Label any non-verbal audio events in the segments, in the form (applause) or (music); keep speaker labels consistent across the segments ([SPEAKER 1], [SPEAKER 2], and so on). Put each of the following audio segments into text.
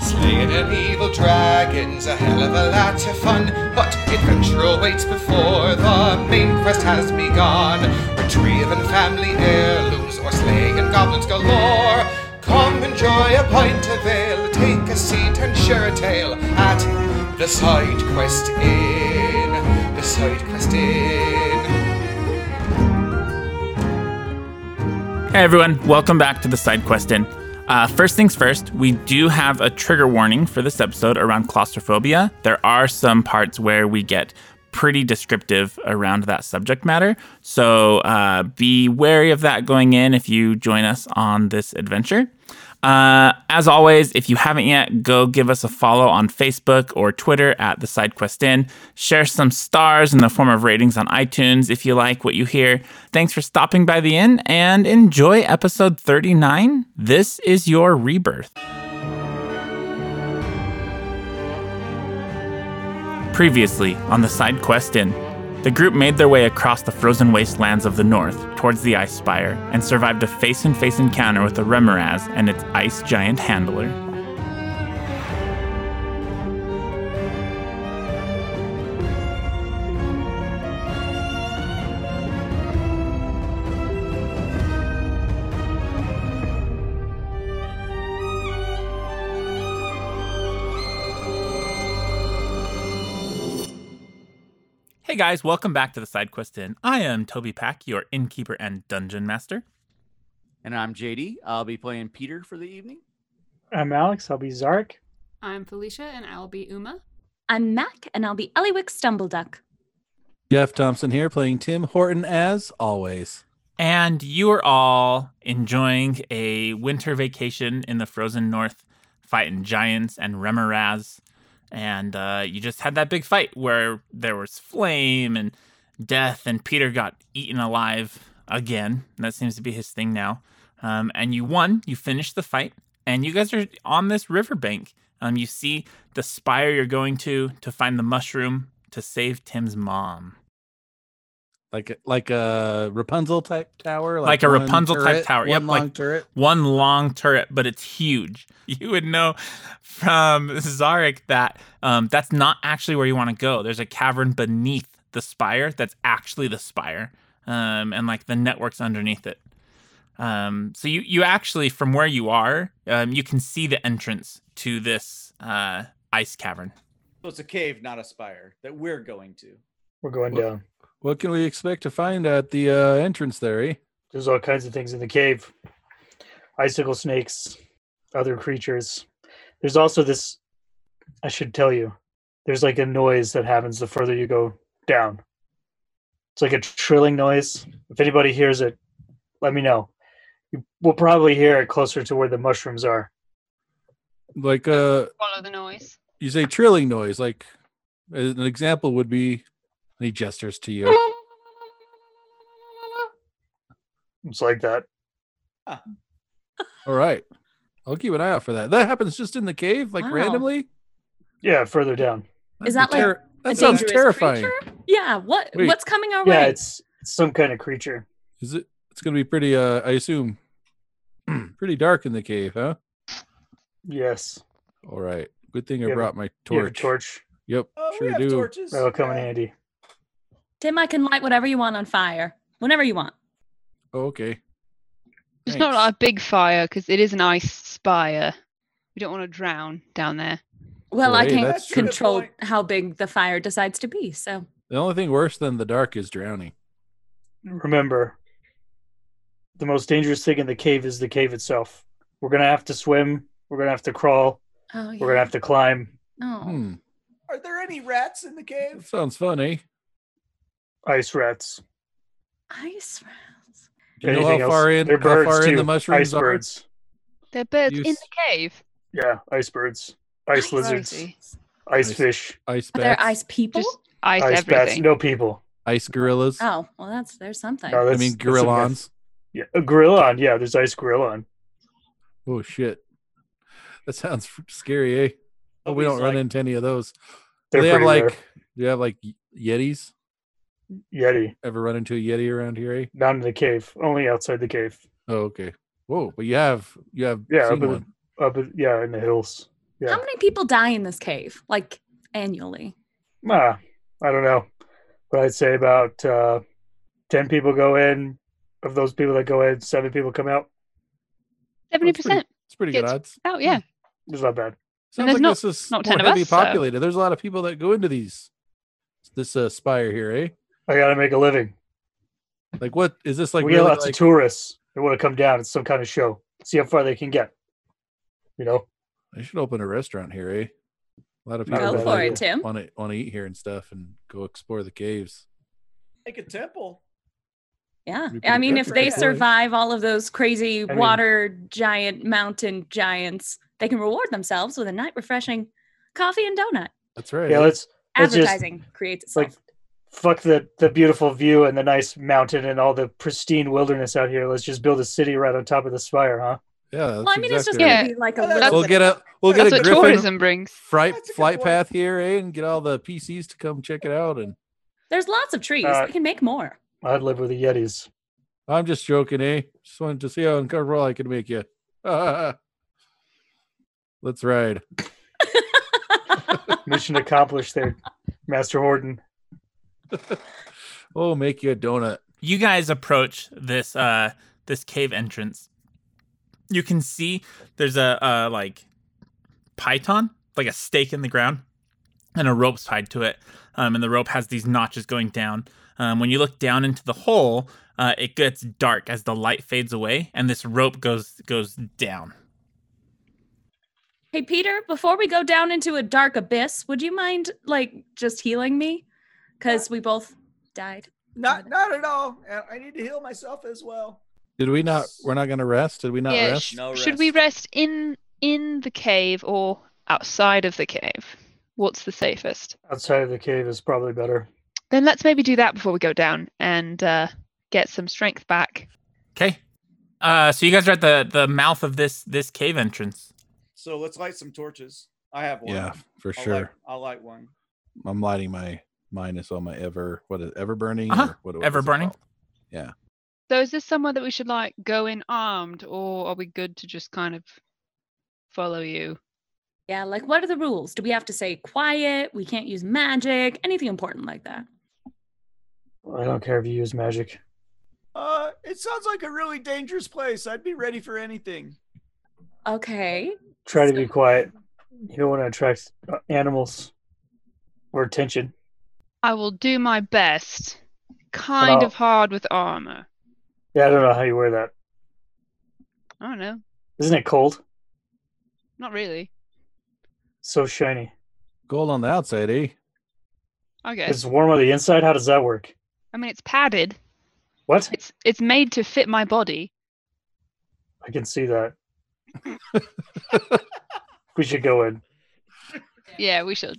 [SPEAKER 1] Slaying an evil dragon's a hell of a lot of fun, but adventure awaits before the main quest has begun. Retrieving family heirlooms or slaying goblins galore. Come enjoy a pint of ale, take a seat and share a tale at the Side Quest Inn. The Side Quest Inn.
[SPEAKER 2] Hey everyone, welcome back to the side quest in. Uh, first things first, we do have a trigger warning for this episode around claustrophobia. There are some parts where we get pretty descriptive around that subject matter, so uh, be wary of that going in if you join us on this adventure. Uh, as always, if you haven't yet, go give us a follow on Facebook or Twitter at the SideQuest In. Share some stars in the form of ratings on iTunes if you like what you hear. Thanks for stopping by the inn and enjoy episode 39. This is your rebirth. Previously, on the side quest in, the group made their way across the frozen wastelands of the north towards the Ice Spire and survived a face to face encounter with the Remoraz and its ice giant handler. Hey guys, welcome back to the side quest in. I am Toby Pack, your innkeeper and dungeon master.
[SPEAKER 3] And I'm JD. I'll be playing Peter for the evening.
[SPEAKER 4] I'm Alex. I'll be Zark.
[SPEAKER 5] I'm Felicia and I'll be Uma.
[SPEAKER 6] I'm Mac, and I'll be Eliwick Stumbleduck.
[SPEAKER 7] Jeff Thompson here playing Tim Horton as always.
[SPEAKER 2] And you are all enjoying a winter vacation in the frozen north, fighting giants and remoraz. And uh, you just had that big fight where there was flame and death, and Peter got eaten alive again. That seems to be his thing now. Um, and you won, you finished the fight, and you guys are on this riverbank. Um, you see the spire you're going to to find the mushroom to save Tim's mom.
[SPEAKER 7] Like a, like uh, a Rapunzel type tower.
[SPEAKER 2] Like a
[SPEAKER 7] one
[SPEAKER 2] Rapunzel type
[SPEAKER 7] turret,
[SPEAKER 2] tower. Yep,
[SPEAKER 7] One long
[SPEAKER 2] like-
[SPEAKER 7] turret.
[SPEAKER 2] one long turret, but it's huge. (laughs) You would know from Zarek that um, that's not actually where you want to go. There's a cavern beneath the spire that's actually the spire, um, and like the networks underneath it. Um, so you you actually from where you are, um, you can see the entrance to this uh, ice cavern.
[SPEAKER 3] So it's a cave, not a spire, that we're going to.
[SPEAKER 4] We're going
[SPEAKER 7] Wha-
[SPEAKER 4] down.
[SPEAKER 7] What can we expect to find at the uh, entrance there? Eh?
[SPEAKER 4] There's all kinds of things in the cave icicle snakes, other creatures. There's also this, I should tell you, there's like a noise that happens the further you go down. It's like a trilling noise. If anybody hears it, let me know. You will probably hear it closer to where the mushrooms are.
[SPEAKER 7] Like uh,
[SPEAKER 5] Follow the noise.
[SPEAKER 7] you say trilling noise. Like as an example would be. And he gestures
[SPEAKER 5] (laughs)
[SPEAKER 7] to you.
[SPEAKER 4] It's like that.
[SPEAKER 7] All right, I'll keep an eye out for that. That happens just in the cave, like
[SPEAKER 6] Wow.
[SPEAKER 7] randomly.
[SPEAKER 4] Yeah, further down.
[SPEAKER 6] Is
[SPEAKER 7] That'd be
[SPEAKER 6] that like
[SPEAKER 7] that
[SPEAKER 6] a
[SPEAKER 7] sounds
[SPEAKER 6] dangerous
[SPEAKER 7] terrifying?
[SPEAKER 6] creature? Yeah. What
[SPEAKER 7] Wait.
[SPEAKER 6] what's coming our
[SPEAKER 4] Yeah,
[SPEAKER 6] way?
[SPEAKER 4] it's, it's some kind of creature.
[SPEAKER 7] Is it? It's gonna be pretty. Uh, I assume (clears throat) pretty dark in the cave, huh?
[SPEAKER 4] Yes.
[SPEAKER 7] All right. Good thing
[SPEAKER 4] You
[SPEAKER 7] I
[SPEAKER 4] have a-
[SPEAKER 7] brought my
[SPEAKER 4] You have a
[SPEAKER 7] torch.
[SPEAKER 4] torch.
[SPEAKER 7] Yep,
[SPEAKER 3] Oh, we
[SPEAKER 7] sure
[SPEAKER 3] have
[SPEAKER 7] do.
[SPEAKER 3] torches.
[SPEAKER 4] That'll come in
[SPEAKER 3] Yeah.
[SPEAKER 4] handy.
[SPEAKER 6] Tim, I can light whatever you want on fire, whenever you want.
[SPEAKER 7] Oh, okay.
[SPEAKER 8] It's
[SPEAKER 7] Thanks.
[SPEAKER 8] not like a big fire because it is an ice spire. We don't want to drown down there.
[SPEAKER 6] Well, I
[SPEAKER 7] Hey,
[SPEAKER 6] can
[SPEAKER 7] that's true.
[SPEAKER 6] control
[SPEAKER 3] Good point.
[SPEAKER 6] how big the fire decides to be. So
[SPEAKER 7] The only thing worse than the dark is drowning.
[SPEAKER 4] remember the most dangerous thing in the cave is the cave itself we're gonna have to swim we're gonna have to crawl
[SPEAKER 6] oh, yeah.
[SPEAKER 4] we're gonna have to climb
[SPEAKER 6] Oh.
[SPEAKER 7] Hmm.
[SPEAKER 3] Are there any rats in the
[SPEAKER 7] That
[SPEAKER 3] cave?
[SPEAKER 7] sounds fun, eh?
[SPEAKER 4] ice rats
[SPEAKER 6] ice rounds.
[SPEAKER 7] Do you know how far in
[SPEAKER 4] They're
[SPEAKER 7] how far in the mushrooms
[SPEAKER 4] ice
[SPEAKER 7] are?
[SPEAKER 4] birds
[SPEAKER 8] There are birds
[SPEAKER 7] You
[SPEAKER 8] in
[SPEAKER 7] s-
[SPEAKER 8] the cave.
[SPEAKER 4] yeah ice birds ice,
[SPEAKER 6] Ice
[SPEAKER 4] lizards
[SPEAKER 8] Crazy.
[SPEAKER 4] ice
[SPEAKER 7] Ice-
[SPEAKER 4] fish
[SPEAKER 7] Ice
[SPEAKER 6] Are there
[SPEAKER 7] bats,
[SPEAKER 6] ice people?
[SPEAKER 8] Just ice,
[SPEAKER 4] ice bats
[SPEAKER 8] everything.
[SPEAKER 4] no people
[SPEAKER 7] ice gorillas.
[SPEAKER 6] Oh, well, that's there's something.
[SPEAKER 4] no,
[SPEAKER 7] I
[SPEAKER 4] that's,
[SPEAKER 7] mean
[SPEAKER 4] that's a myth.
[SPEAKER 7] gorillas.
[SPEAKER 4] yeah a gorillon yeah there's ice gorillon
[SPEAKER 7] Oh shit, that sounds f- scary, eh? Oh, we don't
[SPEAKER 3] Nobody's
[SPEAKER 7] run
[SPEAKER 3] like-
[SPEAKER 7] into any of those. Do
[SPEAKER 4] they're
[SPEAKER 7] they have
[SPEAKER 4] pretty
[SPEAKER 7] like
[SPEAKER 4] rare.
[SPEAKER 7] do you have like y- yetis?
[SPEAKER 4] yeti
[SPEAKER 7] Ever run into a yeti around here, eh?
[SPEAKER 4] not in the cave only outside the cave
[SPEAKER 7] Oh, okay. Whoa, but you have you have
[SPEAKER 4] Yeah,
[SPEAKER 7] seen
[SPEAKER 4] but-
[SPEAKER 7] one.
[SPEAKER 4] up yeah in the hills Yeah.
[SPEAKER 6] How many people die in this cave, like annually?
[SPEAKER 4] Ah, I don't know, but I'd say about uh, ten people go in. Of those people that go in, seven people come out.
[SPEAKER 8] Seventy
[SPEAKER 9] That's pretty-
[SPEAKER 8] percent.
[SPEAKER 9] It's pretty good
[SPEAKER 8] It's-
[SPEAKER 9] odds.
[SPEAKER 8] Oh yeah.
[SPEAKER 4] It's not bad.
[SPEAKER 8] And
[SPEAKER 9] Sounds
[SPEAKER 8] there's
[SPEAKER 9] like
[SPEAKER 8] not-
[SPEAKER 9] this is
[SPEAKER 8] not
[SPEAKER 9] more
[SPEAKER 8] 10 of
[SPEAKER 9] heavily
[SPEAKER 8] us, so-
[SPEAKER 9] populated. There's a lot of people that go into these this uh, spire here, eh?
[SPEAKER 4] I gotta make a living.
[SPEAKER 9] Like what is this like
[SPEAKER 4] we get
[SPEAKER 9] really
[SPEAKER 4] lots
[SPEAKER 9] like,
[SPEAKER 4] of tourists. They want to come down. It's some kind of show. See how far they can get. You know,
[SPEAKER 9] I should open a restaurant here, eh? A lot of
[SPEAKER 4] Not
[SPEAKER 9] people
[SPEAKER 6] Go
[SPEAKER 4] a bad
[SPEAKER 6] for
[SPEAKER 4] idea.
[SPEAKER 6] it, Tim.
[SPEAKER 9] want to want to eat here and stuff and go explore the caves.
[SPEAKER 10] Make a temple.
[SPEAKER 6] Yeah.
[SPEAKER 9] We'd be
[SPEAKER 6] I mean, if
[SPEAKER 9] perfect
[SPEAKER 6] they
[SPEAKER 9] for it.
[SPEAKER 6] survive all of those crazy
[SPEAKER 4] mean-
[SPEAKER 6] water giant mountain giants, they can reward themselves with a night refreshing coffee and donut.
[SPEAKER 9] That's right.
[SPEAKER 4] yeah.
[SPEAKER 9] eh?
[SPEAKER 4] Let's let's just
[SPEAKER 6] Advertising creates itself.
[SPEAKER 4] like fuck the the beautiful view and the nice mountain and all the pristine wilderness out here. Let's just build a city right on top of the spire, huh?
[SPEAKER 9] yeah.
[SPEAKER 6] well,
[SPEAKER 9] that's
[SPEAKER 6] I mean, it's just
[SPEAKER 9] exactly right.
[SPEAKER 8] Yeah.
[SPEAKER 6] gonna be like a
[SPEAKER 10] Well,
[SPEAKER 6] little.
[SPEAKER 10] that's-
[SPEAKER 9] We'll get a we'll get
[SPEAKER 8] That's
[SPEAKER 9] a
[SPEAKER 8] what
[SPEAKER 9] Griffin
[SPEAKER 8] tourism brings.
[SPEAKER 9] fright,
[SPEAKER 10] That's a good
[SPEAKER 9] flight
[SPEAKER 10] one.
[SPEAKER 9] path here, eh? And get all the PCs to come check it out. And
[SPEAKER 6] There's lots of trees.
[SPEAKER 4] Uh,
[SPEAKER 6] I can make more.
[SPEAKER 4] I'd live with the Yetis.
[SPEAKER 9] I'm just joking, eh? Just wanted to see how uncomfortable I could make you. (laughs) Let's ride.
[SPEAKER 4] (laughs)
[SPEAKER 6] (laughs)
[SPEAKER 4] Mission accomplished there,
[SPEAKER 9] (laughs)
[SPEAKER 4] Master Horton.
[SPEAKER 9] Oh, make you a donut.
[SPEAKER 2] you guys approach this uh this cave entrance you can see there's a uh like python like a stake in the ground and a rope's tied to it um and the rope has these notches going down um when you look down into the hole uh it gets dark as the light fades away and this rope goes goes down
[SPEAKER 6] Hey, Peter, before we go down into a dark abyss, would you mind like just healing me? Because we both died.
[SPEAKER 10] Not not at all. And I need to heal myself as well.
[SPEAKER 9] Did we not? We're not going to rest. Did we not
[SPEAKER 8] Yeah,
[SPEAKER 9] rest?
[SPEAKER 10] No
[SPEAKER 8] Should we rest in in the cave or outside of the cave? What's the safest?
[SPEAKER 4] Outside of the cave is probably better.
[SPEAKER 8] Then let's maybe do that before we go down and uh, get some strength back.
[SPEAKER 2] okay uh so you guys are at the the mouth of this this cave entrance
[SPEAKER 10] So let's light some torches. I have one.
[SPEAKER 9] Yeah, for
[SPEAKER 10] I'll
[SPEAKER 9] sure.
[SPEAKER 10] Light, I'll light one.
[SPEAKER 9] I'm lighting my minus on my ever what is ever burning
[SPEAKER 2] Uh-huh.
[SPEAKER 9] or what, what
[SPEAKER 2] Ever
[SPEAKER 9] is it
[SPEAKER 2] burning.
[SPEAKER 9] called?
[SPEAKER 8] So is this somewhere that we should like go in armed, or are we good to just kind of follow you?
[SPEAKER 6] Yeah, like what are the rules? Do we have to say quiet? We can't use magic? Anything important like that?
[SPEAKER 4] I don't care if you use magic.
[SPEAKER 10] Uh, it sounds like a really dangerous place. I'd be ready for anything.
[SPEAKER 6] Okay.
[SPEAKER 4] Try to be quiet. You don't want to attract uh, animals or attention.
[SPEAKER 8] I will do my best. Kind
[SPEAKER 4] Well-
[SPEAKER 8] of hard with armor.
[SPEAKER 4] Yeah, I don't know how you wear that.
[SPEAKER 8] I don't know.
[SPEAKER 4] Isn't it cold?
[SPEAKER 8] Not really.
[SPEAKER 4] So shiny.
[SPEAKER 9] Gold on the outside, eh?
[SPEAKER 8] I guess.
[SPEAKER 4] It's warm on the inside. How does that work?
[SPEAKER 8] I mean, it's padded.
[SPEAKER 4] What?
[SPEAKER 8] It's it's made to fit my body.
[SPEAKER 4] I can see that. we should go in.
[SPEAKER 8] Yeah, we should.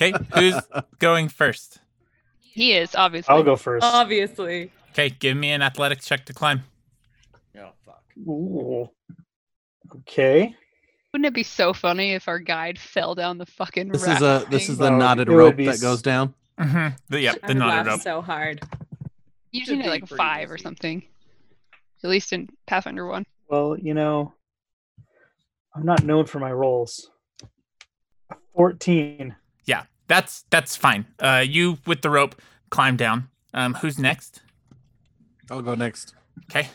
[SPEAKER 2] okay who's
[SPEAKER 4] (laughs)
[SPEAKER 2] going first
[SPEAKER 8] He is obviously.
[SPEAKER 4] I'll go first.
[SPEAKER 6] Obviously.
[SPEAKER 2] okay give me an athletics check to climb
[SPEAKER 10] Oh fuck.
[SPEAKER 4] Ooh. Okay.
[SPEAKER 8] Wouldn't it be so funny if our guide fell down the fucking
[SPEAKER 9] This
[SPEAKER 8] rat
[SPEAKER 9] is a this
[SPEAKER 8] thing?
[SPEAKER 9] is the
[SPEAKER 4] Oh,
[SPEAKER 9] knotted
[SPEAKER 4] it would
[SPEAKER 9] rope
[SPEAKER 4] be
[SPEAKER 9] that
[SPEAKER 4] s-
[SPEAKER 9] goes down.
[SPEAKER 2] Mm-hmm. (laughs) The, yeah,
[SPEAKER 6] I
[SPEAKER 2] the
[SPEAKER 6] would
[SPEAKER 2] knotted
[SPEAKER 6] laugh
[SPEAKER 2] rope.
[SPEAKER 6] so hard.
[SPEAKER 8] usually
[SPEAKER 10] should be
[SPEAKER 8] like a
[SPEAKER 10] pretty
[SPEAKER 8] five or
[SPEAKER 10] easy.
[SPEAKER 8] something. At least in Pathfinder one.
[SPEAKER 4] Well, you know, I'm not known for my rolls. A 14.
[SPEAKER 2] That's that's fine. Uh, you with the rope climb down. Um, who's next?
[SPEAKER 9] I'll go next.
[SPEAKER 2] Okay,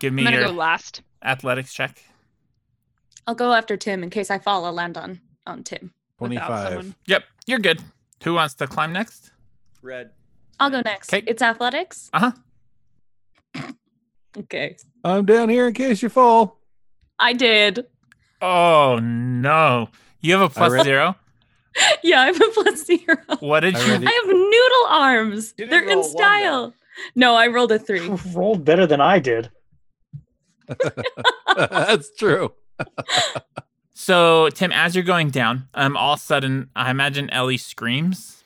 [SPEAKER 2] give me
[SPEAKER 8] I'm gonna
[SPEAKER 2] your
[SPEAKER 8] go last.
[SPEAKER 2] athletics check.
[SPEAKER 6] I'll go after Tim in case I fall. I'll land on on Tim.
[SPEAKER 9] Twenty
[SPEAKER 8] Without
[SPEAKER 9] five.
[SPEAKER 8] someone.
[SPEAKER 2] Yep, you're good. Who wants to climb next?
[SPEAKER 10] Red.
[SPEAKER 6] I'll go next.
[SPEAKER 2] Okay.
[SPEAKER 6] It's athletics.
[SPEAKER 2] Uh huh.
[SPEAKER 4] Uh-huh.
[SPEAKER 6] (laughs) Okay.
[SPEAKER 9] I'm down here in case you fall.
[SPEAKER 6] I did. (laughs)
[SPEAKER 2] Oh no, you have a plus
[SPEAKER 9] read-
[SPEAKER 2] zero.
[SPEAKER 6] yeah, I'm a plus zero.
[SPEAKER 2] What did
[SPEAKER 9] I
[SPEAKER 2] you?
[SPEAKER 9] read it.
[SPEAKER 6] I have noodle arms.
[SPEAKER 10] You didn't
[SPEAKER 6] They're
[SPEAKER 10] roll
[SPEAKER 6] in
[SPEAKER 10] one, though.
[SPEAKER 6] style. no, I rolled a three.
[SPEAKER 4] (laughs) Rolled better than
[SPEAKER 7] (laughs)
[SPEAKER 4] I did.
[SPEAKER 9] (laughs) That's true.
[SPEAKER 2] (laughs) So Tim, as you're going down, um, all of a sudden, I imagine Ellie screams.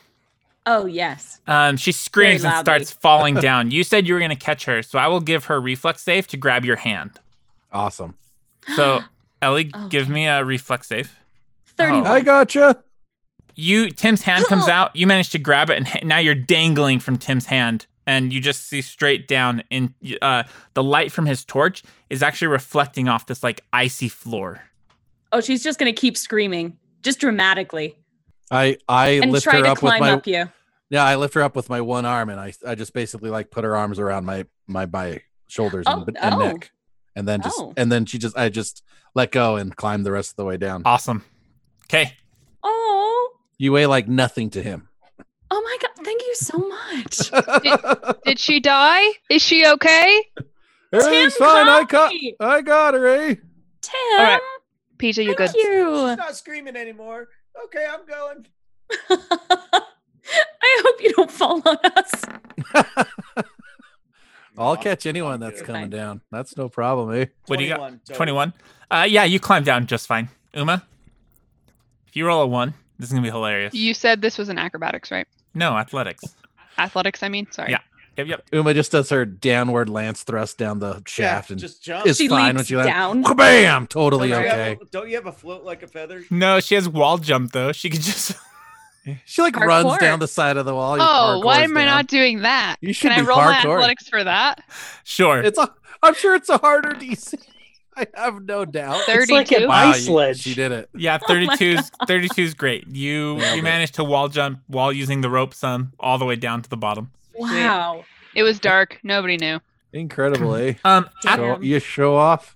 [SPEAKER 6] Oh yes.
[SPEAKER 2] Um, she screams
[SPEAKER 6] Very
[SPEAKER 2] and
[SPEAKER 6] loudly. (laughs)
[SPEAKER 2] starts falling down. You said you were gonna catch her, so I will give her reflex save to grab your hand.
[SPEAKER 9] Awesome.
[SPEAKER 6] (gasps)
[SPEAKER 2] So Ellie,
[SPEAKER 6] Oh.
[SPEAKER 2] give me a reflex save.
[SPEAKER 4] Oh.
[SPEAKER 6] thirty-one.
[SPEAKER 9] I gotcha.
[SPEAKER 2] you Tim's hand (gasps)
[SPEAKER 6] (gasps)
[SPEAKER 2] comes out. You manage to grab it, and h- now you're dangling from Tim's hand, and you just see straight down. In uh, the light from his torch is actually reflecting off this like icy floor.
[SPEAKER 6] Oh, she's just gonna keep screaming, just dramatically,
[SPEAKER 7] I I
[SPEAKER 6] and
[SPEAKER 7] lift
[SPEAKER 6] try
[SPEAKER 7] her
[SPEAKER 6] to
[SPEAKER 7] up with
[SPEAKER 6] climb
[SPEAKER 7] my
[SPEAKER 6] up you.
[SPEAKER 7] yeah I lift her up with my one arm and I I just basically like put her arms around my my my shoulders
[SPEAKER 6] Oh,
[SPEAKER 7] and, and
[SPEAKER 6] oh.
[SPEAKER 7] neck and then just
[SPEAKER 6] Oh.
[SPEAKER 7] and then she just I just let go and climb the rest of the way down.
[SPEAKER 2] Awesome. Okay.
[SPEAKER 6] Oh,
[SPEAKER 7] You weigh like nothing to him.
[SPEAKER 6] oh my god! Thank you so much.
[SPEAKER 8] (laughs) Did she die? Is she okay?
[SPEAKER 7] Everything's
[SPEAKER 6] Tim
[SPEAKER 7] fine. I caught
[SPEAKER 6] Conley!
[SPEAKER 7] I got her, eh?
[SPEAKER 6] Tim,
[SPEAKER 8] right, Peter, you're good.
[SPEAKER 6] thank you.
[SPEAKER 3] She's not screaming anymore. Okay, I'm going.
[SPEAKER 6] I hope you don't fall on us.
[SPEAKER 7] I'll
[SPEAKER 11] Aw,
[SPEAKER 7] catch anyone that's coming
[SPEAKER 6] Fine.
[SPEAKER 7] down. That's no problem, eh?
[SPEAKER 2] What do you got?
[SPEAKER 3] 21 total.
[SPEAKER 2] 21. Uh, yeah, you climb down just fine. Uma, if you roll a one, this is going to be hilarious.
[SPEAKER 8] You said this was an acrobatics, right?
[SPEAKER 2] No, athletics.
[SPEAKER 8] Athletics, I mean. Sorry.
[SPEAKER 2] Yeah. Yep, yep.
[SPEAKER 7] Uma just does her downward lance thrust down the shaft
[SPEAKER 3] Yeah,
[SPEAKER 7] and
[SPEAKER 3] just jump.
[SPEAKER 7] is
[SPEAKER 6] She
[SPEAKER 7] fine when
[SPEAKER 6] leaps
[SPEAKER 7] she lands.
[SPEAKER 6] down.
[SPEAKER 7] Bam! Totally
[SPEAKER 3] Don't you have
[SPEAKER 7] okay.
[SPEAKER 3] a- don't you have a float like a feather?
[SPEAKER 2] No, she has wall jump, though. She could just. (laughs)
[SPEAKER 7] She like runs
[SPEAKER 6] Parkour.
[SPEAKER 7] down the side of the wall. just
[SPEAKER 8] Oh, why
[SPEAKER 7] parkours
[SPEAKER 8] am I
[SPEAKER 7] down.
[SPEAKER 8] not doing that?
[SPEAKER 7] You should
[SPEAKER 8] Can I
[SPEAKER 7] be
[SPEAKER 8] roll my
[SPEAKER 7] hardcore.
[SPEAKER 8] athletics for that?
[SPEAKER 2] sure.
[SPEAKER 7] It's a. I'm sure it's a harder DC. (laughs) I have no doubt.
[SPEAKER 8] Thirty-two.
[SPEAKER 4] like an
[SPEAKER 7] Wow,
[SPEAKER 4] Ice
[SPEAKER 7] you-
[SPEAKER 4] sledge.
[SPEAKER 7] She did it.
[SPEAKER 2] yeah,
[SPEAKER 6] Oh my
[SPEAKER 2] 32's 32's great. You
[SPEAKER 7] Nailed
[SPEAKER 2] you
[SPEAKER 7] it.
[SPEAKER 2] managed to wall jump while using the rope some all the way down to the bottom.
[SPEAKER 6] Wow.
[SPEAKER 8] It was dark. Nobody knew.
[SPEAKER 7] Incredible, eh?
[SPEAKER 2] Um
[SPEAKER 6] Sure.
[SPEAKER 2] at,
[SPEAKER 7] Show-
[SPEAKER 6] Damn.
[SPEAKER 7] you show off.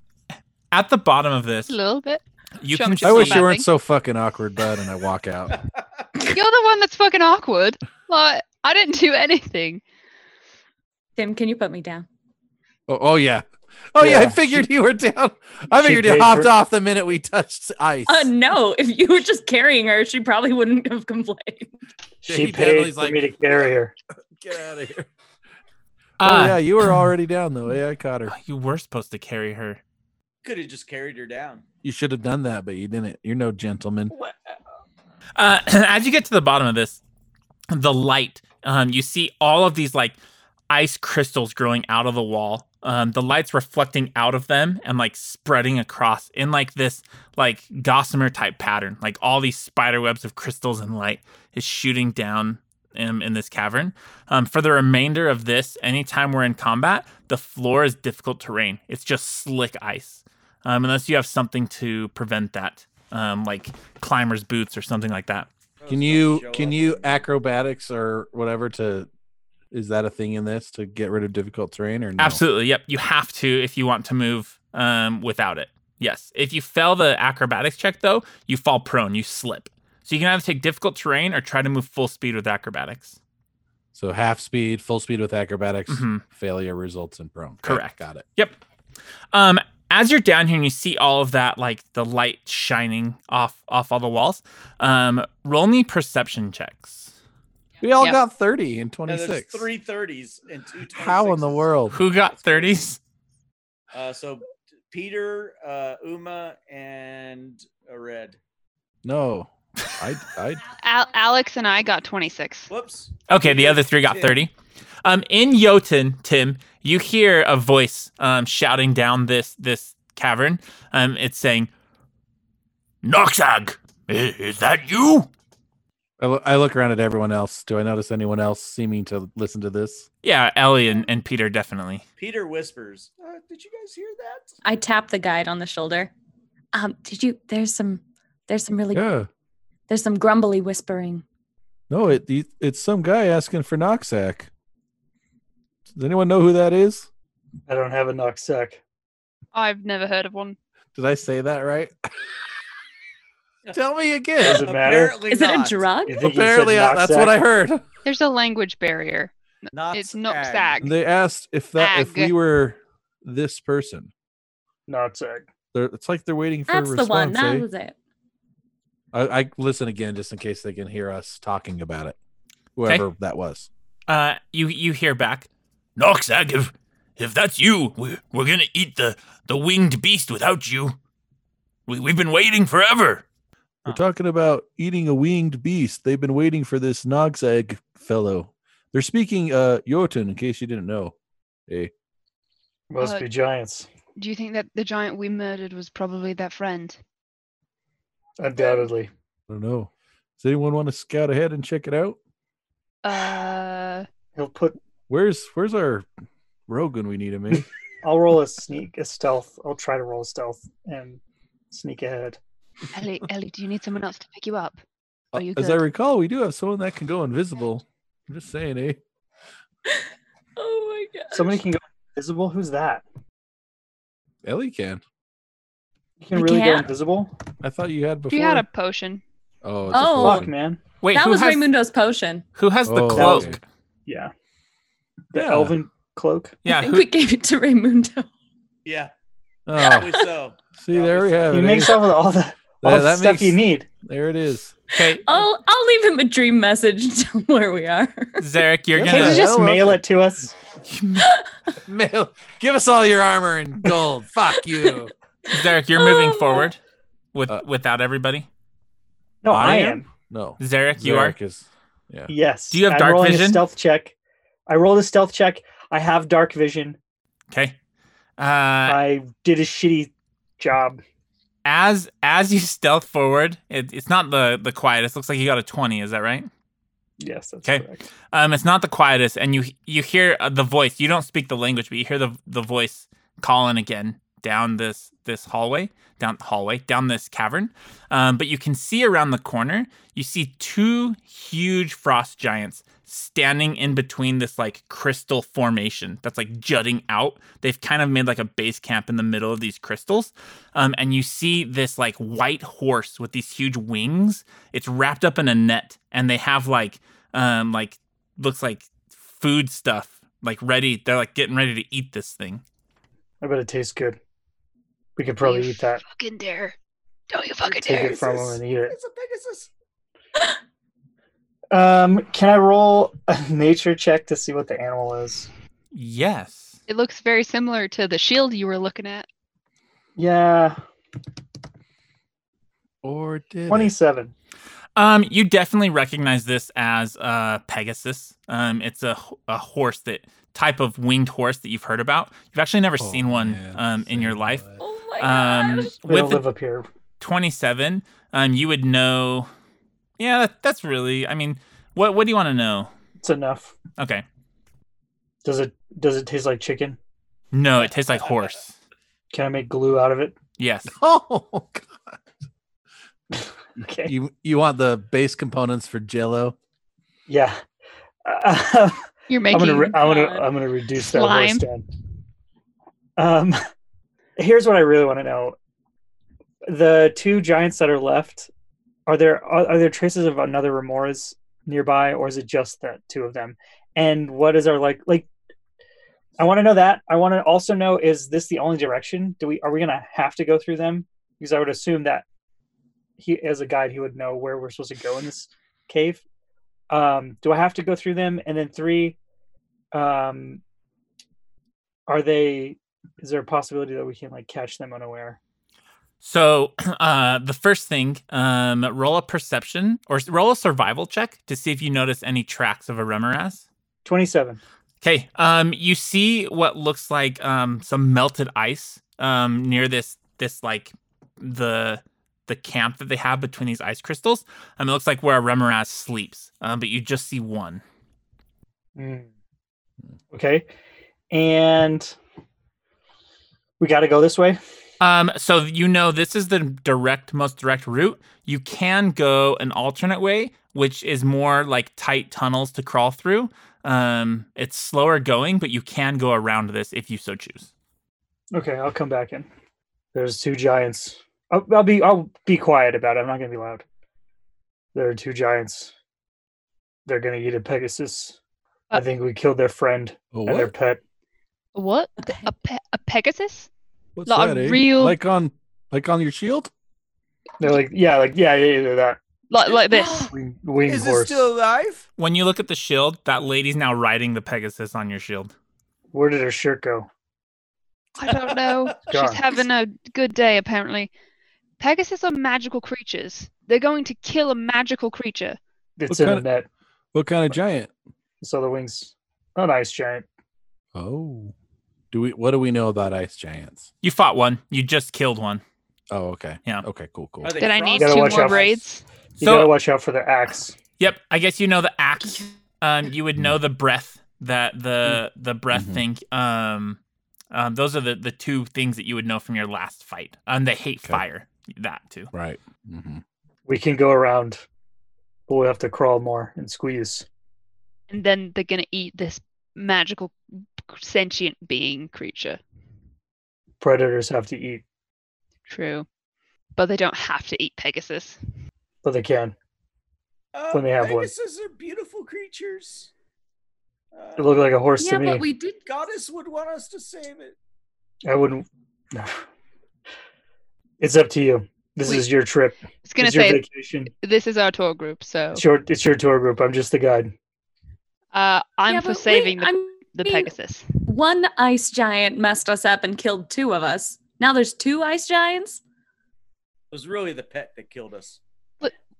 [SPEAKER 2] at the bottom of this,
[SPEAKER 8] A little bit.
[SPEAKER 2] you
[SPEAKER 8] show
[SPEAKER 2] can
[SPEAKER 8] me
[SPEAKER 2] see
[SPEAKER 8] Just
[SPEAKER 7] I wish
[SPEAKER 8] like
[SPEAKER 7] you
[SPEAKER 8] that
[SPEAKER 7] weren't
[SPEAKER 8] thing.
[SPEAKER 7] so fucking awkward, bud. And I walk out. (laughs)
[SPEAKER 8] You're the one that's fucking awkward. Like I didn't do anything.
[SPEAKER 6] Tim, can you put me down?
[SPEAKER 7] Oh, oh yeah. Oh yeah, I
[SPEAKER 4] Yeah,
[SPEAKER 7] figured you were down. I
[SPEAKER 4] she
[SPEAKER 7] figured you
[SPEAKER 4] paid
[SPEAKER 7] hopped
[SPEAKER 4] for-
[SPEAKER 7] off the minute we touched ice.
[SPEAKER 6] Uh, no. If you were just carrying her, she probably wouldn't have complained.
[SPEAKER 7] Yeah,
[SPEAKER 4] She
[SPEAKER 7] he definitely
[SPEAKER 4] paid
[SPEAKER 7] is
[SPEAKER 4] for
[SPEAKER 7] like-
[SPEAKER 4] me to carry her.
[SPEAKER 7] (laughs) Get out of here. oh
[SPEAKER 2] Ah,
[SPEAKER 7] yeah, you were already down though. Yeah, I caught her.
[SPEAKER 2] you were supposed to carry her.
[SPEAKER 3] Could have just carried her down.
[SPEAKER 7] You should have done that, but you didn't. You're no gentleman.
[SPEAKER 2] Uh, (clears throat) as you get to the bottom of this, the light, um, you see all of these like ice crystals growing out of the wall. Um, the light's reflecting out of them and like spreading across in like this like gossamer type pattern. Like all these spider webs of crystals and light is shooting down um, in this cavern. Um, for the remainder of this, anytime we're in combat, the floor is difficult terrain. It's just slick ice, um, unless you have something to prevent that, um, like climber's boots or something like that.
[SPEAKER 7] Can you can you acrobatics or whatever to? Is that a thing in this to get rid of difficult terrain or no?
[SPEAKER 2] Absolutely. Yep. You have to if you want to move um, without it. Yes. If you fail the acrobatics check, though, you fall prone. You slip. So you can either take difficult terrain or try to move full speed with acrobatics.
[SPEAKER 7] So half speed, full speed with acrobatics.
[SPEAKER 2] Mhm.
[SPEAKER 7] Failure results in prone. Okay,
[SPEAKER 2] Correct.
[SPEAKER 7] Got it.
[SPEAKER 2] Um, as you're down here and you see all of that, like the light shining off off all the walls, um, roll me perception checks.
[SPEAKER 7] We all
[SPEAKER 8] Yeah.
[SPEAKER 7] got thirty and twenty
[SPEAKER 3] And there's
[SPEAKER 7] six.
[SPEAKER 3] three thirties and two.
[SPEAKER 7] How in the
[SPEAKER 3] 26s.
[SPEAKER 7] world?
[SPEAKER 2] Who got thirties?
[SPEAKER 3] Uh, so Peter, uh, Uma, and a red.
[SPEAKER 7] No, I I
[SPEAKER 8] Al- Alex and I got 26.
[SPEAKER 3] Whoops.
[SPEAKER 2] Okay, the other three got
[SPEAKER 3] Tim.
[SPEAKER 2] 30. Um, in Jotun, Tim, you hear a voice um, shouting down this this cavern. Um, it's saying, Noxag, i- is that you?
[SPEAKER 7] I, loo- I look around at everyone else. Do I notice anyone else seeming to listen to this?
[SPEAKER 2] Yeah, Ellie and, and Peter, definitely.
[SPEAKER 3] Peter whispers. Uh, did you guys hear that?
[SPEAKER 6] I tap the guide on the shoulder. Um, did you? There's some. There's some really.
[SPEAKER 7] Yeah.
[SPEAKER 6] There's some grumbly whispering.
[SPEAKER 7] No, it he- it's some guy asking for Noxack. Does anyone know who that is?
[SPEAKER 4] I don't have a knock sack.
[SPEAKER 8] I've never heard of one.
[SPEAKER 7] Did I say that right? (laughs) Tell me again.
[SPEAKER 4] Doesn't matter.
[SPEAKER 3] Apparently
[SPEAKER 6] Is it a
[SPEAKER 3] not.
[SPEAKER 6] drug?
[SPEAKER 4] You think you said
[SPEAKER 7] Apparently, I,
[SPEAKER 4] knock
[SPEAKER 7] that's
[SPEAKER 4] sack?
[SPEAKER 7] what I heard.
[SPEAKER 4] (laughs)
[SPEAKER 8] (laughs) There's a language barrier.
[SPEAKER 3] Not
[SPEAKER 8] It's not
[SPEAKER 3] ag.
[SPEAKER 8] sag.
[SPEAKER 7] They asked if that if we
[SPEAKER 8] Ag.
[SPEAKER 7] were this person.
[SPEAKER 4] Knock sack.
[SPEAKER 7] They're, it's like they're waiting for
[SPEAKER 6] That's
[SPEAKER 7] a
[SPEAKER 6] the one.
[SPEAKER 7] response.
[SPEAKER 6] That
[SPEAKER 7] eh?
[SPEAKER 6] was it.
[SPEAKER 7] I, I listen again just in case they can hear us talking about it. Whoever that was.
[SPEAKER 2] Uh, you you hear back, Noxag, if, if that's you, we're, we're going to eat the, the winged beast without you. We, we've been waiting forever.
[SPEAKER 7] We're
[SPEAKER 3] Huh.
[SPEAKER 7] talking about eating a winged beast. They've been waiting for this Nogzag fellow. They're speaking uh Jotun, in case you didn't know. Hey,
[SPEAKER 4] Must
[SPEAKER 8] Look.
[SPEAKER 4] be giants.
[SPEAKER 8] Uh, Do you think that the giant we murdered was probably that friend?
[SPEAKER 4] Undoubtedly.
[SPEAKER 7] I don't know. Does anyone want to scout ahead and check it out?
[SPEAKER 8] Uh,
[SPEAKER 4] He'll put
[SPEAKER 7] Where's where's our rogue when we need him? eh?
[SPEAKER 4] I'll roll a sneak a stealth. I'll try to roll a stealth and sneak ahead. (laughs)
[SPEAKER 8] Ellie, Ellie, do you need someone else to pick you up? Are
[SPEAKER 4] Uh,
[SPEAKER 8] you
[SPEAKER 9] As I
[SPEAKER 8] good?
[SPEAKER 9] recall, we do have someone that can go invisible. I'm just saying, eh?
[SPEAKER 6] oh my god.
[SPEAKER 4] Somebody can go invisible. Who's that?
[SPEAKER 9] Ellie can.
[SPEAKER 4] You can
[SPEAKER 6] We
[SPEAKER 4] really go
[SPEAKER 6] can't.
[SPEAKER 4] invisible?
[SPEAKER 9] I thought you had before.
[SPEAKER 8] Do you had a potion?
[SPEAKER 9] Oh, it's a
[SPEAKER 6] Oh.
[SPEAKER 9] full
[SPEAKER 4] Fuck,
[SPEAKER 9] one.
[SPEAKER 4] man.
[SPEAKER 2] Wait,
[SPEAKER 6] that
[SPEAKER 2] who
[SPEAKER 6] was
[SPEAKER 2] has,
[SPEAKER 6] Raymundo's potion.
[SPEAKER 2] who has the
[SPEAKER 9] Oh,
[SPEAKER 2] cloak?
[SPEAKER 9] okay.
[SPEAKER 4] Yeah. The
[SPEAKER 9] Yeah.
[SPEAKER 4] elven cloak.
[SPEAKER 6] I
[SPEAKER 2] Yeah,
[SPEAKER 6] think
[SPEAKER 2] who,
[SPEAKER 6] we gave it to Raymundo.
[SPEAKER 3] Yeah,
[SPEAKER 9] Oh,
[SPEAKER 3] probably so.
[SPEAKER 9] see, there we have
[SPEAKER 4] He
[SPEAKER 9] it.
[SPEAKER 4] makes
[SPEAKER 9] eh?
[SPEAKER 4] up with all the, all
[SPEAKER 9] Yeah,
[SPEAKER 4] the
[SPEAKER 9] that
[SPEAKER 4] stuff
[SPEAKER 9] makes-
[SPEAKER 4] you need.
[SPEAKER 9] There it is.
[SPEAKER 2] okay,
[SPEAKER 6] I'll I'll leave him a dream message and (laughs) tell him where we are.
[SPEAKER 2] Zarek, you're
[SPEAKER 9] Yeah.
[SPEAKER 4] Can
[SPEAKER 2] gonna
[SPEAKER 4] you just
[SPEAKER 9] Hello.
[SPEAKER 4] mail it to us? (laughs)
[SPEAKER 9] Mail. Give us all your armor and gold. Fuck you.
[SPEAKER 2] Zarek, you're moving
[SPEAKER 6] Oh.
[SPEAKER 2] forward with
[SPEAKER 9] Uh,
[SPEAKER 2] without everybody.
[SPEAKER 4] No,
[SPEAKER 9] I
[SPEAKER 4] I
[SPEAKER 9] am?
[SPEAKER 4] am.
[SPEAKER 9] No.
[SPEAKER 2] Zarek, you are.
[SPEAKER 9] Zarek is-
[SPEAKER 4] Yes.
[SPEAKER 2] Do you have
[SPEAKER 4] I'm
[SPEAKER 2] dark
[SPEAKER 4] rolling
[SPEAKER 2] vision?
[SPEAKER 4] A stealth check. I rolled a stealth check. I have dark vision.
[SPEAKER 2] Okay. Uh,
[SPEAKER 4] I did a shitty job.
[SPEAKER 2] as as you stealth forward, it, it's not the the quietest. Looks like you got a twenty. Is that right?
[SPEAKER 4] Yes, that's
[SPEAKER 2] Okay.
[SPEAKER 4] correct.
[SPEAKER 2] Um, it's not the quietest, and you you hear uh, the voice. You don't speak the language, but you hear the the voice calling again down this this hallway, down hallway, down this cavern. Um, but you can see around the corner. You see two huge frost giants standing in between this like crystal formation that's like jutting out. They've kind of made like a base camp in the middle of these crystals. Um, and you see this like white horse with these huge wings. It's wrapped up in a net, and they have like um like looks like food stuff like ready they're like getting ready to eat this thing
[SPEAKER 4] I bet it tastes good. We could
[SPEAKER 8] Don't
[SPEAKER 4] probably
[SPEAKER 8] you
[SPEAKER 4] eat that.
[SPEAKER 8] Fucking dare! Don't you fucking
[SPEAKER 4] Take
[SPEAKER 8] dare!
[SPEAKER 4] it from him and eat it.
[SPEAKER 10] It's a Pegasus.
[SPEAKER 4] Um, can I roll a (laughs) nature check to see what the animal is?
[SPEAKER 2] yes
[SPEAKER 8] It looks very similar to the shield you were looking at.
[SPEAKER 4] Yeah,
[SPEAKER 9] Or did it?
[SPEAKER 4] twenty-seven.
[SPEAKER 2] um you definitely recognize this as uh pegasus um it's a, h- a horse that type of winged horse that you've heard about you've actually never
[SPEAKER 9] Oh,
[SPEAKER 2] seen one
[SPEAKER 9] man,
[SPEAKER 2] um in your
[SPEAKER 9] same
[SPEAKER 2] life
[SPEAKER 9] life.
[SPEAKER 6] Oh my god.
[SPEAKER 2] um
[SPEAKER 4] We don't
[SPEAKER 2] with the
[SPEAKER 4] live up here.
[SPEAKER 2] 27 um you would know yeah that, that's really i mean what what do you want to know
[SPEAKER 4] It's enough.
[SPEAKER 2] okay
[SPEAKER 4] Does it? Does it taste like chicken?
[SPEAKER 2] no it tastes like horse
[SPEAKER 4] Can I make glue out of it?
[SPEAKER 2] yes
[SPEAKER 9] Oh, God.
[SPEAKER 4] (laughs) Okay.
[SPEAKER 9] you you want the base components for Jello?
[SPEAKER 4] Yeah. (laughs) Uh,
[SPEAKER 8] You're
[SPEAKER 4] I'm
[SPEAKER 8] making. uh,
[SPEAKER 4] gonna. Re- I'm gonna.
[SPEAKER 6] God.
[SPEAKER 4] I'm gonna reduce that
[SPEAKER 8] Slime.
[SPEAKER 4] horse down. Um, (laughs) here's what I really want to know: the two giants that are left, are there are, are there traces of another Remoras nearby, or is it just the two of them? And what is our like like? I want to know that. I want to also know: is this the only direction? Do we are we gonna have to go through them? Because I would assume that he, as a guide, he would know where we're supposed to go in this cave. Um, do I have to go through them? And then three, um, are they is there a possibility that we can like catch them unaware
[SPEAKER 2] So, (clears throat) uh, the first thing, um, roll a perception or s- roll a survival check to see if you notice any tracks of a remoras.
[SPEAKER 4] 27
[SPEAKER 2] Okay, um, you see what looks like um, some melted ice um, near this this like the the camp that they have between these ice crystals. Um, it looks like where a remoras sleeps, um, but you just see one.
[SPEAKER 4] Mm. okay and we got to go this way
[SPEAKER 2] Um, so you know this is the direct, most direct route. You can go an alternate way, which is more like tight tunnels to crawl through. Um, it's slower going, but you can go around this if you so choose.
[SPEAKER 4] okay i'll come back in there's two giants i'll, I'll be i'll be quiet about it i'm not gonna be loud there are two giants they're gonna eat a pegasus i
[SPEAKER 8] Uh,
[SPEAKER 4] think we killed their friend
[SPEAKER 9] Oh,
[SPEAKER 4] and their
[SPEAKER 9] what?
[SPEAKER 4] pet
[SPEAKER 8] What?
[SPEAKER 6] Okay.
[SPEAKER 8] A, pe- a Pegasus?
[SPEAKER 9] What's
[SPEAKER 8] Lot
[SPEAKER 9] that?
[SPEAKER 8] of
[SPEAKER 9] eh?
[SPEAKER 8] real-
[SPEAKER 9] Like on like on your shield?
[SPEAKER 4] they're like yeah like yeah yeah, yeah that
[SPEAKER 8] Like, like
[SPEAKER 4] (gasps)
[SPEAKER 8] this?
[SPEAKER 4] wing, wing
[SPEAKER 10] (gasps) Is
[SPEAKER 4] horse
[SPEAKER 10] it still alive?
[SPEAKER 2] When you look at the shield, that lady's now riding the Pegasus on your shield.
[SPEAKER 4] where did her shirt go
[SPEAKER 8] I don't
[SPEAKER 10] (laughs)
[SPEAKER 8] know. She's
[SPEAKER 4] God.
[SPEAKER 8] having a good day, apparently. Pegasus are magical creatures. They're going to kill a magical creature.
[SPEAKER 9] What
[SPEAKER 4] it's in a
[SPEAKER 9] kinda-
[SPEAKER 4] net
[SPEAKER 9] What kind of giant?
[SPEAKER 4] so the wings an ice giant
[SPEAKER 9] Oh. Do we what do we know about ice giants?
[SPEAKER 2] You fought one. You just killed one.
[SPEAKER 9] Oh, okay.
[SPEAKER 2] Yeah.
[SPEAKER 9] Okay, cool, cool.
[SPEAKER 3] Are they
[SPEAKER 8] Did I
[SPEAKER 3] frosty?
[SPEAKER 8] need
[SPEAKER 4] gotta
[SPEAKER 8] two
[SPEAKER 4] watch
[SPEAKER 8] more
[SPEAKER 4] out.
[SPEAKER 8] braids?
[SPEAKER 4] You gotta
[SPEAKER 2] So,
[SPEAKER 4] watch out for the axe.
[SPEAKER 2] yep, I guess you know the axe. Um, you would know the breath that the the breath
[SPEAKER 9] Mhm.
[SPEAKER 2] thing. Um, um, those are the the two things that you would know from your last fight. Um, they hate
[SPEAKER 9] Okay.
[SPEAKER 2] fire. that too.
[SPEAKER 9] Right. hmm
[SPEAKER 4] We can go around, but we'll have to crawl more and squeeze.
[SPEAKER 8] And then they're going to eat this magical sentient being creature.
[SPEAKER 4] Predators have to eat,
[SPEAKER 8] True. But they don't have to eat Pegasus.
[SPEAKER 4] but they can.
[SPEAKER 10] Uh,
[SPEAKER 4] When they have one.
[SPEAKER 10] Pegasus are beautiful creatures.
[SPEAKER 4] It
[SPEAKER 10] Uh,
[SPEAKER 4] looked like a horse
[SPEAKER 6] yeah,
[SPEAKER 4] to me.
[SPEAKER 6] but we did.
[SPEAKER 10] goddess would want us to save
[SPEAKER 4] (laughs)
[SPEAKER 10] it.
[SPEAKER 4] I wouldn't. (laughs) it's up to you. This
[SPEAKER 8] Wait.
[SPEAKER 4] is your trip.
[SPEAKER 8] It's going to
[SPEAKER 4] it's your
[SPEAKER 8] say oh.
[SPEAKER 4] vacation.
[SPEAKER 8] this is our tour group, so
[SPEAKER 4] It's your it's your tour group. I'm just the guide.
[SPEAKER 8] uh, I'm
[SPEAKER 6] yeah,
[SPEAKER 8] for
[SPEAKER 6] but wait,
[SPEAKER 8] saving the,
[SPEAKER 6] I'm-
[SPEAKER 8] the
[SPEAKER 6] mean-
[SPEAKER 8] Pegasus.
[SPEAKER 6] One ice giant messed us up and killed two of us. Now there's two ice giants.
[SPEAKER 10] was really the pet that killed us.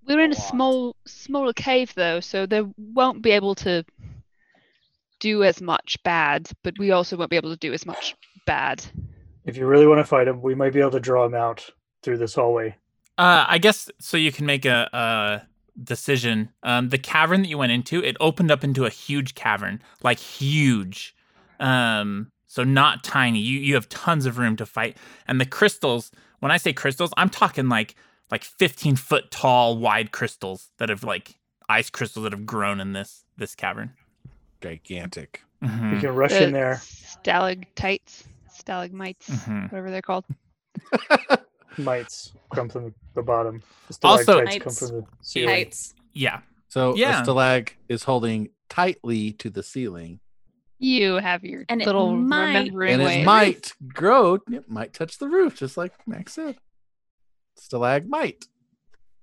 [SPEAKER 8] We're in
[SPEAKER 10] a
[SPEAKER 8] a
[SPEAKER 10] lot.
[SPEAKER 8] small, smaller cave though, so they won't be able to do as much bad, but we also won't be able to do as much bad.
[SPEAKER 4] If you really want to fight him, we might be able to draw him out through this hallway.
[SPEAKER 2] Uh, I guess so you can make a, a decision. Um, the cavern that you went into, it opened up into a huge cavern, like huge. Um, so not tiny. You you have tons of room to fight. And the crystals, when I say crystals, I'm talking like like 15 foot tall, wide crystals that have like ice crystals that have grown in this this cavern.
[SPEAKER 9] Gigantic.
[SPEAKER 2] Mhm.
[SPEAKER 4] We can rush
[SPEAKER 8] The
[SPEAKER 4] in there.
[SPEAKER 8] Stalactites, stalagmites,
[SPEAKER 9] Mm-hmm.
[SPEAKER 2] Mhm.
[SPEAKER 8] whatever they're
[SPEAKER 3] (laughs)
[SPEAKER 8] called.
[SPEAKER 4] Mites come from the bottom. The
[SPEAKER 2] Also-
[SPEAKER 4] stalactites come
[SPEAKER 6] Mites.
[SPEAKER 4] from the ceiling.
[SPEAKER 6] Kites.
[SPEAKER 2] Yeah.
[SPEAKER 9] So
[SPEAKER 2] Yeah.
[SPEAKER 9] yeah. stalag is holding tightly to the ceiling,
[SPEAKER 8] You have your
[SPEAKER 6] And it
[SPEAKER 8] little
[SPEAKER 6] might-
[SPEAKER 8] remembering
[SPEAKER 9] and
[SPEAKER 8] way.
[SPEAKER 9] it might grow. It might touch the roof, just like Max said. Stalag might.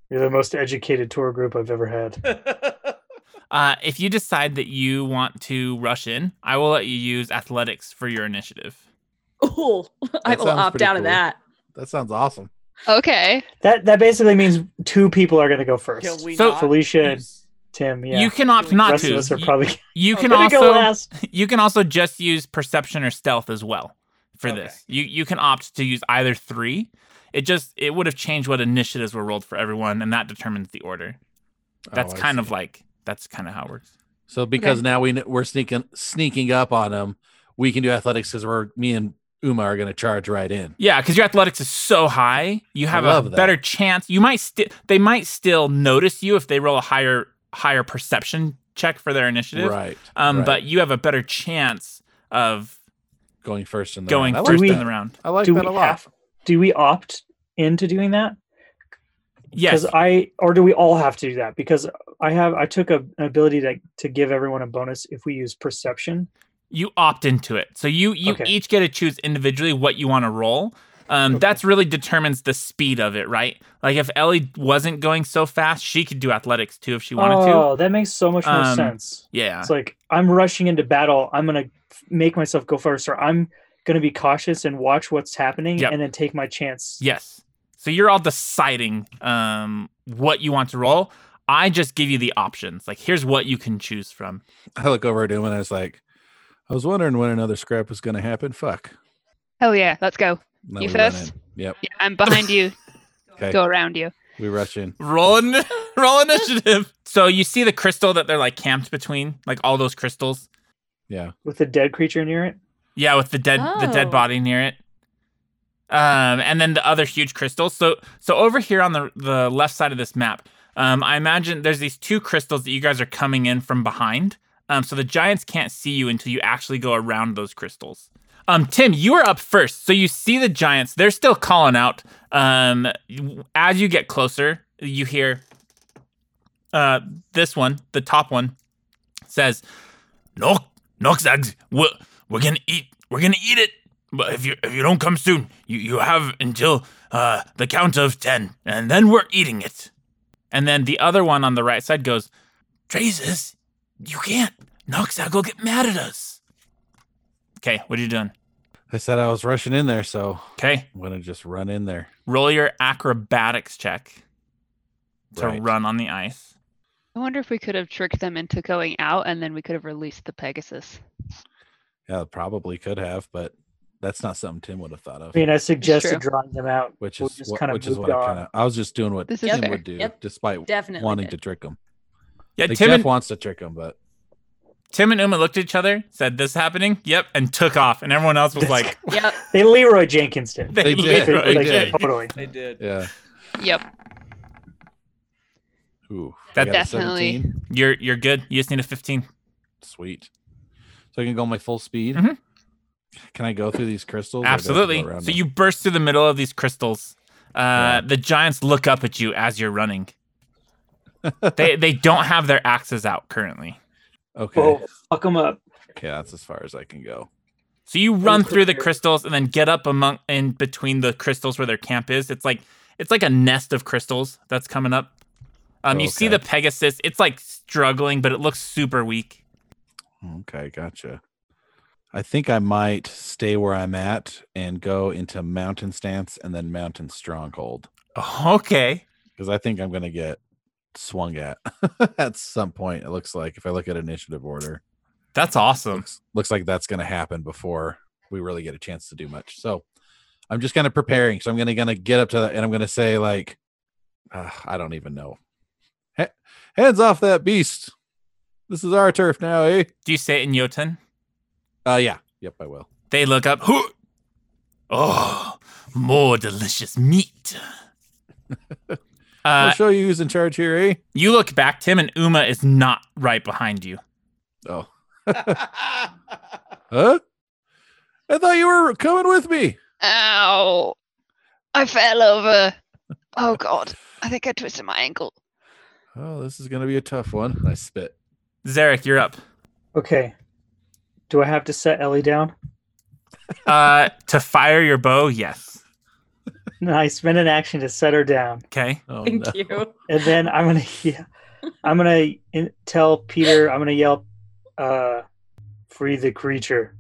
[SPEAKER 4] You're the most educated tour group I've ever
[SPEAKER 6] (laughs)
[SPEAKER 4] had.
[SPEAKER 2] Uh, if you decide that you want to rush in, I will let you use athletics for your initiative.
[SPEAKER 6] Oh, (laughs) I
[SPEAKER 9] That
[SPEAKER 6] will
[SPEAKER 9] sounds
[SPEAKER 6] opt
[SPEAKER 9] pretty
[SPEAKER 6] out of
[SPEAKER 9] cool.
[SPEAKER 6] that.
[SPEAKER 9] That sounds awesome.
[SPEAKER 8] Okay.
[SPEAKER 4] That that basically means two people are going to go first.
[SPEAKER 10] Can we
[SPEAKER 2] So-
[SPEAKER 10] not
[SPEAKER 4] Felicia-
[SPEAKER 10] use-
[SPEAKER 4] Tim, yeah.
[SPEAKER 2] You can opt
[SPEAKER 10] The
[SPEAKER 2] not
[SPEAKER 4] rest
[SPEAKER 2] to.
[SPEAKER 4] of us are
[SPEAKER 2] You-
[SPEAKER 4] probably (laughs)
[SPEAKER 2] You
[SPEAKER 10] Okay.
[SPEAKER 2] can
[SPEAKER 4] going to
[SPEAKER 2] also
[SPEAKER 4] go last.
[SPEAKER 2] you can also just use perception or stealth as well for
[SPEAKER 10] Okay.
[SPEAKER 2] this. You you can opt to use either three. It just it would have changed what initiatives were rolled for everyone, and that determines the order. That's
[SPEAKER 9] Oh, I
[SPEAKER 2] kind
[SPEAKER 9] see.
[SPEAKER 2] of like that's kind of how it works.
[SPEAKER 9] so because now we kn- we're sneaking sneaking up on them. We can do athletics because we're me and Uma are going to charge right in.
[SPEAKER 2] Yeah, because your athletics is so high, you have a
[SPEAKER 9] love that.
[SPEAKER 2] better chance. You might still they might still notice you if they roll a higher higher perception check for their initiative.
[SPEAKER 9] Right.
[SPEAKER 2] Um,
[SPEAKER 9] right.
[SPEAKER 2] but you have a better chance of
[SPEAKER 9] going first in the
[SPEAKER 2] going
[SPEAKER 9] round. I
[SPEAKER 2] first
[SPEAKER 9] like
[SPEAKER 2] in
[SPEAKER 9] that.
[SPEAKER 2] the round.
[SPEAKER 9] I like
[SPEAKER 4] Do
[SPEAKER 9] that
[SPEAKER 4] we
[SPEAKER 9] a lot.
[SPEAKER 4] have do we opt into doing that?
[SPEAKER 2] Yes,
[SPEAKER 4] I or do we all have to do that? Because I have I took a, an ability to to give everyone a bonus if we use perception.
[SPEAKER 2] you opt into it. So you you
[SPEAKER 4] Okay.
[SPEAKER 2] each get to choose individually what you want to roll. Um,
[SPEAKER 4] Okay.
[SPEAKER 2] That's really determines the speed of it, right? Like if Ellie wasn't going so fast, she could do athletics too if she wanted to.
[SPEAKER 4] oh, that makes so much more
[SPEAKER 2] Um,
[SPEAKER 4] sense.
[SPEAKER 2] Yeah,
[SPEAKER 4] It's like I'm rushing into battle. I'm gonna f- make myself go first, or I'm gonna be cautious and watch what's happening,
[SPEAKER 2] Yep.
[SPEAKER 4] and then take my chance.
[SPEAKER 2] yes. So you're all deciding um, what you want to roll. I just give you the options. Like here's what you can choose from.
[SPEAKER 9] I look over at him and I was like, I was wondering when another scrap was going to happen. Fuck.
[SPEAKER 8] Hell yeah, let's go.
[SPEAKER 9] And then
[SPEAKER 8] You
[SPEAKER 9] we run
[SPEAKER 8] first?
[SPEAKER 9] in. Yep.
[SPEAKER 8] Yeah, I'm behind you.
[SPEAKER 9] (laughs) Okay.
[SPEAKER 8] Go around you.
[SPEAKER 9] We rush in.
[SPEAKER 2] Roll in, (laughs) roll initiative. so you see the crystal that they're like camped between, like all those crystals.
[SPEAKER 9] Yeah.
[SPEAKER 4] With the dead creature near it,
[SPEAKER 2] Yeah, with the dead the
[SPEAKER 6] Oh.
[SPEAKER 2] dead body near it. Um, and then the other huge crystals. So so over here on the the left side of this map, um, I imagine there's these two crystals that you guys are coming in from behind. Um, so the giants can't see you until you actually go around those crystals. Um, Tim, you are up first. So you see the giants. They're still calling out. Um, as you get closer, you hear uh, this one, the top one, says, "No, no, Zags, we're, we're gonna eat, we're gonna eat it. But if you if you don't come soon, you you have until uh the count of ten, and then we're eating it." And then the other one on the right side goes, "Jesus, you can't. Noxag will get mad at us." Okay, what are you doing?
[SPEAKER 9] I said I was rushing in there, so
[SPEAKER 2] Okay,
[SPEAKER 9] I'm going to just run in there.
[SPEAKER 2] roll your acrobatics check to
[SPEAKER 9] Right.
[SPEAKER 2] run on the ice.
[SPEAKER 8] I wonder if we could have tricked them into going out and then we could have released the Pegasus.
[SPEAKER 9] Yeah, probably could have, but that's not something Tim would have thought of.
[SPEAKER 4] I mean, I suggested
[SPEAKER 8] true.
[SPEAKER 4] drawing them out,
[SPEAKER 9] which
[SPEAKER 4] we
[SPEAKER 9] is
[SPEAKER 4] just
[SPEAKER 9] what,
[SPEAKER 4] kinda
[SPEAKER 9] which is
[SPEAKER 4] moved
[SPEAKER 9] what I
[SPEAKER 4] on.
[SPEAKER 9] kind of I was just doing what
[SPEAKER 8] This is
[SPEAKER 9] Tim
[SPEAKER 8] fair.
[SPEAKER 9] would do,
[SPEAKER 6] Yep.
[SPEAKER 9] despite
[SPEAKER 6] Definitely.
[SPEAKER 9] wanting
[SPEAKER 6] did.
[SPEAKER 9] to trick him.
[SPEAKER 2] Yeah,
[SPEAKER 9] Like
[SPEAKER 2] Tim
[SPEAKER 9] Jeff
[SPEAKER 2] and
[SPEAKER 9] wants to trick him, but
[SPEAKER 2] Tim and Uma looked at each other, said, This is happening? Yep, and took off. And everyone else was like,
[SPEAKER 6] Yep.
[SPEAKER 4] They Leroy Jenkins did.
[SPEAKER 2] They,
[SPEAKER 9] They did,
[SPEAKER 2] Leroy
[SPEAKER 9] they
[SPEAKER 4] like,
[SPEAKER 9] did.
[SPEAKER 4] Totally.
[SPEAKER 3] They did.
[SPEAKER 9] Yeah.
[SPEAKER 8] Yep.
[SPEAKER 9] Ooh.
[SPEAKER 2] That-
[SPEAKER 9] I got a
[SPEAKER 8] Definitely.
[SPEAKER 9] 17.
[SPEAKER 2] You're you're good. You just need a 15.
[SPEAKER 9] Sweet. So I can go my full speed.
[SPEAKER 2] Mhm.
[SPEAKER 9] Can I go through these crystals? or do I have to go
[SPEAKER 2] Absolutely.
[SPEAKER 9] around
[SPEAKER 2] So
[SPEAKER 9] them?
[SPEAKER 2] you burst through the middle of these crystals. Uh,
[SPEAKER 9] Yeah.
[SPEAKER 2] The giants look up at you as you're running. (laughs) they they don't have their axes out currently.
[SPEAKER 9] okay?
[SPEAKER 4] Whoa, fuck them up.
[SPEAKER 9] Yeah, that's as far as I can go.
[SPEAKER 2] So you run through the crystals and then get up among in between the crystals where their camp is. It's like it's like a nest of crystals that's coming up. Um, you see
[SPEAKER 9] Okay.
[SPEAKER 2] the Pegasus. It's like struggling, but it looks super weak.
[SPEAKER 9] Okay, gotcha. I think I might stay where I'm at and go into mountain stance and then mountain stronghold
[SPEAKER 2] (laughs) Okay.
[SPEAKER 9] because I think I'm gonna get swung at (laughs) at some point. It looks like if I look at initiative order,
[SPEAKER 2] That's awesome.
[SPEAKER 9] looks like that's gonna happen before we really get a chance to do much. So I'm just kind of preparing. So I'm gonna gonna get up to that and I'm gonna say like, uh, I don't even know. Ha- hands off that beast! This is our turf now, eh?
[SPEAKER 2] Do you say it in Jotun?
[SPEAKER 9] Uh, yeah. Yep, I will.
[SPEAKER 2] They look up. Hoo! Oh, more delicious meat.
[SPEAKER 9] (laughs) I'll
[SPEAKER 2] uh,
[SPEAKER 9] show you who's in charge here, eh?
[SPEAKER 2] you look back, Tim, and Uma is not right behind you.
[SPEAKER 9] Oh. (laughs) Huh? I thought you were coming with me.
[SPEAKER 8] Ow. I fell
[SPEAKER 9] (laughs)
[SPEAKER 8] over. Oh god. I think I twisted my ankle.
[SPEAKER 9] Oh, this is gonna be a tough one. I spit.
[SPEAKER 2] Zarek, you're up.
[SPEAKER 4] Okay. Do I have to set Ellie down? (laughs)
[SPEAKER 2] Uh, to fire your bow, yes.
[SPEAKER 4] No, I spend an action to set her down,
[SPEAKER 2] Okay.
[SPEAKER 9] Oh,
[SPEAKER 6] Thank
[SPEAKER 9] no.
[SPEAKER 6] you.
[SPEAKER 4] and then I'm gonna, (laughs) yeah, I'm gonna in- tell Peter. I'm gonna yell, uh, "Free the creature!"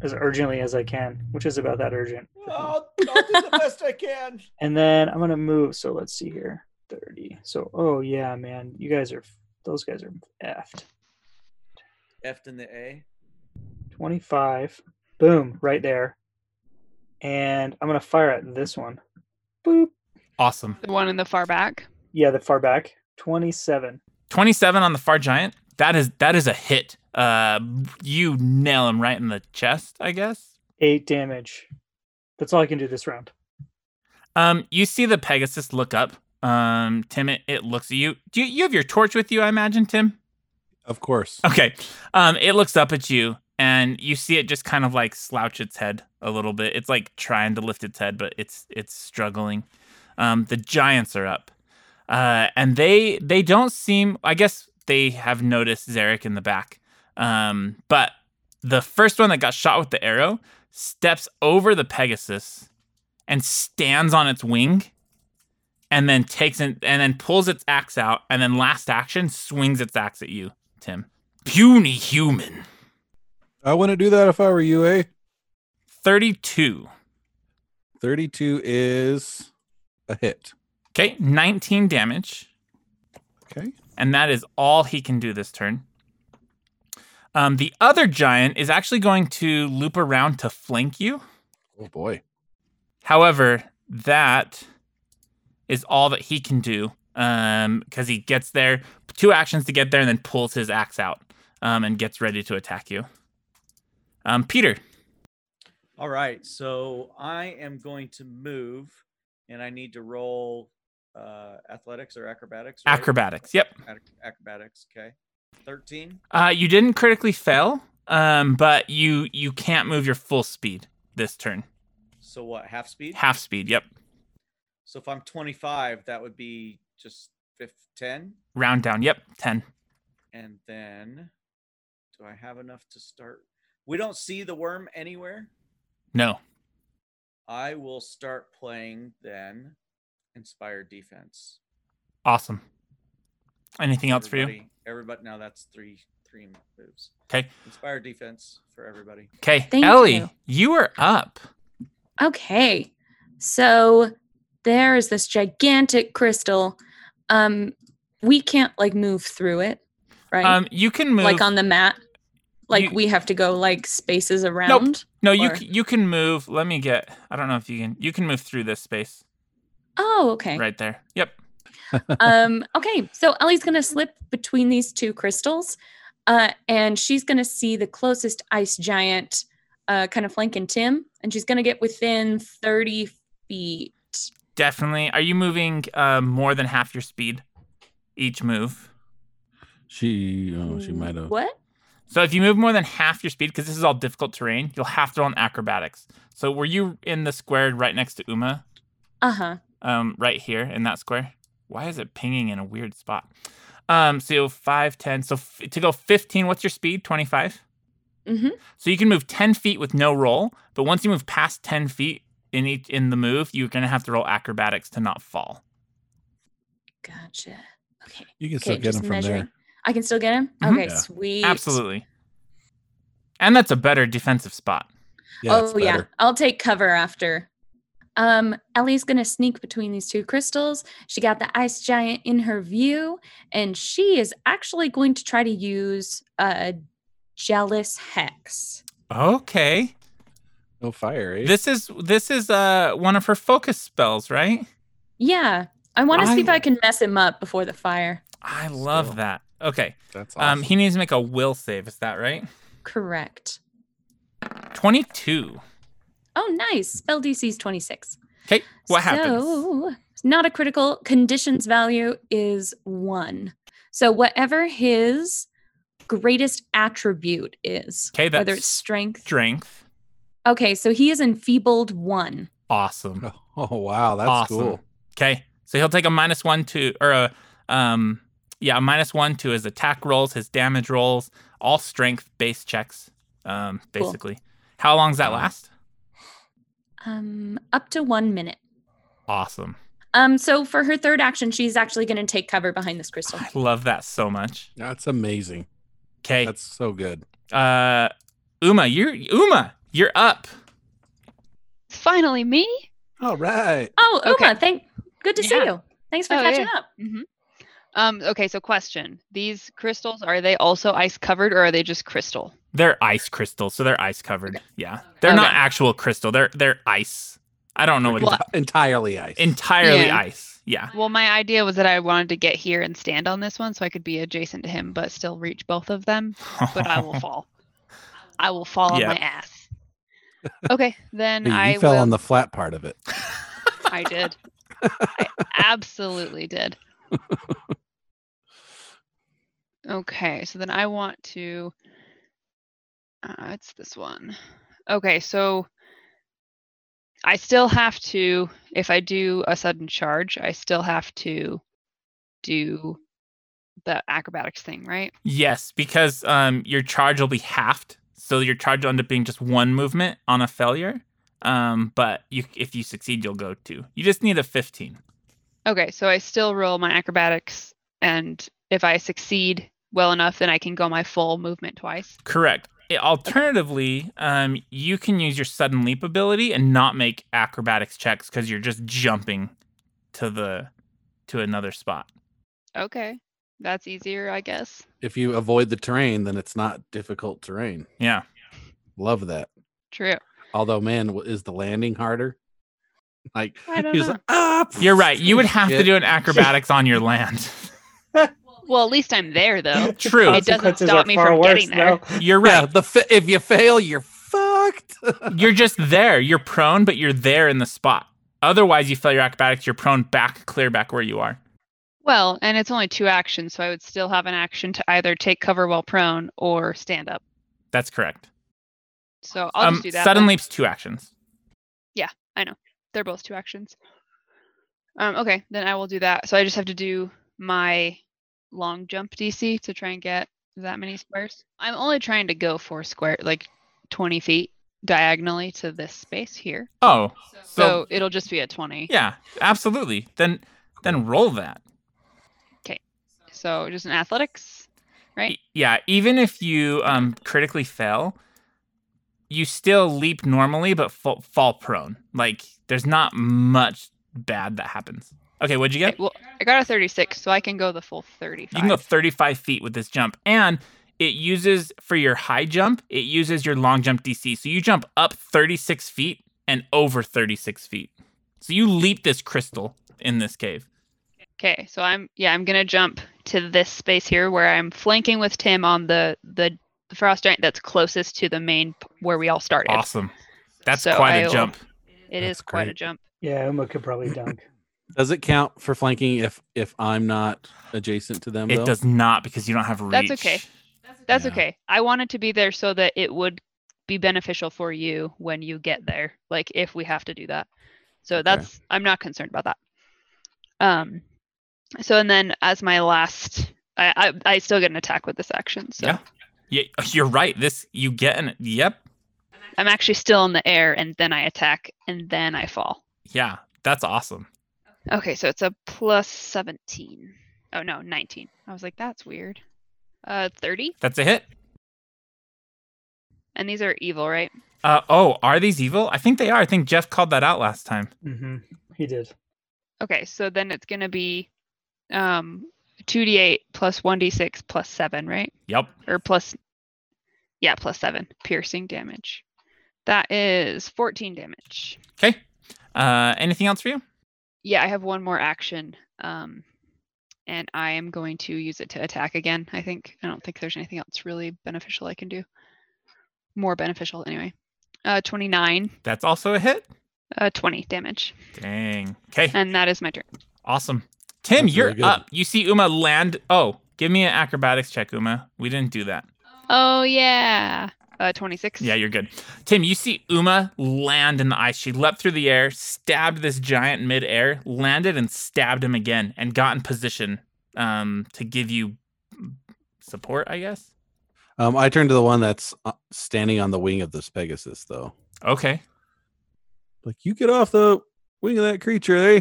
[SPEAKER 4] as urgently as I can, which is about that urgent.
[SPEAKER 10] I'll, I'll do the best I can.
[SPEAKER 4] And then I'm gonna move. So let's see here, thirty. So oh yeah, man, you guys are those guys are effed.
[SPEAKER 3] F in the A.
[SPEAKER 4] 25. Boom, right there. And I'm going to fire at this one. Boop.
[SPEAKER 2] Awesome.
[SPEAKER 8] The one in the far back.
[SPEAKER 4] Yeah, the far back. 27.
[SPEAKER 2] 27 on the far giant. That is that is a hit. Uh, you nail him right in the chest, I guess.
[SPEAKER 4] 8 damage. That's all I can do this round.
[SPEAKER 2] Um, you see the Pegasus look up. Um, Tim, it, it looks at you. Do you, you have your torch with you? I imagine, Tim.
[SPEAKER 9] Of course.
[SPEAKER 2] Okay. Um, it looks up at you and you see it just kind of like slouch its head a little bit. It's like trying to lift its head, but it's it's struggling. Um, the giants are up. Uh, and they they don't seem I guess they have noticed Zarek in the back. Um, but the first one that got shot with the arrow steps over the Pegasus and stands on its wing and then takes it and then pulls its axe out and then last action swings its axe at you, Tim. Puny human.
[SPEAKER 9] I wouldn't do that if I were you, eh?
[SPEAKER 2] 32.
[SPEAKER 9] 32 is a hit.
[SPEAKER 2] Okay, 19 damage.
[SPEAKER 9] Okay.
[SPEAKER 2] And that is all he can do this turn. Um, the other giant is actually going to loop around to flank you.
[SPEAKER 9] Oh boy.
[SPEAKER 2] However, that is all that he can do because he gets there, two actions to get there, and then pulls his axe out um, and gets ready to attack you. Um, Peter,
[SPEAKER 3] All right, so I am going to move, and I need to roll uh, athletics or acrobatics. right?
[SPEAKER 2] acrobatics. Yep.
[SPEAKER 3] Ac- acrobatics. Okay. Thirteen.
[SPEAKER 2] Uh, you didn't critically fail, um, but you you can't move your full speed this turn.
[SPEAKER 3] So what? Half speed.
[SPEAKER 2] Half speed. Yep.
[SPEAKER 3] So if I'm twenty-five, that would be just fif- ten,
[SPEAKER 2] Round down. Yep. Ten.
[SPEAKER 3] and then do I have enough to start? We don't see the worm anywhere.
[SPEAKER 2] No.
[SPEAKER 3] I will start playing then. Inspired defense.
[SPEAKER 2] Awesome. Anything else for you?
[SPEAKER 3] Everybody- Everybody. Now that's three three moves.
[SPEAKER 2] 'Kay.
[SPEAKER 3] Inspired defense for everybody.
[SPEAKER 2] Okay, Oh,
[SPEAKER 6] Thank
[SPEAKER 2] Ellie, you.
[SPEAKER 6] you.
[SPEAKER 2] are up.
[SPEAKER 6] Okay. So there is this gigantic crystal. Um we can't like move through it, right?
[SPEAKER 2] Um, you can move.
[SPEAKER 6] Like on the mat. Like
[SPEAKER 2] You-
[SPEAKER 6] we have to go like spaces around.
[SPEAKER 2] no, you
[SPEAKER 6] or-
[SPEAKER 2] c- you can move. Let me get. I don't know if you can. You can move through this space
[SPEAKER 6] Oh, okay.
[SPEAKER 2] right there. Yep.
[SPEAKER 6] um okay so ellie's gonna slip between these two crystals Uh, and she's going to see the closest ice giant uh, kind of flanking Tim, and she's going to get within 30 feet.
[SPEAKER 2] Definitely. Are you moving uh, more than half your speed each move?
[SPEAKER 9] She oh she might have.
[SPEAKER 6] What?
[SPEAKER 2] So if you move more than half your speed, because this is all difficult terrain, you'll have to roll an acrobatics. So were you in the square right next to Uma?
[SPEAKER 6] Uh huh.
[SPEAKER 2] um, right here in that square. Why is it pinging in a weird spot? Um, so 5, 10. So f- to go 15, what's your speed? 25?
[SPEAKER 6] Mm-hmm.
[SPEAKER 2] So you can move 10 feet with no roll, but once you move past 10 feet in each in the move, you're going to have to roll acrobatics to not fall.
[SPEAKER 6] Gotcha. Okay.
[SPEAKER 9] You can
[SPEAKER 6] Okay,
[SPEAKER 9] still get
[SPEAKER 6] just
[SPEAKER 9] him from
[SPEAKER 6] measuring.
[SPEAKER 9] there. Mm-hmm.
[SPEAKER 6] I can still get him?
[SPEAKER 2] Mhm.
[SPEAKER 6] Okay,
[SPEAKER 9] Yeah.
[SPEAKER 6] sweet.
[SPEAKER 2] Absolutely. And that's a better defensive spot.
[SPEAKER 9] that's
[SPEAKER 6] oh, yeah.
[SPEAKER 9] better.
[SPEAKER 6] I'll take cover after. Um, Ellie's going to sneak between these two crystals. She got the ice giant in her view, and she is actually going to try to use a jealous hex.
[SPEAKER 2] Okay.
[SPEAKER 9] No fire. Eh?
[SPEAKER 2] This is this is uh one of her focus spells, right?
[SPEAKER 6] Yeah. I want to see if
[SPEAKER 2] I-
[SPEAKER 6] I can mess him up before the fire.
[SPEAKER 2] I love
[SPEAKER 9] Still.
[SPEAKER 2] that. Okay.
[SPEAKER 9] That's awesome.
[SPEAKER 2] Um he needs to make a will save, is that right?
[SPEAKER 6] Correct.
[SPEAKER 2] 22.
[SPEAKER 6] Oh, nice. Spell DC is 26.
[SPEAKER 2] Okay. What happens?
[SPEAKER 6] So, not a critical. Conditions value is one. So, whatever his greatest attribute is,
[SPEAKER 2] Okay,
[SPEAKER 6] whether
[SPEAKER 2] that's
[SPEAKER 6] it's strength.
[SPEAKER 2] strength.
[SPEAKER 6] okay, so he is enfeebled one.
[SPEAKER 2] Awesome.
[SPEAKER 9] (laughs) oh wow, that's
[SPEAKER 2] awesome.
[SPEAKER 9] cool.
[SPEAKER 2] Okay. So he'll take a minus one to or a um yeah, a minus one to his attack rolls, his damage rolls, all strength base checks, um,
[SPEAKER 6] Cool.
[SPEAKER 2] basically. How long does that last?
[SPEAKER 6] Um, up to one minute.
[SPEAKER 2] Awesome.
[SPEAKER 6] Um, so for her third action, she's actually going to take cover behind this crystal.
[SPEAKER 2] I love that so much.
[SPEAKER 9] That's amazing.
[SPEAKER 2] Okay.
[SPEAKER 9] That's so good.
[SPEAKER 2] Uh Uma, you're Uma, you're up.
[SPEAKER 8] Finally, me?
[SPEAKER 9] All right.
[SPEAKER 6] Oh,
[SPEAKER 8] Okay.
[SPEAKER 6] Uma, thank. Good to see
[SPEAKER 8] Yeah.
[SPEAKER 6] you. Thanks for
[SPEAKER 8] Oh,
[SPEAKER 6] catching
[SPEAKER 8] yeah.
[SPEAKER 6] up.
[SPEAKER 8] hmm Um, okay, so question. These crystals, are they also ice covered or are they just crystal?
[SPEAKER 2] They're ice crystals, so they're ice covered. Yeah. They're not
[SPEAKER 8] Okay.
[SPEAKER 2] actual crystal. They're they're ice. I don't know what
[SPEAKER 8] Well,
[SPEAKER 2] it's
[SPEAKER 9] Entirely ice.
[SPEAKER 2] entirely
[SPEAKER 8] Yeah.
[SPEAKER 2] ice. Yeah.
[SPEAKER 8] Well, my idea was that I wanted to get here and stand on this one so I could be adjacent to him but still reach both of them, but I
[SPEAKER 2] (laughs)
[SPEAKER 8] will fall. I will fall
[SPEAKER 2] Yeah.
[SPEAKER 8] on my ass. Okay, then
[SPEAKER 9] Hey, (laughs)
[SPEAKER 8] I
[SPEAKER 9] you fell
[SPEAKER 8] will...
[SPEAKER 9] on the flat part of it.
[SPEAKER 8] I did. I absolutely did. Okay, so then I want to. Uh, it's this one. Okay, so I still have to, if I do a sudden charge, I still have to do the acrobatics thing, right?
[SPEAKER 2] Yes, because um, your charge will be halved, so your charge will end up being just one movement on a failure. Um, but you, if you succeed, you'll go two. You just need a fifteen.
[SPEAKER 8] Okay, so I still roll my acrobatics, and if I succeed well enough, then I can go my full movement twice.
[SPEAKER 2] Correct. I- alternatively, um, you can use your sudden leap ability and not make acrobatics checks because you're just jumping to the to another spot.
[SPEAKER 8] Okay, that's easier, I guess.
[SPEAKER 9] If you avoid the terrain, then it's not difficult terrain.
[SPEAKER 2] Yeah.
[SPEAKER 9] Love that.
[SPEAKER 8] True.
[SPEAKER 9] Although, man, w- is the landing harder? (laughs) Like
[SPEAKER 8] I don't
[SPEAKER 9] he was
[SPEAKER 8] know.
[SPEAKER 9] like, ah,
[SPEAKER 2] You're right.
[SPEAKER 9] (laughs)
[SPEAKER 2] You would have to
[SPEAKER 9] Shit.
[SPEAKER 2] do an acrobatics on your land.
[SPEAKER 8] Well, at least I'm there, though.
[SPEAKER 2] True.
[SPEAKER 8] It doesn't
[SPEAKER 4] Consequences
[SPEAKER 8] stop
[SPEAKER 4] are
[SPEAKER 8] me
[SPEAKER 4] far
[SPEAKER 8] from
[SPEAKER 4] worse
[SPEAKER 8] getting there.
[SPEAKER 9] (laughs)
[SPEAKER 4] now.
[SPEAKER 2] You're
[SPEAKER 9] Yeah,
[SPEAKER 2] right.
[SPEAKER 9] the fa- if you fail, you're fucked. (laughs)
[SPEAKER 2] you're just there. You're prone, but you're there in the spot. Otherwise, you fail your acrobatics. You're prone back, clear back where you are.
[SPEAKER 8] Well, and it's only two actions, so I would still have an action to either take cover while prone or stand up.
[SPEAKER 2] That's correct. Um,
[SPEAKER 8] So I'll just do that.
[SPEAKER 2] Sudden
[SPEAKER 8] then.
[SPEAKER 2] leaps two actions.
[SPEAKER 8] they're both two actions. Um, okay, then I will do that. So I just have to do my long jump DC to try and get that many squares. I'm only trying to go four square, like 20 feet diagonally to this space here.
[SPEAKER 2] Oh,
[SPEAKER 8] So,
[SPEAKER 2] so
[SPEAKER 8] it'll just be a 20.
[SPEAKER 2] yeah, absolutely. Then then roll that.
[SPEAKER 8] So just an athletics. Right.
[SPEAKER 2] E- Yeah, even if you um critically fail, you still leap normally, but fall, fall prone. Like there's not much bad that happens. Okay, what'd you
[SPEAKER 8] Okay,
[SPEAKER 2] get?
[SPEAKER 8] well, I got a 36, so I can go the full 35.
[SPEAKER 2] You can go 35 feet with this jump. And it uses, for your high jump, it uses your long jump DC. So you jump up 36 feet and over 36 feet. So you leap this crystal in this cave.
[SPEAKER 8] Okay, so I'm yeah, I'm gonna jump to this space here where I'm flanking with Tim on the the the frost giant that's closest to the main p- where we all started.
[SPEAKER 2] Awesome. That's
[SPEAKER 8] So
[SPEAKER 2] quite
[SPEAKER 8] I
[SPEAKER 2] a
[SPEAKER 8] will-
[SPEAKER 2] jump.
[SPEAKER 8] It is
[SPEAKER 9] That's
[SPEAKER 8] quite a
[SPEAKER 9] great.
[SPEAKER 8] jump.
[SPEAKER 4] Yeah, Uma could probably dunk.
[SPEAKER 7] Does it count for flanking if if I'm not adjacent to them?
[SPEAKER 2] It
[SPEAKER 7] though?
[SPEAKER 2] does not because you don't have reach.
[SPEAKER 8] That's okay. That's
[SPEAKER 7] Yeah.
[SPEAKER 8] okay. I wanted to be there so that it would be beneficial for you when you get there, like if we have to do that. So that's I'm not concerned about that. Um so and then as my last I I, I still get an attack with this action. So
[SPEAKER 2] Yeah. Yeah, you're right. This you get an yep.
[SPEAKER 8] I'm actually still in the air and then I attack and then I fall.
[SPEAKER 2] Yeah, that's awesome.
[SPEAKER 8] Okay, so it's a plus 17. Oh no, 19. I was like that's weird. Uh 30
[SPEAKER 2] That's a hit.
[SPEAKER 8] and these are evil, right?
[SPEAKER 2] Uh, oh, are these evil? I think they are. I think Jeff called that out last time.
[SPEAKER 4] hmm He did.
[SPEAKER 8] Okay, so then it's gonna be um 2d8 plus 1d6 plus 7, right?
[SPEAKER 2] Yep.
[SPEAKER 8] Or plus yeah, plus 7 piercing damage. That is 14 damage.
[SPEAKER 2] Okay. Uh, anything else for you?
[SPEAKER 8] Yeah, I have one more action. Um and I am going to use it to attack again, I think. I don't think there's anything else really beneficial I can do. More beneficial anyway. Uh 29,
[SPEAKER 2] That's also a hit.
[SPEAKER 8] uh 20 damage.
[SPEAKER 2] Dang. Okay.
[SPEAKER 8] And that is my turn.
[SPEAKER 2] Awesome. Tim,
[SPEAKER 7] That's
[SPEAKER 2] you're
[SPEAKER 7] really good.
[SPEAKER 2] up. You see Uma land. Oh, give me an acrobatics check, Uma. We didn't do that.
[SPEAKER 8] Oh yeah. Uh 26.
[SPEAKER 2] Yeah, you're good. Tim, you see Uma land in the ice. She leapt through the air, stabbed this giant midair, landed and stabbed him again, and got in position um, to give you support, I guess.
[SPEAKER 7] Um, I turn to the one that's uh, standing on the wing of this Pegasus, though.
[SPEAKER 2] Okay.
[SPEAKER 7] Like, you get off the wing of that creature, eh?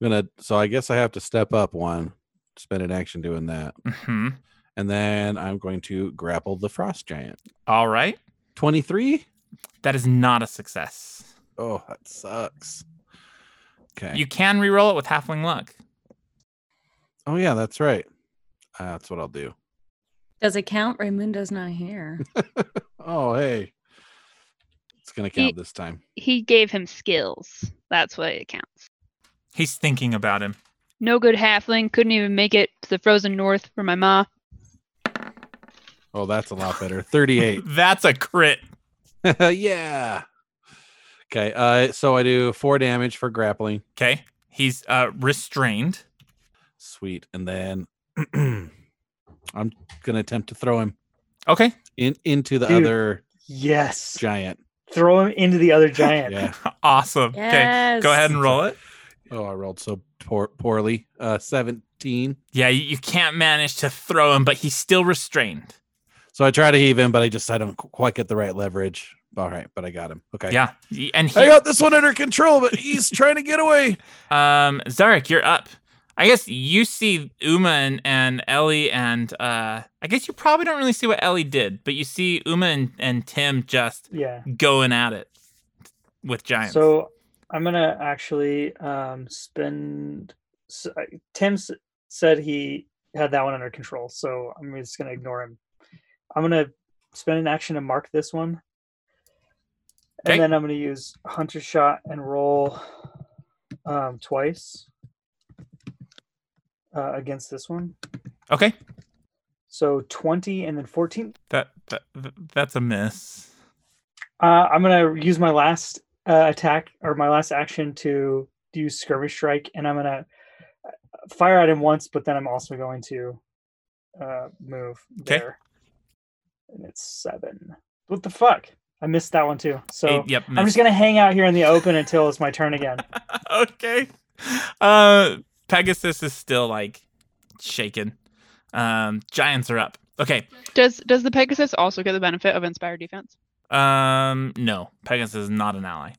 [SPEAKER 7] I'm gonna. So I guess I have to step up one, spend an action doing that,
[SPEAKER 2] hmm
[SPEAKER 7] and then I'm going to grapple the frost giant.
[SPEAKER 2] All right.
[SPEAKER 7] Twenty-three.
[SPEAKER 2] That is not a success.
[SPEAKER 7] Oh, that sucks. Okay.
[SPEAKER 2] You can reroll it with halfling luck.
[SPEAKER 7] oh yeah, that's right. Uh, that's what I'll do.
[SPEAKER 6] Does it count? Raymundo's not
[SPEAKER 2] (laughs)
[SPEAKER 6] here.
[SPEAKER 7] Oh hey, it's gonna count this time.
[SPEAKER 8] he gave him skills. That's what it counts.
[SPEAKER 2] He's thinking about him.
[SPEAKER 8] No good halfling. Couldn't even make it to the frozen north for my ma.
[SPEAKER 7] Oh, that's a lot
[SPEAKER 2] (laughs)
[SPEAKER 7] better. Thirty-eight.
[SPEAKER 2] That's a crit.
[SPEAKER 7] (laughs) yeah. Okay. Uh, so I do four damage for grappling.
[SPEAKER 2] Okay. He's uh, restrained.
[SPEAKER 7] Sweet. And then I'm gonna attempt to throw him
[SPEAKER 2] Okay.
[SPEAKER 7] in into the
[SPEAKER 4] Dude.
[SPEAKER 7] other
[SPEAKER 4] Yes.
[SPEAKER 7] giant.
[SPEAKER 4] (clears throat) Throw him into the other giant.
[SPEAKER 7] Yeah.
[SPEAKER 2] (laughs) Awesome. Okay.
[SPEAKER 6] Yes.
[SPEAKER 2] Go ahead and roll it.
[SPEAKER 7] Oh, I rolled so poor, poorly. Uh, seventeen.
[SPEAKER 2] Yeah, you, you can't manage to throw him, but he's still restrained.
[SPEAKER 7] So I try to heave him, but I just I don't qu- quite get the right leverage. All right, but I got him. Okay.
[SPEAKER 2] Yeah. Y- And
[SPEAKER 7] I
[SPEAKER 2] he,
[SPEAKER 7] got this one under control, but he's trying to get away.
[SPEAKER 2] um, Zarek, you're up. I guess you see Uma and, and Ellie, and uh, I guess you probably don't really see what Ellie did, but you see Uma and, and Tim just
[SPEAKER 4] Yeah.
[SPEAKER 2] going at it with giants.
[SPEAKER 4] So I'm gonna actually um, spend. s I Tim s- said he had that one under control, so I'm just gonna ignore him. I'm gonna spend an action to mark this one,
[SPEAKER 2] Okay.
[SPEAKER 4] and then I'm gonna use Hunter Shot and roll um, twice uh, against this one.
[SPEAKER 2] okay.
[SPEAKER 4] So 20 and then 14.
[SPEAKER 2] That, that that's a miss.
[SPEAKER 4] Uh, I'm gonna use my last uh, attack or my last action to do skirmish strike, and I'm gonna uh, fire at him once, but then I'm also going to uh, move
[SPEAKER 2] 'Kay.
[SPEAKER 4] there. And it's seven. What the fuck? I missed that one too. So
[SPEAKER 2] Eight- yep.
[SPEAKER 4] I'm just gonna hang out here in the open until it's my turn again.
[SPEAKER 2] okay. Uh, Pegasus is still like shaken. Um, giants are up. Okay.
[SPEAKER 8] Does does the Pegasus also get the benefit of inspired defense?
[SPEAKER 2] Um, no, Pegasus is not an ally.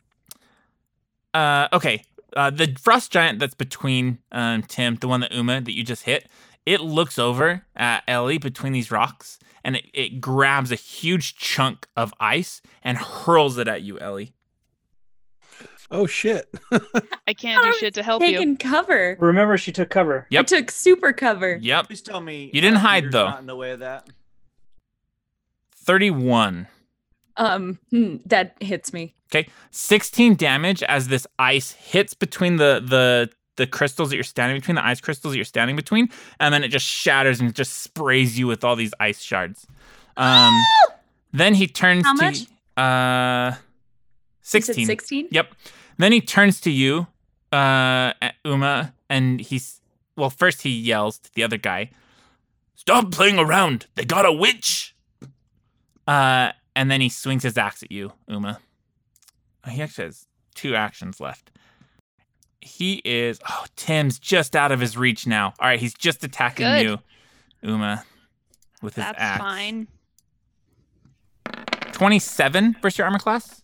[SPEAKER 2] Uh, okay. Uh, the frost giant that's between um, Tim, the one that Uma that you just hit, it looks over at Ellie between these rocks, and it, it grabs a huge chunk of ice and hurls it at you, Ellie.
[SPEAKER 7] Oh shit.
[SPEAKER 8] I can't do
[SPEAKER 6] I'm
[SPEAKER 8] shit to help you.
[SPEAKER 6] Taking Oh, cover.
[SPEAKER 4] Remember, she took cover.
[SPEAKER 2] Yep.
[SPEAKER 6] I took super cover.
[SPEAKER 2] Yep,
[SPEAKER 3] Please tell me
[SPEAKER 2] You didn't
[SPEAKER 3] uh,
[SPEAKER 2] hide,
[SPEAKER 3] Peter's
[SPEAKER 2] though.
[SPEAKER 3] Not in the way of that.
[SPEAKER 2] thirty-one.
[SPEAKER 6] Um, hmm, that hits me.
[SPEAKER 2] Okay, 16 damage as this ice hits between the the the crystals that you're standing between, the ice crystals that you're standing between, and then it just shatters and just sprays you with all these ice shards.
[SPEAKER 6] (gasps)
[SPEAKER 2] Um, then he turns
[SPEAKER 6] How
[SPEAKER 2] to
[SPEAKER 6] much?
[SPEAKER 2] uh, sixteen.
[SPEAKER 6] 16?
[SPEAKER 2] Yep. then he turns to you, uh, at Uma, and he's well. First, he yells to the other guy, "Stop playing around! They got a witch!" Uh, and then he swings his axe at you, Uma. He actually has two actions left. He is. Oh, Tim's just out of his reach now. All right, he's just attacking
[SPEAKER 8] Good.
[SPEAKER 2] you, Uma, with his
[SPEAKER 8] That's
[SPEAKER 2] axe.
[SPEAKER 8] fine.
[SPEAKER 2] 27 versus your armor class?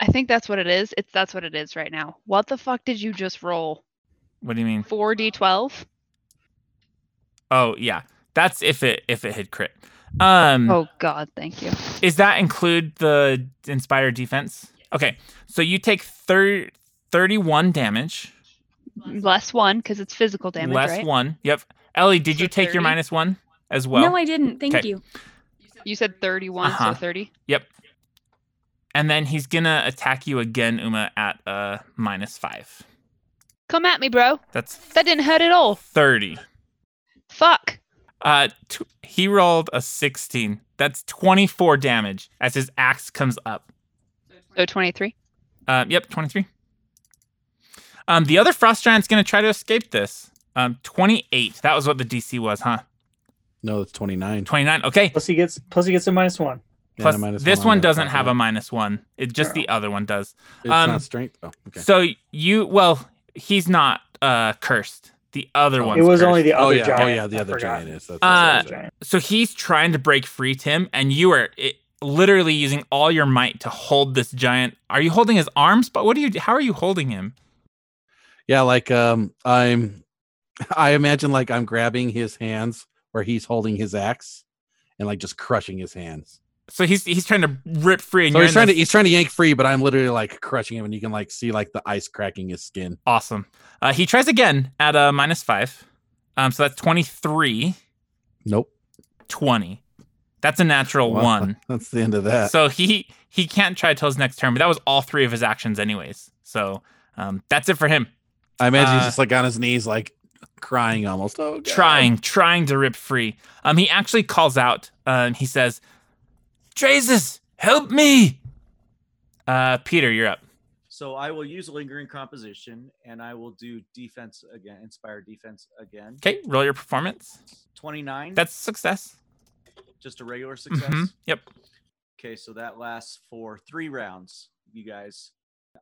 [SPEAKER 8] I think that's what it is. It's that's what it is right now. What the fuck did you just roll?
[SPEAKER 2] What do you mean?
[SPEAKER 8] Four d twelve.
[SPEAKER 2] Oh, yeah. That's if it if it hit crit. Um
[SPEAKER 8] Oh God, thank you.
[SPEAKER 2] Is that include the inspired defense? Okay. So you take thir- 31 damage,
[SPEAKER 8] Less one because it's physical damage,
[SPEAKER 2] less
[SPEAKER 8] right?
[SPEAKER 2] 1. Yep. Ellie, did you take
[SPEAKER 8] 30?
[SPEAKER 2] your minus 1 as well?
[SPEAKER 6] no, I didn't. Thank
[SPEAKER 2] Okay.
[SPEAKER 6] you.
[SPEAKER 8] You said thirty-one,
[SPEAKER 2] Uh-huh.
[SPEAKER 8] so thirty.
[SPEAKER 2] Yep. And then he's going to attack you again, Uma, at uh minus 5.
[SPEAKER 8] Come at me, bro.
[SPEAKER 2] That's
[SPEAKER 8] That didn't hurt at all.
[SPEAKER 2] 30.
[SPEAKER 8] Fuck.
[SPEAKER 2] Uh, tw he rolled a 16. That's 24 damage as his axe comes up.
[SPEAKER 8] So twenty-three.
[SPEAKER 2] Um, yep, 23. Um, the other frost giant's gonna try to escape this. Um, 28. That was what the DC was, huh?
[SPEAKER 7] No, it's 29.
[SPEAKER 2] 29. Okay.
[SPEAKER 4] Plus he gets plus he gets a minus one.
[SPEAKER 7] Yeah,
[SPEAKER 2] Plus,
[SPEAKER 7] the minus
[SPEAKER 2] this
[SPEAKER 7] one on
[SPEAKER 2] one
[SPEAKER 7] that
[SPEAKER 2] doesn't
[SPEAKER 7] top
[SPEAKER 2] have
[SPEAKER 7] one.
[SPEAKER 2] a minus one. It just the other one does.
[SPEAKER 7] It's
[SPEAKER 2] Um,
[SPEAKER 7] not strength though. Okay.
[SPEAKER 2] So you, well, he's not uh cursed. The (laughs) other one.
[SPEAKER 4] It was only the
[SPEAKER 7] Oh,
[SPEAKER 4] other
[SPEAKER 7] yeah.
[SPEAKER 4] giant.
[SPEAKER 7] Oh yeah, the
[SPEAKER 4] I
[SPEAKER 7] other
[SPEAKER 4] forgot.
[SPEAKER 7] giant is. That's,
[SPEAKER 2] Uh,
[SPEAKER 7] that's
[SPEAKER 2] so he's trying to break free, Tim, and you are it, literally using all your might to hold this giant. Are you holding his arms? But what are you? How are you holding him?
[SPEAKER 7] yeah, like um, I'm, (laughs) I imagine like I'm grabbing his hands where he's holding his axe, and like just crushing his hands.
[SPEAKER 2] So he's he's trying to rip free. And
[SPEAKER 7] So
[SPEAKER 2] you're
[SPEAKER 7] he's
[SPEAKER 2] in
[SPEAKER 7] trying to
[SPEAKER 2] this-
[SPEAKER 7] he's trying to yank free, but I'm literally like crushing him, and you can like see like the ice cracking his skin.
[SPEAKER 2] Awesome. Uh, he tries again at a minus five. Um, so that's twenty three.
[SPEAKER 7] Nope.
[SPEAKER 2] Twenty. That's a natural
[SPEAKER 7] Wow,
[SPEAKER 2] one.
[SPEAKER 7] (laughs) That's the end of that.
[SPEAKER 2] So he he can't try till his next turn. But that was all three of his actions, anyways. So um, that's it for him.
[SPEAKER 7] I imagine he's
[SPEAKER 2] uh,
[SPEAKER 7] just like on his knees, like crying almost. Oh, God.
[SPEAKER 2] trying, trying to rip free. Um, he actually calls out. Um, he says, "Drazes, help me!" Uh, Peter, you're up.
[SPEAKER 3] So I will use lingering composition, and I will do defense again, inspire defense again.
[SPEAKER 2] Okay, roll your performance.
[SPEAKER 3] Twenty-nine.
[SPEAKER 2] That's success.
[SPEAKER 3] just a regular success.
[SPEAKER 2] Mhm, Yep.
[SPEAKER 3] Okay, so that lasts for three rounds, you guys.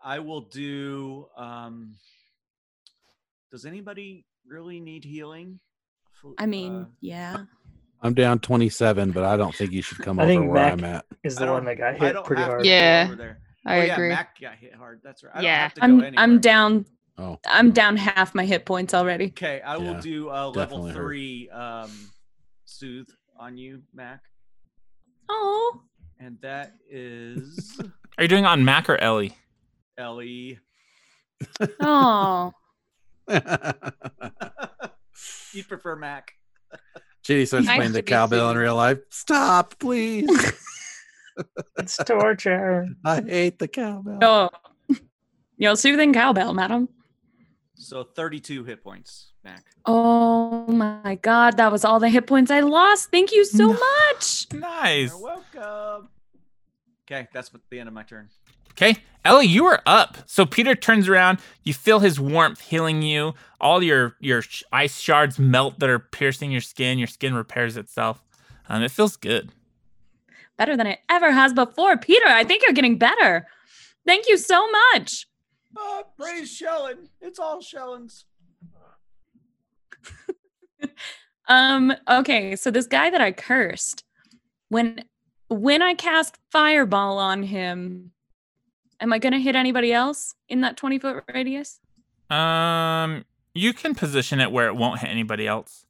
[SPEAKER 3] I will do. Um, does anybody really need healing? Fo-
[SPEAKER 6] I mean,
[SPEAKER 3] uh,
[SPEAKER 6] yeah.
[SPEAKER 7] I'm down 27, but I don't think you should come
[SPEAKER 4] I
[SPEAKER 7] over
[SPEAKER 4] think
[SPEAKER 7] where
[SPEAKER 4] Mac
[SPEAKER 7] I'm at.
[SPEAKER 4] Is
[SPEAKER 3] I
[SPEAKER 4] the one
[SPEAKER 3] don't-
[SPEAKER 4] that got
[SPEAKER 3] I
[SPEAKER 4] hit
[SPEAKER 3] don't
[SPEAKER 4] pretty
[SPEAKER 3] have to
[SPEAKER 4] hard.
[SPEAKER 3] go
[SPEAKER 8] Yeah,
[SPEAKER 3] over there.
[SPEAKER 8] I
[SPEAKER 3] Oh, yeah,
[SPEAKER 8] agree.
[SPEAKER 3] Mac got hit hard. That's right. I
[SPEAKER 8] Yeah.
[SPEAKER 3] don't have to
[SPEAKER 6] I'm
[SPEAKER 3] go anywhere.
[SPEAKER 6] I'm down
[SPEAKER 7] Oh,
[SPEAKER 6] I'm down half my hit points already.
[SPEAKER 3] Okay, I will
[SPEAKER 7] Yeah,
[SPEAKER 3] do uh, level
[SPEAKER 7] definitely hurt.
[SPEAKER 3] three um, soothe on you, Mac,
[SPEAKER 6] Oh.
[SPEAKER 3] and that is
[SPEAKER 7] (laughs)
[SPEAKER 2] Are you doing it on Mac or E? Ellie?
[SPEAKER 3] Ellie.
[SPEAKER 6] (laughs)
[SPEAKER 10] (laughs)
[SPEAKER 6] Oh.
[SPEAKER 3] You'd prefer Mac.
[SPEAKER 7] Chitty starts
[SPEAKER 8] Nice
[SPEAKER 7] playing
[SPEAKER 8] to
[SPEAKER 7] the
[SPEAKER 8] be
[SPEAKER 7] cowbell in
[SPEAKER 8] seen.
[SPEAKER 7] real life. Stop, please.
[SPEAKER 6] (laughs)
[SPEAKER 4] It's torture.
[SPEAKER 7] I hate the cowbell.
[SPEAKER 6] Oh. (laughs) Yo, soothing cowbell, madam.
[SPEAKER 3] So 32 hit points, Mac.
[SPEAKER 6] Oh my god, that was all the hit points I lost. Thank you so much.
[SPEAKER 2] Nice.
[SPEAKER 3] You're welcome. Okay, that's what- the end of my turn.
[SPEAKER 2] Okay, Ellie, you are up. So Peter turns around. You feel his warmth healing you. All your your sh- ice shards melt that are piercing your skin. Your skin repairs itself. Um, it feels good.
[SPEAKER 6] Better than it ever has before. Peter, I think you're getting better. Thank you so much.
[SPEAKER 10] Uh, praise Shellen. It's all Shellen's.
[SPEAKER 6] Um, okay, so this guy that I cursed, when when I cast fireball on him, am I gonna hit anybody else in that 20 foot radius?
[SPEAKER 2] Um, you can position it where it won't hit anybody else.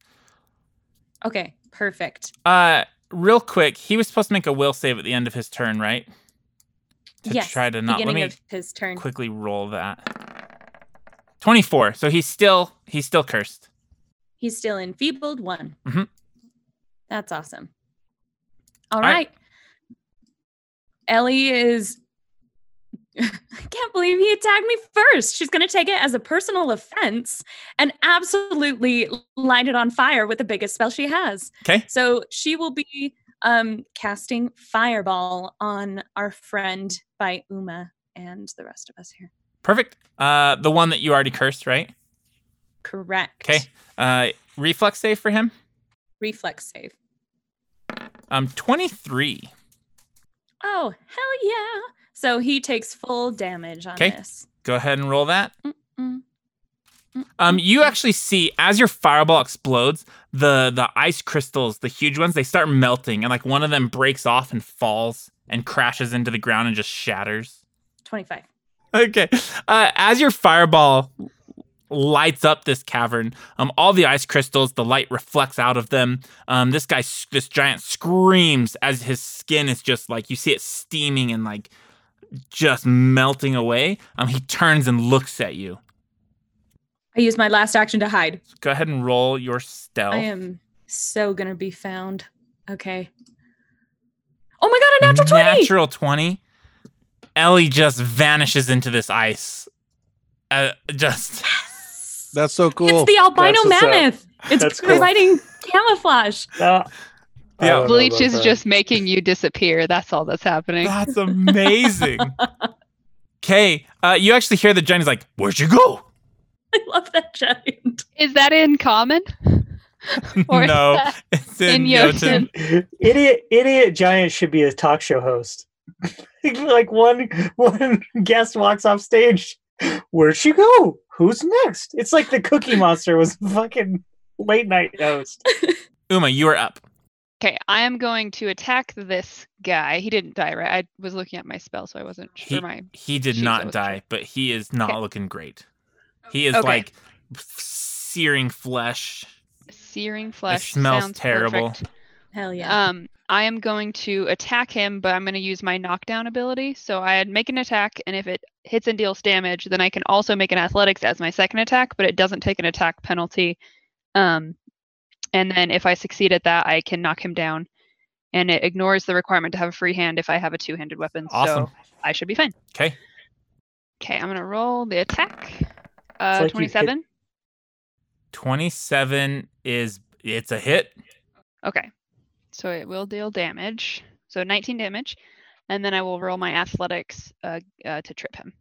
[SPEAKER 6] Okay, perfect.
[SPEAKER 2] Uh, real quick, he was supposed to make a will save at the end of his turn, right? To
[SPEAKER 6] yes,
[SPEAKER 2] try to not let
[SPEAKER 6] beginning
[SPEAKER 2] me
[SPEAKER 6] of his turn.
[SPEAKER 2] quickly roll that. Twenty-four. So he's still he's still cursed.
[SPEAKER 6] He's still enfeebled one.
[SPEAKER 2] Mhm.
[SPEAKER 6] That's awesome. All
[SPEAKER 2] right.
[SPEAKER 6] (laughs) right. Ellie is. Get can't believe he attacked me first. She's going to take it as a personal offense and absolutely light it on fire with the biggest spell she has.
[SPEAKER 2] Okay.
[SPEAKER 6] So she will be um, casting Fireball on our friend by Uma and the rest of us here.
[SPEAKER 2] Perfect. Uh, the one that you already cursed, right?
[SPEAKER 6] Correct.
[SPEAKER 2] Okay. Uh, reflex save for him.
[SPEAKER 6] Reflex save.
[SPEAKER 2] Um, twenty-three.
[SPEAKER 6] Oh, hell yeah. So he takes full damage on
[SPEAKER 2] Okay.
[SPEAKER 6] this.
[SPEAKER 2] Go ahead and roll that.
[SPEAKER 6] Mm.
[SPEAKER 2] Um, you actually see as your fireball explodes, the the ice crystals, the huge ones, they start melting, and like one of them breaks off and falls and crashes into the ground and just shatters.
[SPEAKER 6] 25.
[SPEAKER 2] Okay. Uh, as your fireball lights up this cavern, um, all the ice crystals, the light reflects out of them. Um, this guy, s- this giant, screams as his skin is just like you see it steaming and like just melting away. Um, he turns and looks at you.
[SPEAKER 6] I use my last action to hide.
[SPEAKER 2] Go ahead and roll your stealth.
[SPEAKER 6] I am so going to be found. Okay. Oh my god, a natural 20!
[SPEAKER 2] Natural 20. Ellie just vanishes into this ice. Uh, just
[SPEAKER 7] That's so cool.
[SPEAKER 6] It's the albino mammoth. It's
[SPEAKER 2] That's cool.
[SPEAKER 6] providing camouflage.
[SPEAKER 2] Yeah.
[SPEAKER 8] Bleach is just making you disappear. That's all that's happening. (laughs)
[SPEAKER 2] That's amazing. Okay, uh, you actually hear the giant is like, "Where'd you go?"
[SPEAKER 6] I love that giant.
[SPEAKER 8] Is that in common? Or is
[SPEAKER 2] (laughs) no,
[SPEAKER 8] that-
[SPEAKER 2] it's in,
[SPEAKER 8] in
[SPEAKER 2] Jotun.
[SPEAKER 4] idiot, idiot giant should be a talk show host. (laughs) like one one guest walks off stage. Where'd she go? Who's next? It's like the Cookie Monster was a fucking late night host.
[SPEAKER 2] Uma, you are up.
[SPEAKER 8] Okay, I am going to attack this guy. He didn't die, right? I was looking at my spell, so I wasn't sure.
[SPEAKER 2] He,
[SPEAKER 8] my
[SPEAKER 2] he did
[SPEAKER 8] sheets, I
[SPEAKER 2] not
[SPEAKER 8] wasn't
[SPEAKER 2] die,
[SPEAKER 8] sure.
[SPEAKER 2] but he is not
[SPEAKER 8] Okay.
[SPEAKER 2] looking great. He is
[SPEAKER 8] Okay.
[SPEAKER 2] like searing flesh.
[SPEAKER 8] Searing flesh.
[SPEAKER 2] smells
[SPEAKER 8] sounds
[SPEAKER 2] terrible.
[SPEAKER 8] perfect.
[SPEAKER 6] Hell yeah.
[SPEAKER 8] Um, I am going to attack him, but I'm going to use my knockdown ability. So I make an attack, and if it hits and deals damage, then I can also make an athletics as my second attack, but it doesn't take an attack penalty. Um, and then if I succeed at that, I can knock him down, and it ignores the requirement to have a free hand if I have a two-handed weapon.
[SPEAKER 2] Awesome.
[SPEAKER 8] So I should be fine.
[SPEAKER 2] Okay,
[SPEAKER 8] Okay, I'm going to roll the attack. Uh,
[SPEAKER 4] like you hit-
[SPEAKER 8] 27.
[SPEAKER 2] twenty-seven is it's a hit.
[SPEAKER 8] Okay. So it will deal damage. So 19 damage. And then I will roll my athletics uh, uh, to trip him.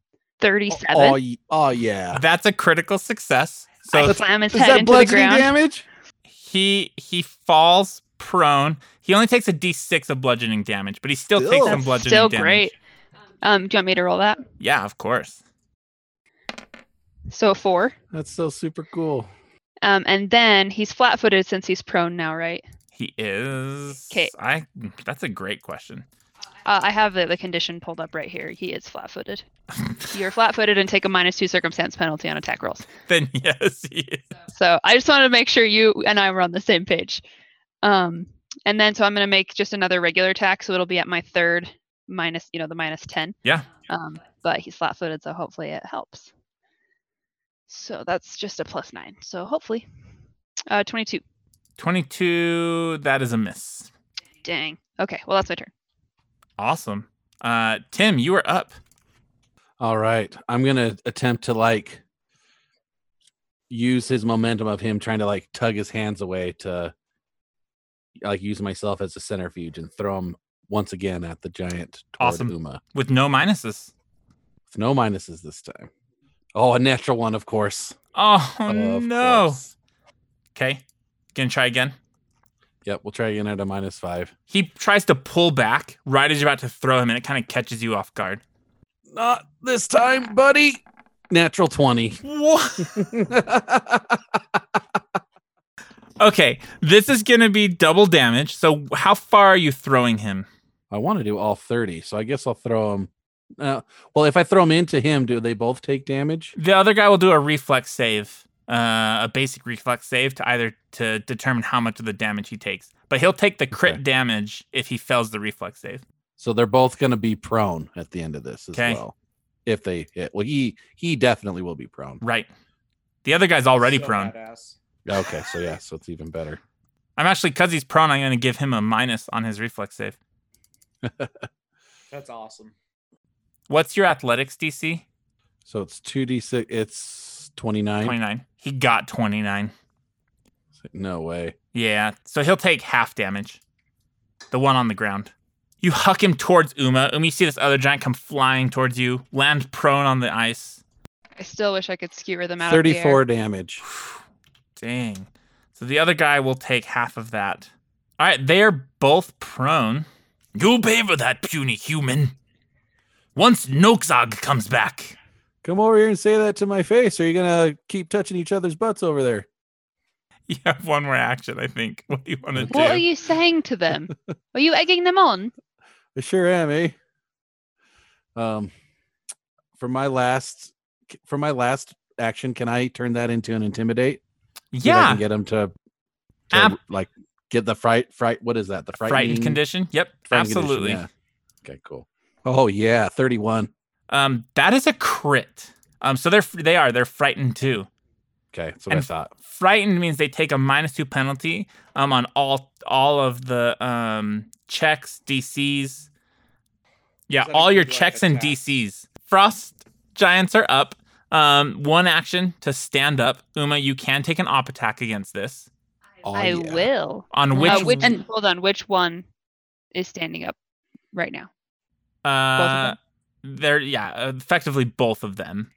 [SPEAKER 8] 37.
[SPEAKER 7] Oh, y- oh yeah.
[SPEAKER 2] That's a critical success. So
[SPEAKER 8] I slam his
[SPEAKER 7] Is
[SPEAKER 8] head
[SPEAKER 7] that
[SPEAKER 8] into the
[SPEAKER 7] bludgeoning
[SPEAKER 8] ground.
[SPEAKER 7] damage?
[SPEAKER 2] he he falls prone. He only takes a d6 of bludgeoning damage, but he still takes
[SPEAKER 7] Still.
[SPEAKER 2] some
[SPEAKER 7] That's
[SPEAKER 2] bludgeoning
[SPEAKER 8] Still
[SPEAKER 2] damage.
[SPEAKER 8] great. Um, do you want me to roll that?
[SPEAKER 2] Yeah, of course.
[SPEAKER 8] So four.
[SPEAKER 7] That's so super cool.
[SPEAKER 8] Um, and then he's flat footed since he's prone now, right?
[SPEAKER 2] He is.
[SPEAKER 8] 'Kay.
[SPEAKER 2] I. That's a great question.
[SPEAKER 8] Uh, I have the, the condition pulled up right here. He is flat
[SPEAKER 2] (laughs)
[SPEAKER 8] footed. You're flat footed and take a minus two circumstance penalty on attack rolls.
[SPEAKER 2] Then (laughs) yes, he is.
[SPEAKER 8] So I just wanted to make sure you and I were on the same page. Um, and then so I'm going to make just another regular attack, so it'll be at my third minus, you know, the minus ten.
[SPEAKER 2] Yeah.
[SPEAKER 8] Um, but he's flat-footed, so hopefully it helps. So that's just a plus nine. So hopefully, uh, twenty-two.
[SPEAKER 2] Twenty-two. That is a miss.
[SPEAKER 8] Dang. Okay. Well, that's my turn.
[SPEAKER 2] Awesome. Uh, Tim, you are up.
[SPEAKER 7] All right. I'm going to attempt to like use his momentum of him trying to like tug his hands away to like use myself as a centrifuge and throw him once again at the giant toward
[SPEAKER 2] Awesome.
[SPEAKER 7] Uma.
[SPEAKER 2] with no minuses.
[SPEAKER 7] With no minuses this time. Oh, a natural one, of course.
[SPEAKER 2] Oh
[SPEAKER 7] Of
[SPEAKER 2] no.
[SPEAKER 7] course.
[SPEAKER 2] Okay. Gonna try again.
[SPEAKER 7] Yep. We'll try again at a minus five.
[SPEAKER 2] He tries to pull back right as you're about to throw him, and it kind of catches you off guard.
[SPEAKER 7] Not this time, buddy. Natural 20.
[SPEAKER 2] What? Okay, this is gonna be double damage. So how far are you throwing him?
[SPEAKER 7] I want to do all 30, so I guess I'll throw them. Uh, well, if I throw them into him, do they both take damage?
[SPEAKER 2] The other guy will do a reflex save, uh, a basic reflex save to either to determine how much of the damage he takes. But he'll take the crit
[SPEAKER 7] Okay.
[SPEAKER 2] damage if he fails the reflex save.
[SPEAKER 7] So they're both going to be prone at the end of this as
[SPEAKER 2] Okay.
[SPEAKER 7] well. If they hit, well, he he definitely will be prone.
[SPEAKER 2] Right. The other guy's already
[SPEAKER 3] So
[SPEAKER 2] prone.
[SPEAKER 3] badass.
[SPEAKER 7] Okay, so yeah, so it's even better.
[SPEAKER 2] I'm actually because he's prone. I'm gonna give him a minus on his reflex
[SPEAKER 7] (laughs)
[SPEAKER 2] save.
[SPEAKER 3] That's awesome.
[SPEAKER 2] What's your athletics DC?
[SPEAKER 7] So it's 2d6. It's 29.
[SPEAKER 2] 29. He got 29.
[SPEAKER 7] No way.
[SPEAKER 2] Yeah, so he'll take half damage. The one on the ground. You huck him towards Uma. Uma, you see this other giant come flying towards you, land prone on the ice.
[SPEAKER 8] I still wish I could skewer them out.
[SPEAKER 7] 34 damage.
[SPEAKER 2] Dang. So the other guy will take half of that. All right, they're both prone. You pay for that, puny human. Once Noxog comes back.
[SPEAKER 7] Come over here and say that to my face. Or are you going to keep touching each other's butts over there?
[SPEAKER 2] (laughs) You have one more action, I think. What do you want to do?
[SPEAKER 8] What are you saying to them? are you egging them on?
[SPEAKER 7] I sure am, eh? Um, for my last, for my last action, can I turn that into an intimidate? See if I
[SPEAKER 2] Yeah.
[SPEAKER 7] can get him to, to,
[SPEAKER 2] Ab-
[SPEAKER 7] like get the fright, fright. What is that? The
[SPEAKER 2] Frightened
[SPEAKER 7] frightening-
[SPEAKER 2] condition? Yep,
[SPEAKER 7] frightening condition,
[SPEAKER 2] absolutely.
[SPEAKER 7] yeah. Okay, cool. Oh yeah, thirty-one.
[SPEAKER 2] Um, that is a crit. Um, so they're they are they're frightened too.
[SPEAKER 7] Okay, that's what I
[SPEAKER 2] And
[SPEAKER 7] thought.
[SPEAKER 2] Frightened means they take a minus two penalty um on all all of the um checks DCs. Yeah,
[SPEAKER 1] Does that
[SPEAKER 2] all your
[SPEAKER 1] include, like,
[SPEAKER 2] checks and
[SPEAKER 1] attack?
[SPEAKER 2] DCs. Frost giants are up. Um, one action to stand up. Uma, you can take an op attack against this.
[SPEAKER 7] Oh,
[SPEAKER 2] Oh,
[SPEAKER 8] I will.
[SPEAKER 2] On which-
[SPEAKER 8] Uh, which
[SPEAKER 2] And-
[SPEAKER 8] hold on, which one is standing up right now?
[SPEAKER 2] Uh, they're yeah, effectively both of them.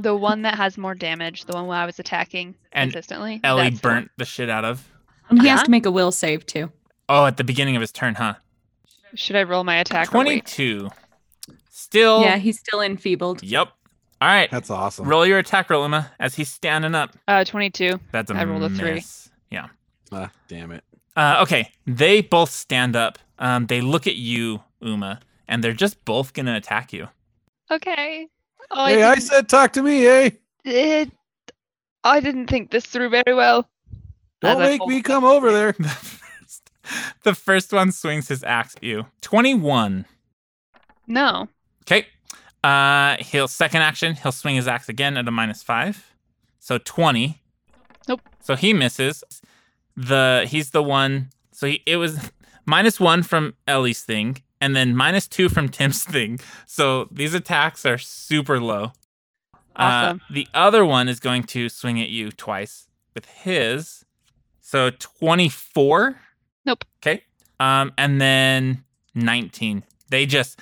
[SPEAKER 8] The one that has more damage, the one where I was attacking
[SPEAKER 2] And
[SPEAKER 8] consistently.
[SPEAKER 2] Ellie
[SPEAKER 8] that's the one.
[SPEAKER 2] burnt the shit out of.
[SPEAKER 6] And he
[SPEAKER 8] Yeah.
[SPEAKER 6] has to make a will save too.
[SPEAKER 2] Oh, at the beginning of his turn, huh?
[SPEAKER 8] Should I roll my attack? or wait?
[SPEAKER 2] Twenty-two. Still.
[SPEAKER 6] Yeah, he's still enfeebled.
[SPEAKER 2] Yep. All right.
[SPEAKER 7] That's awesome.
[SPEAKER 2] Roll your attack roll, Emma, as he's standing up.
[SPEAKER 8] Uh, twenty-two.
[SPEAKER 2] That's a
[SPEAKER 8] I rolled a three.
[SPEAKER 2] miss. Yeah.
[SPEAKER 7] Ah, damn it.
[SPEAKER 2] Uh, okay. They both stand up. Um, they look at you, Uma, and they're just both gonna attack you.
[SPEAKER 8] Okay. Oh,
[SPEAKER 7] hey,
[SPEAKER 8] I,
[SPEAKER 7] I said talk to me, eh?
[SPEAKER 8] didn't, it- I didn't think this through very well.
[SPEAKER 7] Don't
[SPEAKER 8] As I
[SPEAKER 7] make
[SPEAKER 8] pull-
[SPEAKER 7] me come over there.
[SPEAKER 2] (laughs) The first one swings his axe at you. Twenty-one.
[SPEAKER 8] No.
[SPEAKER 2] Okay. Uh, he'll second action. He'll swing his axe again at a minus five, so twenty.
[SPEAKER 8] Nope.
[SPEAKER 2] So he misses. The he's the one. So he, it was (laughs) minus one from Ellie's thing, and then minus two from (laughs) Tim's thing. So these attacks are super low.
[SPEAKER 8] Awesome.
[SPEAKER 2] Uh, the other one is going to swing at you twice with his. So twenty four.
[SPEAKER 8] Nope.
[SPEAKER 2] Okay. Um, and then 19. They just,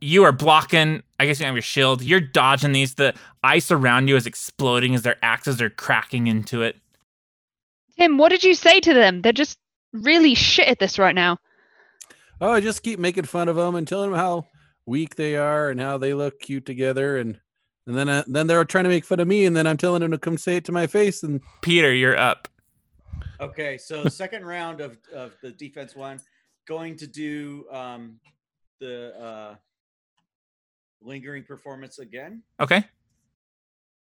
[SPEAKER 2] you are blocking. I guess you have your shield. You're dodging these. The ice around you is exploding as their axes are cracking into it.
[SPEAKER 8] Tim, what did you say to them? They're just really shit at this right now.
[SPEAKER 7] Oh, I just keep making fun of them and telling them how weak they are and how they look cute together, and and then uh, then they're trying to make fun of me, and then I'm telling them to come say it to my face, and
[SPEAKER 2] Peter, you're up. (laughs)
[SPEAKER 3] Okay, so the second round of, of the defense one, going to do um, the uh, lingering performance again.
[SPEAKER 2] Okay.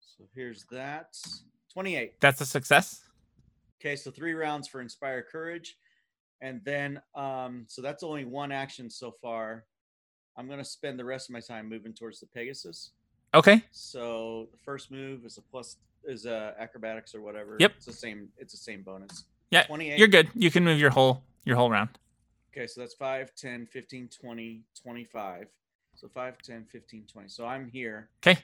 [SPEAKER 3] So here's that 28.
[SPEAKER 2] That's a success.
[SPEAKER 3] Okay, so three rounds for inspire courage, and then um, so that's only one action so far. I'm gonna spend the rest of my time moving towards the Pegasus.
[SPEAKER 2] Okay.
[SPEAKER 3] So the first move is a plus is a acrobatics or whatever.
[SPEAKER 2] Yep.
[SPEAKER 3] It's the same. It's the same bonus.
[SPEAKER 2] Yeah.
[SPEAKER 3] 28.
[SPEAKER 2] You're good. You can move your whole, your whole round.
[SPEAKER 3] Okay, so that's 5, 10, 15, 20, 25. So 5, 10, 15, 20. So I'm here.
[SPEAKER 2] 'Kay.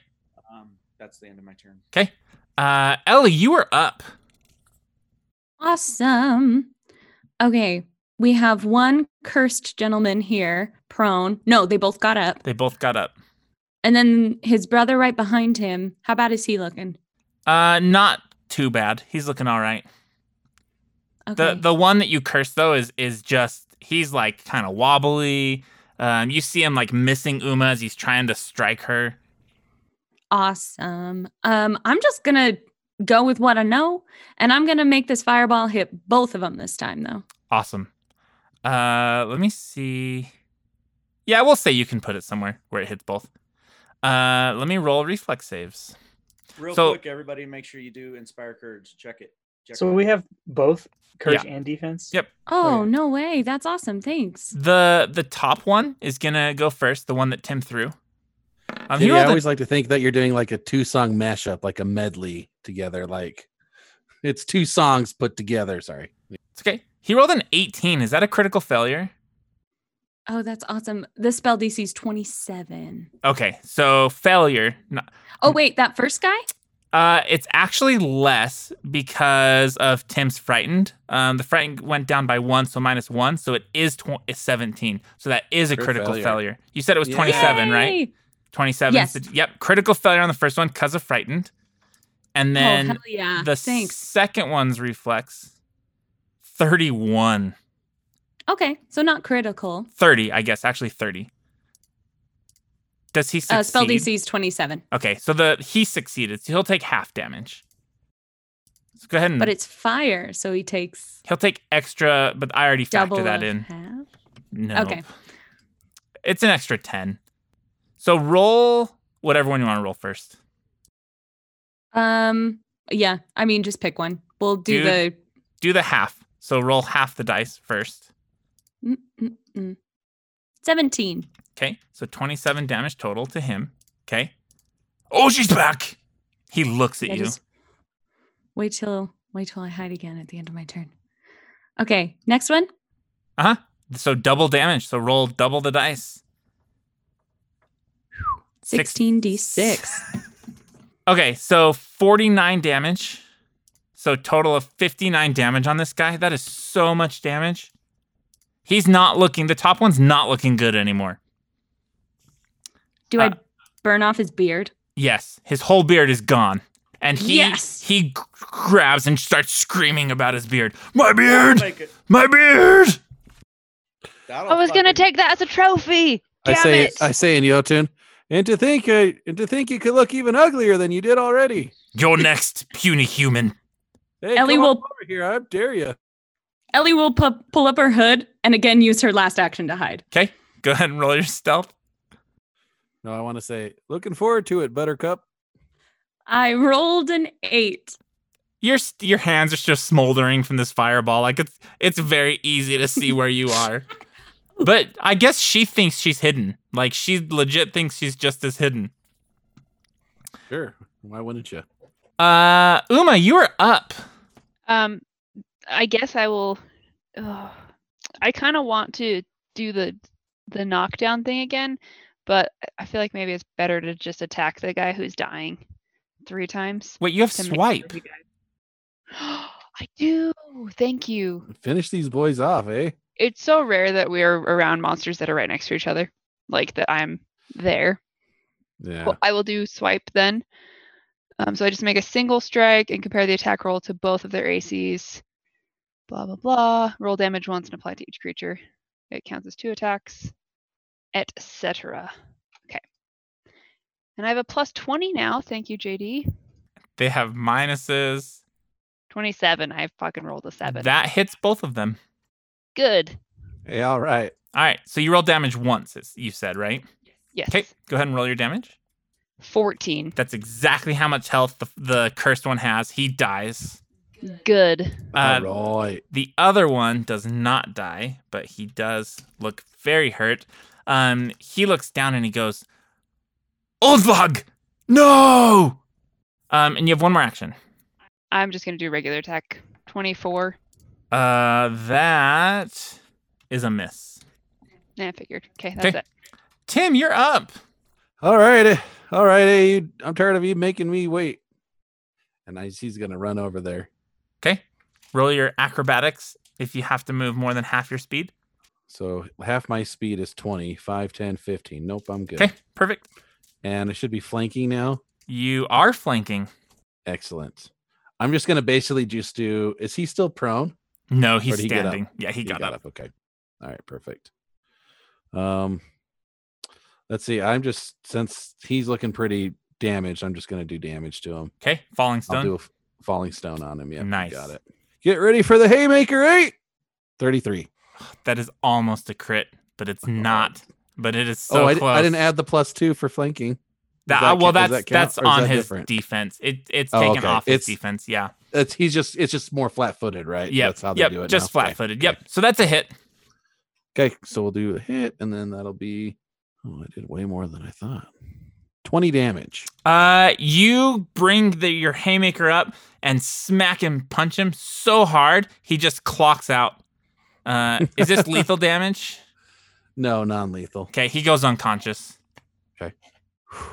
[SPEAKER 3] Um, that's the end of my turn.
[SPEAKER 2] Okay. Uh, Ellie, you are up.
[SPEAKER 6] Awesome. Okay, we have one cursed gentleman here, prone. No, they both got up.
[SPEAKER 2] They both got up.
[SPEAKER 6] And then his brother right behind him. How bad is he looking?
[SPEAKER 2] Uh, not too bad. He's looking all right.
[SPEAKER 6] Okay.
[SPEAKER 2] The the one that you curse though is is just he's like kind of wobbly. Um, you see him like missing Uma as he's trying to strike her.
[SPEAKER 6] Awesome. Um, I'm just gonna go with what I know, and I'm gonna make this fireball hit both of them this time, though.
[SPEAKER 2] Awesome. Uh, let me see. Yeah, we'll say you can put it somewhere where it hits both. Uh, let me roll reflex saves.
[SPEAKER 3] Real
[SPEAKER 2] So-
[SPEAKER 3] quick, everybody, make sure you do Inspire Courage. Check it. Check
[SPEAKER 4] So
[SPEAKER 3] it.
[SPEAKER 4] we have both courage
[SPEAKER 2] Yeah.
[SPEAKER 4] and defense.
[SPEAKER 2] Yep.
[SPEAKER 6] Oh
[SPEAKER 4] Okay.
[SPEAKER 6] no way! That's awesome. Thanks.
[SPEAKER 7] Mm.
[SPEAKER 2] The the top one is gonna go first. The one that Tim threw. Um, he
[SPEAKER 7] Yeah, I
[SPEAKER 2] rolled a-
[SPEAKER 7] always like to think that you're doing like a two song mashup, like a medley together. Like it's two songs put together. Sorry.
[SPEAKER 2] it's okay. He rolled an 18. Is that a critical failure?
[SPEAKER 6] Oh, that's awesome. The spell DC is 27.
[SPEAKER 2] Okay, so failure. No-
[SPEAKER 7] Mm.
[SPEAKER 6] Oh, wait, that first guy?
[SPEAKER 2] Uh, it's actually less because of Tim's frightened. Um, the frightened went down by one, so minus one, so it is tw- it's 17. So that is a
[SPEAKER 7] Crit
[SPEAKER 2] critical failure.
[SPEAKER 7] failure.
[SPEAKER 2] You said it was
[SPEAKER 7] Yeah.
[SPEAKER 2] 27, right?
[SPEAKER 6] Yay!
[SPEAKER 2] 27.
[SPEAKER 6] Yes.
[SPEAKER 2] So- yep, critical failure on the first one because of frightened. And then
[SPEAKER 6] Oh, hell yeah.
[SPEAKER 2] the
[SPEAKER 6] Thanks.
[SPEAKER 2] second one's reflex, 31.
[SPEAKER 6] Okay, so not critical.
[SPEAKER 2] 30, I guess, actually 30. Does he succeed?
[SPEAKER 6] Uh, spell DC is 27,
[SPEAKER 2] Okay, so the he succeeded, so he'll take half damage. So go
[SPEAKER 7] Hmm.
[SPEAKER 2] ahead and
[SPEAKER 6] but it's fire, so he takes
[SPEAKER 2] He'll take extra, but I already factor
[SPEAKER 6] double
[SPEAKER 2] that
[SPEAKER 6] of
[SPEAKER 2] in.
[SPEAKER 6] half.
[SPEAKER 2] No.
[SPEAKER 6] Okay.
[SPEAKER 2] It's an extra 10. So roll whatever one you want to roll first.
[SPEAKER 6] Um, yeah, I mean, just pick one. We'll do
[SPEAKER 2] Dude.
[SPEAKER 6] the.
[SPEAKER 2] Do the half. So roll half the dice first.
[SPEAKER 6] Mm, mm, mm. 17.
[SPEAKER 2] Okay. So 27 damage total to him. Okay. Oh, she's back. He looks at
[SPEAKER 6] Yeah,
[SPEAKER 2] you.
[SPEAKER 6] just Wait till wait till I hide again at the end of my turn. Okay, next one.
[SPEAKER 2] Uh huh. So double damage. So roll double the dice.
[SPEAKER 6] 16
[SPEAKER 7] (laughs)
[SPEAKER 6] d6.
[SPEAKER 2] Okay. So 49 damage. So total of 59 damage on this guy. That is so much damage. He's not looking, the top one's not looking good anymore.
[SPEAKER 6] Do
[SPEAKER 7] Ah.
[SPEAKER 2] Uh,
[SPEAKER 6] I burn off his beard?
[SPEAKER 2] Yes, his whole beard is gone. And he
[SPEAKER 6] Yes.
[SPEAKER 2] he g- grabs and starts screaming about his beard. My beard!
[SPEAKER 10] Like it.
[SPEAKER 2] My beard!
[SPEAKER 8] I was gonna take that as a trophy.
[SPEAKER 7] I
[SPEAKER 8] Damn
[SPEAKER 7] say,
[SPEAKER 8] it.
[SPEAKER 7] I say in Yotun, and to think, I, and to think you could look even uglier than you did already.
[SPEAKER 2] You're next, puny human.
[SPEAKER 7] Hey,
[SPEAKER 6] Ellie
[SPEAKER 7] come on
[SPEAKER 6] will-
[SPEAKER 7] over here. I dare you.
[SPEAKER 6] Ellie will pu- pull up her hood and again use her last action to hide.
[SPEAKER 2] Okay, go ahead and roll your stealth.
[SPEAKER 7] No, I want to say, looking forward to it, Buttercup.
[SPEAKER 6] I rolled an 8.
[SPEAKER 2] Your s- your hands are just smoldering from this fireball. Like it's it's very easy to see where you are. But I guess she thinks she's hidden. Like she legit thinks she's just as hidden.
[SPEAKER 7] Sure. Why wouldn't you?
[SPEAKER 2] Uh, Uma, you are up.
[SPEAKER 8] Um, I guess I will. Ugh. I kind of want to do the the knockdown thing again, but I- I feel like maybe it's better to just attack the guy who's dying three times.
[SPEAKER 2] Wait, you have
[SPEAKER 8] to make sure
[SPEAKER 2] swipe.
[SPEAKER 8] he dies. (gasps) I do. Thank you.
[SPEAKER 7] Finish these boys off, eh?
[SPEAKER 8] It's so rare that we are around monsters that are right next to each other, like that I'm there.
[SPEAKER 7] Yeah.
[SPEAKER 8] Well, I will do swipe then. Um, so I just make a single strike and compare the attack roll to both of their ACs. Blah blah blah. Roll damage once and apply to each creature. It counts as two attacks, etc. Okay. And I have a plus 20 now. Thank you, JD.
[SPEAKER 2] They have minuses.
[SPEAKER 8] 27. I fucking rolled a seven.
[SPEAKER 2] That hits both of them.
[SPEAKER 8] Good.
[SPEAKER 7] Hey, all right.
[SPEAKER 2] All right, so you roll damage once, it's- you said, right?
[SPEAKER 8] Yes.
[SPEAKER 2] Okay, go ahead and roll your damage.
[SPEAKER 8] 14.
[SPEAKER 2] That's exactly how much health the, the cursed one has. He dies.
[SPEAKER 8] Good.
[SPEAKER 2] Uh,
[SPEAKER 7] all right.
[SPEAKER 2] The other one does not die, but he does look very hurt. Um, he looks down and he goes, Oldvog! No! Um, and you have one more action.
[SPEAKER 8] I'm just gonna do regular attack. 24.
[SPEAKER 2] Uh, that is a miss.
[SPEAKER 8] Nah, I figured. Okay, that's
[SPEAKER 2] Okay.
[SPEAKER 8] it.
[SPEAKER 2] Tim, you're up.
[SPEAKER 7] All right. eh, All right. eh, you- I'm tired of you making me wait. And I, he's going to run over there.
[SPEAKER 2] Okay, roll your acrobatics if you have to move more than half your speed.
[SPEAKER 7] So half my speed is 20, 5, 10, 15. Nope, I'm good.
[SPEAKER 2] Okay, perfect.
[SPEAKER 7] And I should be flanking now.
[SPEAKER 2] You are flanking.
[SPEAKER 7] Excellent. I'm just going to basically just do. Is he still prone?
[SPEAKER 2] No,
[SPEAKER 7] Or
[SPEAKER 2] he's
[SPEAKER 7] did he get up?
[SPEAKER 2] standing. Yeah, he, got, up.
[SPEAKER 7] Okay. All right. Perfect. Um, let's see. I'm just since he's looking pretty damaged, I'm just going to do damage to him.
[SPEAKER 2] Okay, falling
[SPEAKER 7] I'll
[SPEAKER 2] stone.
[SPEAKER 7] do a f- falling stone on him. Yeah.
[SPEAKER 2] Nice.
[SPEAKER 7] Got it. Get ready for the haymaker eight. 33.
[SPEAKER 2] That is almost a crit, but it's not. But it is so
[SPEAKER 7] oh, I, di-
[SPEAKER 2] close.
[SPEAKER 7] I didn't add the plus two for flanking.
[SPEAKER 2] that. uh,
[SPEAKER 7] does that
[SPEAKER 2] well,
[SPEAKER 7] count- does
[SPEAKER 2] that's
[SPEAKER 7] that count,
[SPEAKER 2] that's
[SPEAKER 7] or is
[SPEAKER 2] on
[SPEAKER 7] that
[SPEAKER 2] his
[SPEAKER 7] different?
[SPEAKER 2] defense. It it's
[SPEAKER 7] Oh,
[SPEAKER 2] taken
[SPEAKER 7] okay.
[SPEAKER 2] off his
[SPEAKER 7] It's-
[SPEAKER 2] defense. Yeah.
[SPEAKER 7] It's he's just it's just more flat footed, right?
[SPEAKER 2] Yep.
[SPEAKER 7] That's how they
[SPEAKER 2] yep.
[SPEAKER 7] do it.
[SPEAKER 2] Just
[SPEAKER 7] now. Okay,
[SPEAKER 2] flat-footed.
[SPEAKER 7] okay.
[SPEAKER 2] Yep. So that's a hit.
[SPEAKER 7] Okay, so we'll do a hit, and then that'll be. Oh, I did way more than I thought. Twenty damage.
[SPEAKER 2] Uh, you bring the your haymaker up and smack him, punch him
[SPEAKER 7] (laughs)
[SPEAKER 2] so hard he just clocks out. Uh, is this lethal damage?
[SPEAKER 7] No, non-lethal.
[SPEAKER 2] Okay, he goes unconscious.
[SPEAKER 7] Okay.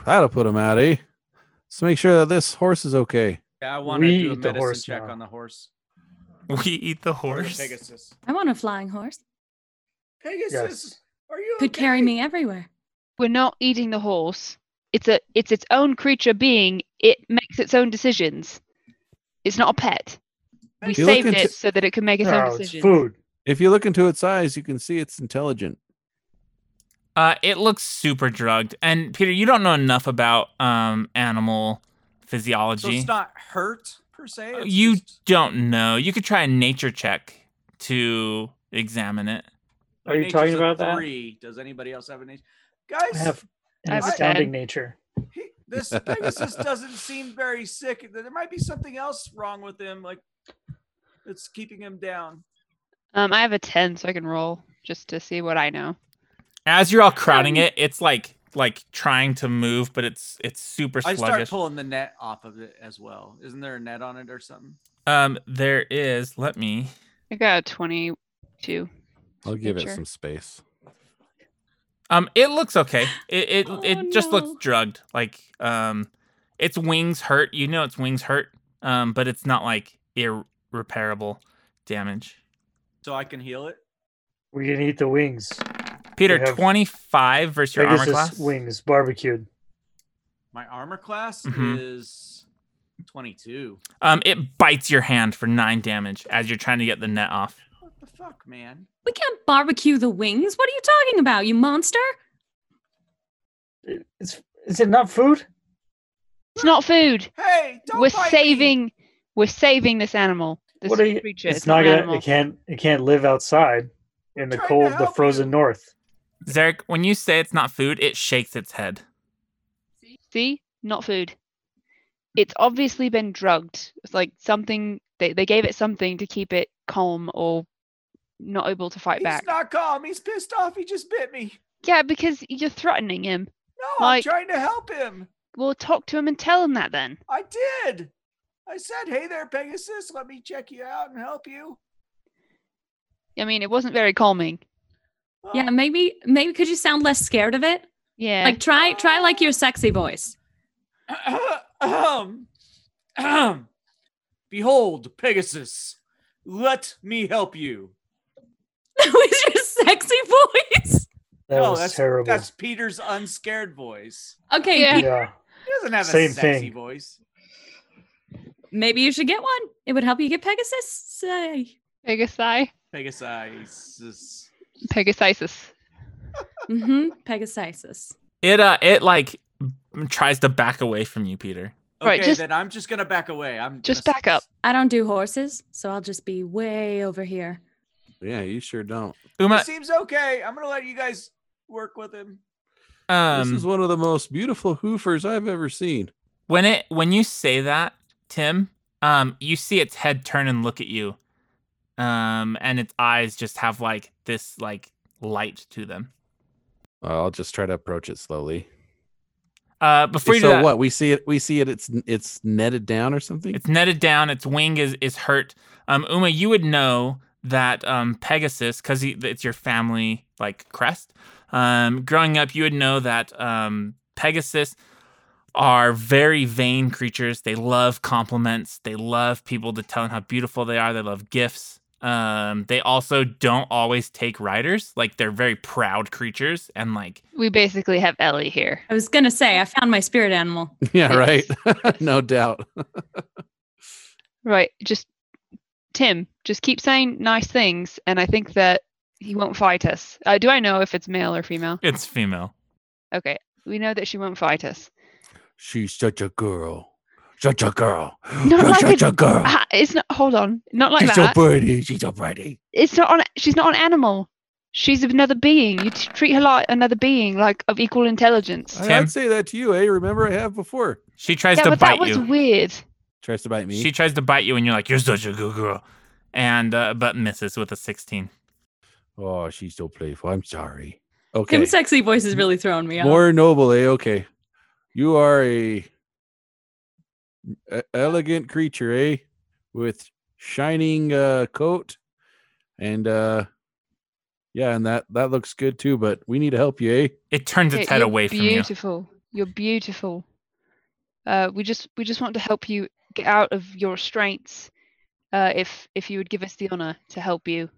[SPEAKER 7] That'll put him out, eh? Let's make sure that this horse is okay.
[SPEAKER 3] Yeah, I want to do a medicine check on the horse.
[SPEAKER 2] We eat the horse.
[SPEAKER 3] Pegasus.
[SPEAKER 6] I want a flying horse.
[SPEAKER 3] Pegasus, are you
[SPEAKER 6] Could carry me everywhere.
[SPEAKER 8] We're not eating the horse. It's a it's its own creature being. It makes its own decisions. It's not a pet. We
[SPEAKER 7] You Oh, look
[SPEAKER 8] saved
[SPEAKER 7] into-
[SPEAKER 8] it so that it can make Oh, its own decisions.
[SPEAKER 7] If you look into its eyes, you can see it's intelligent.
[SPEAKER 2] Uh, it looks super drugged. And Peter, you don't know enough about um animal
[SPEAKER 3] So
[SPEAKER 2] physiology.
[SPEAKER 3] it's not hurt per se. it's
[SPEAKER 2] you don't know. You could try a nature check to examine it.
[SPEAKER 3] My
[SPEAKER 4] Are you
[SPEAKER 3] nature's
[SPEAKER 4] talking
[SPEAKER 3] a
[SPEAKER 4] about that?
[SPEAKER 3] Three. Does anybody else have a nature? Guys,
[SPEAKER 4] I have an
[SPEAKER 8] I've
[SPEAKER 4] astounding
[SPEAKER 8] said-
[SPEAKER 4] nature.
[SPEAKER 3] this Pegasus doesn't seem very sick. There might be something else wrong with him, like it's keeping him down.
[SPEAKER 8] Um, I have a ten, so I can roll just to see what I know.
[SPEAKER 2] As you're all
[SPEAKER 3] Um,
[SPEAKER 2] crowding it, it's like like trying to move, but it's it's super
[SPEAKER 3] I
[SPEAKER 2] sluggish.
[SPEAKER 3] start pulling the net off of it as well. Isn't there a net on it or something?
[SPEAKER 2] um, there is. Let me.
[SPEAKER 8] I got a twenty-two.
[SPEAKER 7] I'll give it
[SPEAKER 8] Nature.
[SPEAKER 7] some space.
[SPEAKER 2] Um, it looks okay. It it,
[SPEAKER 3] Oh,
[SPEAKER 2] it just
[SPEAKER 8] no.
[SPEAKER 2] looks drugged. Like um, its wings hurt. You know its wings hurt. Um, but it's not like irreparable damage.
[SPEAKER 3] So I can heal it.
[SPEAKER 4] We can eat the wings.
[SPEAKER 2] Peter,
[SPEAKER 4] They have
[SPEAKER 2] twenty five versus your armor
[SPEAKER 4] Pegasus
[SPEAKER 2] class.
[SPEAKER 4] wings barbecued.
[SPEAKER 3] My armor class
[SPEAKER 2] Mhm.
[SPEAKER 3] is twenty-two.
[SPEAKER 2] Um, it bites your hand for nine damage as you're trying to get the net off.
[SPEAKER 3] What the fuck, man?
[SPEAKER 6] We can't barbecue the wings. What are you talking about, you monster?
[SPEAKER 4] It's is it not food?
[SPEAKER 8] It's not food.
[SPEAKER 3] Hey, don't
[SPEAKER 8] we're
[SPEAKER 3] bite me!
[SPEAKER 8] saving. We're saving this animal. This
[SPEAKER 4] What are you-
[SPEAKER 8] creature.
[SPEAKER 4] It's,
[SPEAKER 8] It's,
[SPEAKER 4] not
[SPEAKER 8] an
[SPEAKER 4] gonna.
[SPEAKER 8] animal.
[SPEAKER 4] It can't. It can't live outside in the
[SPEAKER 3] trying to
[SPEAKER 4] cold, the
[SPEAKER 3] help you.
[SPEAKER 4] frozen north.
[SPEAKER 2] Zarek, when you say it's not food, it shakes its head.
[SPEAKER 8] See, not food. It's obviously been drugged. It's like something they, they gave it something to keep it calm or not able to fight
[SPEAKER 3] He's
[SPEAKER 8] back.
[SPEAKER 3] not calm. He's pissed off. He just bit me.
[SPEAKER 8] Yeah, because you're threatening him.
[SPEAKER 3] No,
[SPEAKER 8] Like-
[SPEAKER 3] I'm trying to help him.
[SPEAKER 8] Well, talk to him and tell him that then.
[SPEAKER 3] I did. I said, "Hey there, Pegasus. Let me check you out and help you."
[SPEAKER 8] I mean, it wasn't very calming.
[SPEAKER 3] Oh,
[SPEAKER 6] Yeah, maybe maybe could you sound less scared of it?
[SPEAKER 8] Yeah.
[SPEAKER 6] Like try try like your sexy voice.
[SPEAKER 3] Ahem. Ahem. Behold, Pegasus, let me help you.
[SPEAKER 6] (laughs) That was your sexy voice.
[SPEAKER 4] That
[SPEAKER 3] no,
[SPEAKER 4] was
[SPEAKER 3] that's
[SPEAKER 4] terrible.
[SPEAKER 3] That's Peter's unscared voice.
[SPEAKER 6] Okay,
[SPEAKER 8] Yeah.
[SPEAKER 6] Pete,
[SPEAKER 4] yeah.
[SPEAKER 3] He doesn't have a
[SPEAKER 4] Same
[SPEAKER 3] sexy
[SPEAKER 4] thing.
[SPEAKER 3] voice.
[SPEAKER 6] maybe you should get one. It would help you get Pegasus. Say.
[SPEAKER 8] Pegasi.
[SPEAKER 3] Pegasus.
[SPEAKER 8] Pegasisus.
[SPEAKER 6] Mm-hmm. Pegasus.
[SPEAKER 2] It uh, it like m- tries to back away from you, Peter.
[SPEAKER 3] Okay,
[SPEAKER 8] Right, just-
[SPEAKER 3] then I'm just gonna back away. I'm (laughs)
[SPEAKER 8] Just (laughs)
[SPEAKER 3] gonna-
[SPEAKER 8] back up.
[SPEAKER 6] I don't do horses, so I'll just be way over here.
[SPEAKER 7] Yeah, you sure don't.
[SPEAKER 2] Uma,
[SPEAKER 3] He seems okay. I'm gonna let you guys work with him.
[SPEAKER 2] um,
[SPEAKER 7] this is one of the most beautiful hoofers I've ever seen.
[SPEAKER 2] when it when you say that, Tim, um, you see its head turn and look at you, um, and its eyes just have like this like light to them.
[SPEAKER 7] I'll just try to approach it slowly.
[SPEAKER 2] Uh, before you do
[SPEAKER 7] so
[SPEAKER 2] that,
[SPEAKER 7] what we see it, we see it. It's it's netted down or something.
[SPEAKER 2] It's netted down. Its wing is is hurt. Um, Uma, you would know that um, Pegasus, because it's your family like crest. Um, growing up, you would know that um, Pegasus are very vain creatures. They love compliments. They love people to tell them how beautiful they are. They love gifts. Um, they also don't always take riders. Like they're very proud creatures, and like
[SPEAKER 8] We basically have Ellie here.
[SPEAKER 6] I was gonna say I found my spirit animal.
[SPEAKER 7] (laughs) yeah, right.
[SPEAKER 2] (laughs)
[SPEAKER 7] (laughs) no doubt.
[SPEAKER 8] Right. Just Tim, just keep saying nice things, and I think that he won't fight us. Uh, do I know if it's male or female?
[SPEAKER 2] it's female.
[SPEAKER 8] Okay. We know that she won't fight us.
[SPEAKER 7] She's such a girl. Such a girl.
[SPEAKER 8] Not
[SPEAKER 7] You're
[SPEAKER 8] like
[SPEAKER 7] such
[SPEAKER 8] a-
[SPEAKER 7] a,
[SPEAKER 2] Oh.
[SPEAKER 7] girl.
[SPEAKER 8] Ah, it's not. Hold on. Not like
[SPEAKER 7] she's
[SPEAKER 8] that.
[SPEAKER 7] so pretty. She's so pretty.
[SPEAKER 8] it's not on. She's not an animal. She's another being. You t- treat her like another being, like of equal intelligence.
[SPEAKER 7] I,
[SPEAKER 2] Tim?
[SPEAKER 7] would say that to you, eh? Remember I have before.
[SPEAKER 2] She tries
[SPEAKER 8] yeah,
[SPEAKER 2] to
[SPEAKER 8] but
[SPEAKER 2] bite
[SPEAKER 8] that was
[SPEAKER 2] you.
[SPEAKER 8] weird.
[SPEAKER 7] Tries to bite me.
[SPEAKER 2] She tries to bite you, and you're like, "You're such a good girl," and uh, but misses with a sixteen.
[SPEAKER 7] oh, she's so playful. I'm sorry. Okay.
[SPEAKER 6] Tim's sexy voice is really throwing me off.
[SPEAKER 7] More noble, eh? Okay. You are a, e- elegant creature, eh? With shining uh, coat and uh yeah, and that that looks good too, but we need to help you, eh?
[SPEAKER 2] It turns
[SPEAKER 8] Yeah, you're Beautiful. You're beautiful. Uh, we just we just want to help you get out of your restraints. Uh, if if you would give us the honor to help you.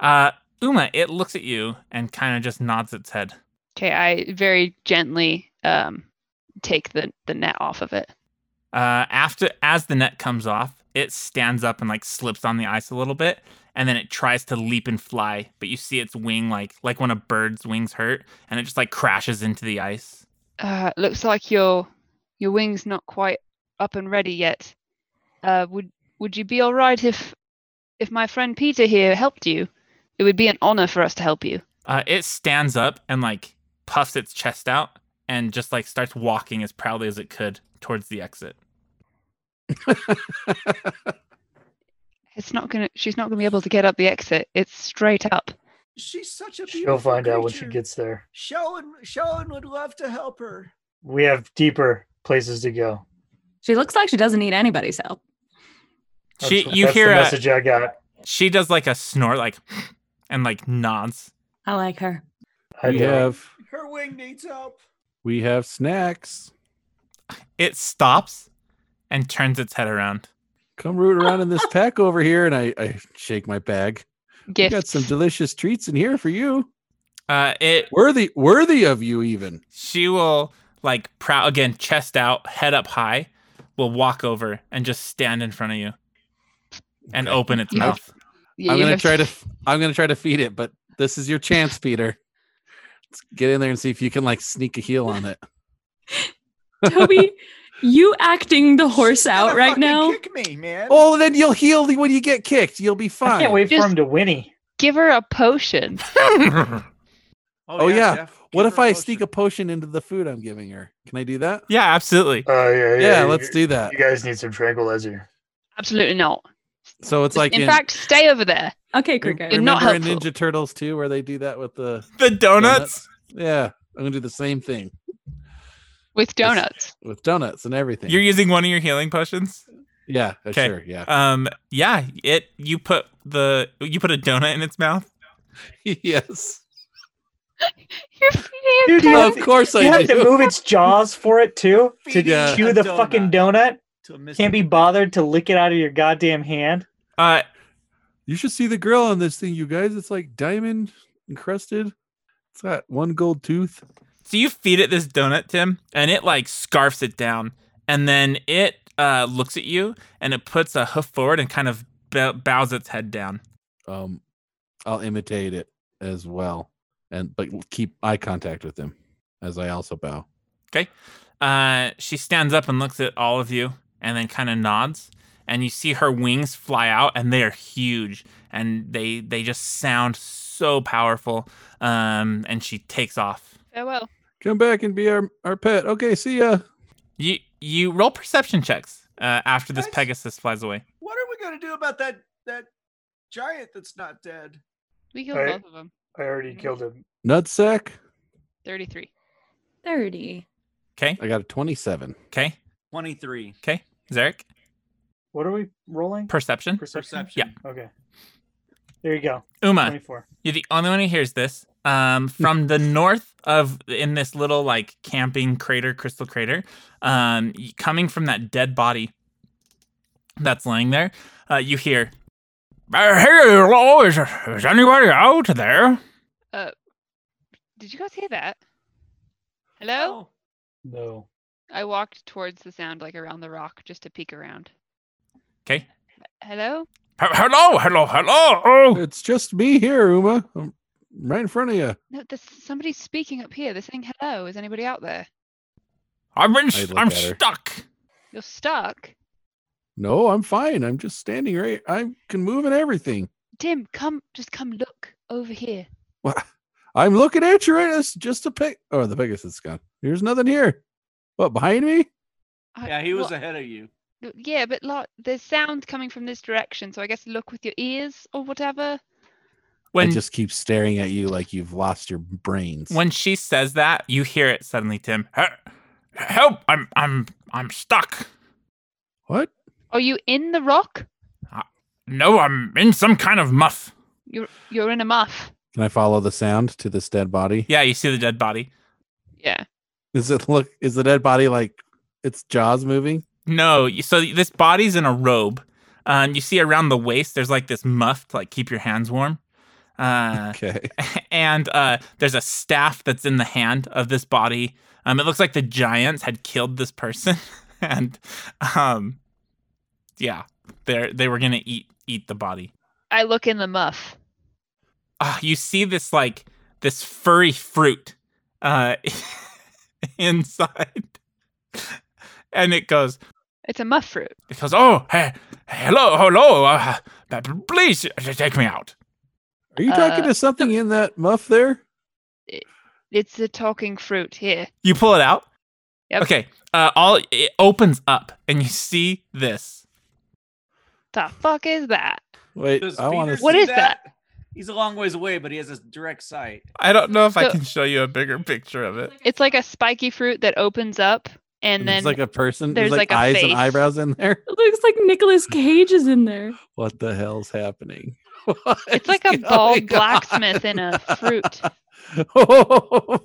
[SPEAKER 2] Uh, Uma, it looks at you and kind of just nods its head.
[SPEAKER 8] Okay, I very gently um, take the the net off of it.
[SPEAKER 2] Uh, after as the net comes off, it stands up and like slips on the ice a little bit, and then it tries to leap and fly, but you see its wing like like when a bird's wings hurt, and it just like crashes into the ice.
[SPEAKER 8] Uh, looks like your your wing's not quite up and ready yet. Uh, would would you be all right if if my friend Peter here helped you? It would be an honor for us to help you.
[SPEAKER 2] Uh, it stands up and like puffs its chest out and just like starts walking as proudly as it could towards the exit.
[SPEAKER 8] It's not gonna. She's not gonna be able to get up the exit. It's straight up.
[SPEAKER 10] She's such a beautiful
[SPEAKER 4] She'll find out when she
[SPEAKER 10] creature.
[SPEAKER 4] gets there.
[SPEAKER 10] Shellen, Shellen would love to help her.
[SPEAKER 4] We have deeper places to go.
[SPEAKER 6] She looks like she doesn't need anybody's help.
[SPEAKER 2] She,
[SPEAKER 4] That's-
[SPEAKER 2] you
[SPEAKER 4] that's
[SPEAKER 2] hear
[SPEAKER 4] the
[SPEAKER 2] a-
[SPEAKER 4] message I got.
[SPEAKER 2] She does like a snort, like (sniffs) and like nods.
[SPEAKER 6] I like her.
[SPEAKER 4] I
[SPEAKER 7] we
[SPEAKER 4] know.
[SPEAKER 7] have
[SPEAKER 10] Her wing needs help.
[SPEAKER 7] we have snacks.
[SPEAKER 2] It stops and turns its head around.
[SPEAKER 7] Come root around in this pack over here, and I, I shake my bag. We got some
[SPEAKER 8] Gifts.
[SPEAKER 7] delicious treats in here for you.
[SPEAKER 2] Uh, it
[SPEAKER 7] Worthy worthy of you even.
[SPEAKER 2] she will like proud again, chest out, head up high, will walk over and just stand in front of you and
[SPEAKER 7] Okay.
[SPEAKER 2] open its
[SPEAKER 8] You have-
[SPEAKER 2] mouth.
[SPEAKER 8] Yeah,
[SPEAKER 7] I'm
[SPEAKER 8] you
[SPEAKER 7] gonna
[SPEAKER 8] have
[SPEAKER 7] try to f- I'm gonna try to feed it, but this is your chance, Peter. Let's get in there and see if you can like sneak a heel on it.
[SPEAKER 6] Toby, you acting the horse
[SPEAKER 10] She's gonna
[SPEAKER 6] out right
[SPEAKER 10] fucking
[SPEAKER 6] now.
[SPEAKER 10] Kick me, man.
[SPEAKER 7] Oh, then you'll heal when you get kicked. You'll be fine.
[SPEAKER 4] I can't wait for
[SPEAKER 8] Just-
[SPEAKER 4] him to whinny.
[SPEAKER 8] give her a
[SPEAKER 7] (laughs)
[SPEAKER 8] potion.
[SPEAKER 7] Oh, yeah.
[SPEAKER 3] Jeff, give
[SPEAKER 7] What if
[SPEAKER 3] her
[SPEAKER 7] I sneak a
[SPEAKER 3] potion.
[SPEAKER 7] potion into the food I'm giving her? Can I do that?
[SPEAKER 2] yeah, absolutely.
[SPEAKER 4] Uh, yeah, yeah,
[SPEAKER 7] Yeah,
[SPEAKER 4] you-
[SPEAKER 7] let's do that.
[SPEAKER 4] You guys need some tranquilizer.
[SPEAKER 8] Absolutely not.
[SPEAKER 7] So it's like
[SPEAKER 8] in, fact, stay over there.
[SPEAKER 6] Okay,
[SPEAKER 7] rem-
[SPEAKER 6] Kruger.
[SPEAKER 8] you're not
[SPEAKER 7] remember in
[SPEAKER 8] helpful.
[SPEAKER 7] Ninja Turtles too, where they do that with the
[SPEAKER 2] The donuts.
[SPEAKER 7] yeah. I'm gonna do the same thing
[SPEAKER 8] With
[SPEAKER 7] Yes.
[SPEAKER 8] donuts.
[SPEAKER 7] with donuts and everything.
[SPEAKER 2] You're using one of your healing potions.
[SPEAKER 7] yeah, uh,
[SPEAKER 2] 'Kay.
[SPEAKER 7] sure, yeah,
[SPEAKER 2] Um, yeah, it. You put the you put a donut in its mouth.
[SPEAKER 7] (laughs) yes.
[SPEAKER 8] You're feeding a
[SPEAKER 4] (laughs) Dude, you
[SPEAKER 8] pet.
[SPEAKER 4] have
[SPEAKER 7] Of
[SPEAKER 4] to,
[SPEAKER 7] course
[SPEAKER 4] you
[SPEAKER 7] I
[SPEAKER 8] (laughs)
[SPEAKER 4] have to
[SPEAKER 7] do.
[SPEAKER 4] move its jaws for it too to
[SPEAKER 10] Feeding
[SPEAKER 7] Yeah.
[SPEAKER 4] chew
[SPEAKER 10] a
[SPEAKER 4] the fucking donut.
[SPEAKER 3] To a Mr.
[SPEAKER 4] Can't be bothered to lick it out of your goddamn hand.
[SPEAKER 2] Uh,
[SPEAKER 7] You should see the grill on this thing, you guys. It's like diamond encrusted. It's got one gold tooth.
[SPEAKER 2] so you feed it this donut, Tim, and it like scarfs it down, and then it uh looks at you and it puts a hoof forward and kind of bow- bows its head down.
[SPEAKER 7] Um, I'll imitate it as well, and but keep eye contact with him as I also bow.
[SPEAKER 2] Uh, she stands up and looks at all of you and then kind of nods and you see her wings fly out and they are huge and they they just sound so powerful um and she takes off
[SPEAKER 8] Farewell.
[SPEAKER 7] Come back and be our our pet. Okay, see ya.
[SPEAKER 2] you you roll perception checks uh, after this
[SPEAKER 10] Nice.
[SPEAKER 2] pegasus flies away
[SPEAKER 10] What are we gonna do about that that giant that's not dead?
[SPEAKER 8] We killed
[SPEAKER 4] Alright.
[SPEAKER 8] both of them.
[SPEAKER 4] I already killed him.
[SPEAKER 7] Nutsack.
[SPEAKER 8] Thirty-three.
[SPEAKER 6] 30.
[SPEAKER 2] okay
[SPEAKER 7] I got a twenty-seven.
[SPEAKER 2] okay
[SPEAKER 3] 23.
[SPEAKER 2] okay zarek
[SPEAKER 4] What are we rolling?
[SPEAKER 2] perception
[SPEAKER 4] Perception.
[SPEAKER 3] Perception.
[SPEAKER 4] Okay. There you go.
[SPEAKER 2] uma
[SPEAKER 4] Twenty-four.
[SPEAKER 2] You're the only one who hears this. Um, from the north of in this little like camping crater, crystal crater, um, y- coming from that dead body that's lying there, uh, you hear, "Uh, "Hey, hello, is, is anybody out there?"
[SPEAKER 8] Uh, Did you guys hear that? Hello?
[SPEAKER 4] No.
[SPEAKER 8] I walked towards the sound, like around the rock, just to peek around.
[SPEAKER 2] Okay.
[SPEAKER 8] Hello?
[SPEAKER 2] "H- Hello, hello, hello. Oh,
[SPEAKER 7] It's just me here, Uma. I'm right in front of you.
[SPEAKER 8] No, there's somebody's speaking up here. They're saying hello. Is anybody out there?
[SPEAKER 2] I've been,
[SPEAKER 7] I'd
[SPEAKER 2] st-
[SPEAKER 7] look
[SPEAKER 2] I'm
[SPEAKER 7] at her.
[SPEAKER 2] stuck.
[SPEAKER 8] You're stuck.
[SPEAKER 7] No, I'm fine. I'm just standing right. I can move and everything.
[SPEAKER 8] Tim, come, just come look over here.
[SPEAKER 7] Well, I'm looking at you right. It's just a peg. Oh, the Pegasus is gone. There's nothing here. What behind me?
[SPEAKER 8] I-
[SPEAKER 3] Yeah, he was
[SPEAKER 8] what-
[SPEAKER 3] ahead of you.
[SPEAKER 8] look- Yeah, but like there's sound coming from this direction, so I guess look with your ears or whatever.
[SPEAKER 2] When
[SPEAKER 7] I just keep staring at you like you've lost your brains.
[SPEAKER 2] when she says that, you hear it suddenly, Tim. "He- Help! I'm I'm I'm stuck.
[SPEAKER 7] what?
[SPEAKER 8] Are you in the rock?
[SPEAKER 2] No, I'm in some kind of muff.
[SPEAKER 8] You're you're in a muff.
[SPEAKER 7] Can I follow the sound to this dead body?
[SPEAKER 2] Yeah, you see the dead body.
[SPEAKER 8] Yeah.
[SPEAKER 7] Is it look? Is the dead body like its jaws moving?
[SPEAKER 2] No, you- so this body's in a robe. Uh, and you see around the waist, there's like this muff to like keep your hands warm. Uh,
[SPEAKER 7] okay.
[SPEAKER 2] (laughs) And uh, there's a staff that's in the hand of this body. Um, it looks like the giants had killed this person, (laughs) and um, yeah, they they were gonna eat eat the body.
[SPEAKER 8] I look in the muff.
[SPEAKER 2] Ah, you see this like this furry fruit uh, (laughs) inside, and it goes.
[SPEAKER 8] It's a muff fruit.
[SPEAKER 2] It goes, oh, he- hello, hello, uh, uh, please uh, take me out.
[SPEAKER 7] Are you talking
[SPEAKER 8] Uh,
[SPEAKER 7] to something in that muff there?
[SPEAKER 8] It's a talking fruit here.
[SPEAKER 2] You pull it out.
[SPEAKER 8] Yep.
[SPEAKER 2] Okay. Uh, all it opens up, and you see this.
[SPEAKER 8] The fuck is that?
[SPEAKER 7] Wait,
[SPEAKER 3] Does
[SPEAKER 7] I want
[SPEAKER 3] Peter
[SPEAKER 7] to.
[SPEAKER 3] see
[SPEAKER 8] What is
[SPEAKER 3] He's a long ways away, but he has a direct sight.
[SPEAKER 2] I don't know if I
[SPEAKER 8] So-
[SPEAKER 2] can show you a bigger picture of it.
[SPEAKER 8] It's like a spiky fruit that opens up and then
[SPEAKER 7] There's like a person.
[SPEAKER 8] there's
[SPEAKER 7] There's like,
[SPEAKER 8] like a
[SPEAKER 7] eyes and
[SPEAKER 8] face.
[SPEAKER 7] eyebrows in there.
[SPEAKER 6] It looks like Nicolas Cage is in
[SPEAKER 7] (laughs)
[SPEAKER 6] there.
[SPEAKER 7] What the hell's happening?
[SPEAKER 8] it's like a
[SPEAKER 7] (laughs)
[SPEAKER 8] bald blacksmith in a fruit.
[SPEAKER 7] oh,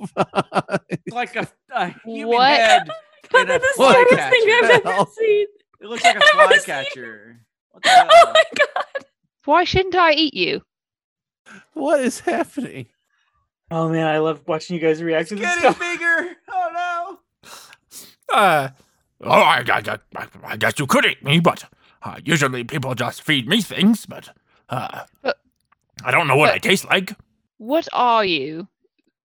[SPEAKER 3] It's like a, a human
[SPEAKER 8] What?
[SPEAKER 3] head. and a
[SPEAKER 6] That's the
[SPEAKER 3] fly
[SPEAKER 6] scariest thing
[SPEAKER 3] catcher.
[SPEAKER 6] I've
[SPEAKER 7] Hell.
[SPEAKER 6] ever seen.
[SPEAKER 3] It looks like a
[SPEAKER 6] I've ever
[SPEAKER 3] fly
[SPEAKER 6] seen.
[SPEAKER 3] catcher. What the hell?
[SPEAKER 6] Oh my god!
[SPEAKER 8] Why shouldn't I eat you?
[SPEAKER 7] what is happening?
[SPEAKER 4] Oh man, I love watching you guys react to this
[SPEAKER 3] Getting
[SPEAKER 4] stuff.
[SPEAKER 3] bigger. Oh
[SPEAKER 2] Uh, oh, I, I, I, I guess you could eat me, but uh, usually people just feed me things, but uh,
[SPEAKER 8] But-
[SPEAKER 2] I don't know what I
[SPEAKER 8] but-
[SPEAKER 2] taste like.
[SPEAKER 8] What are you?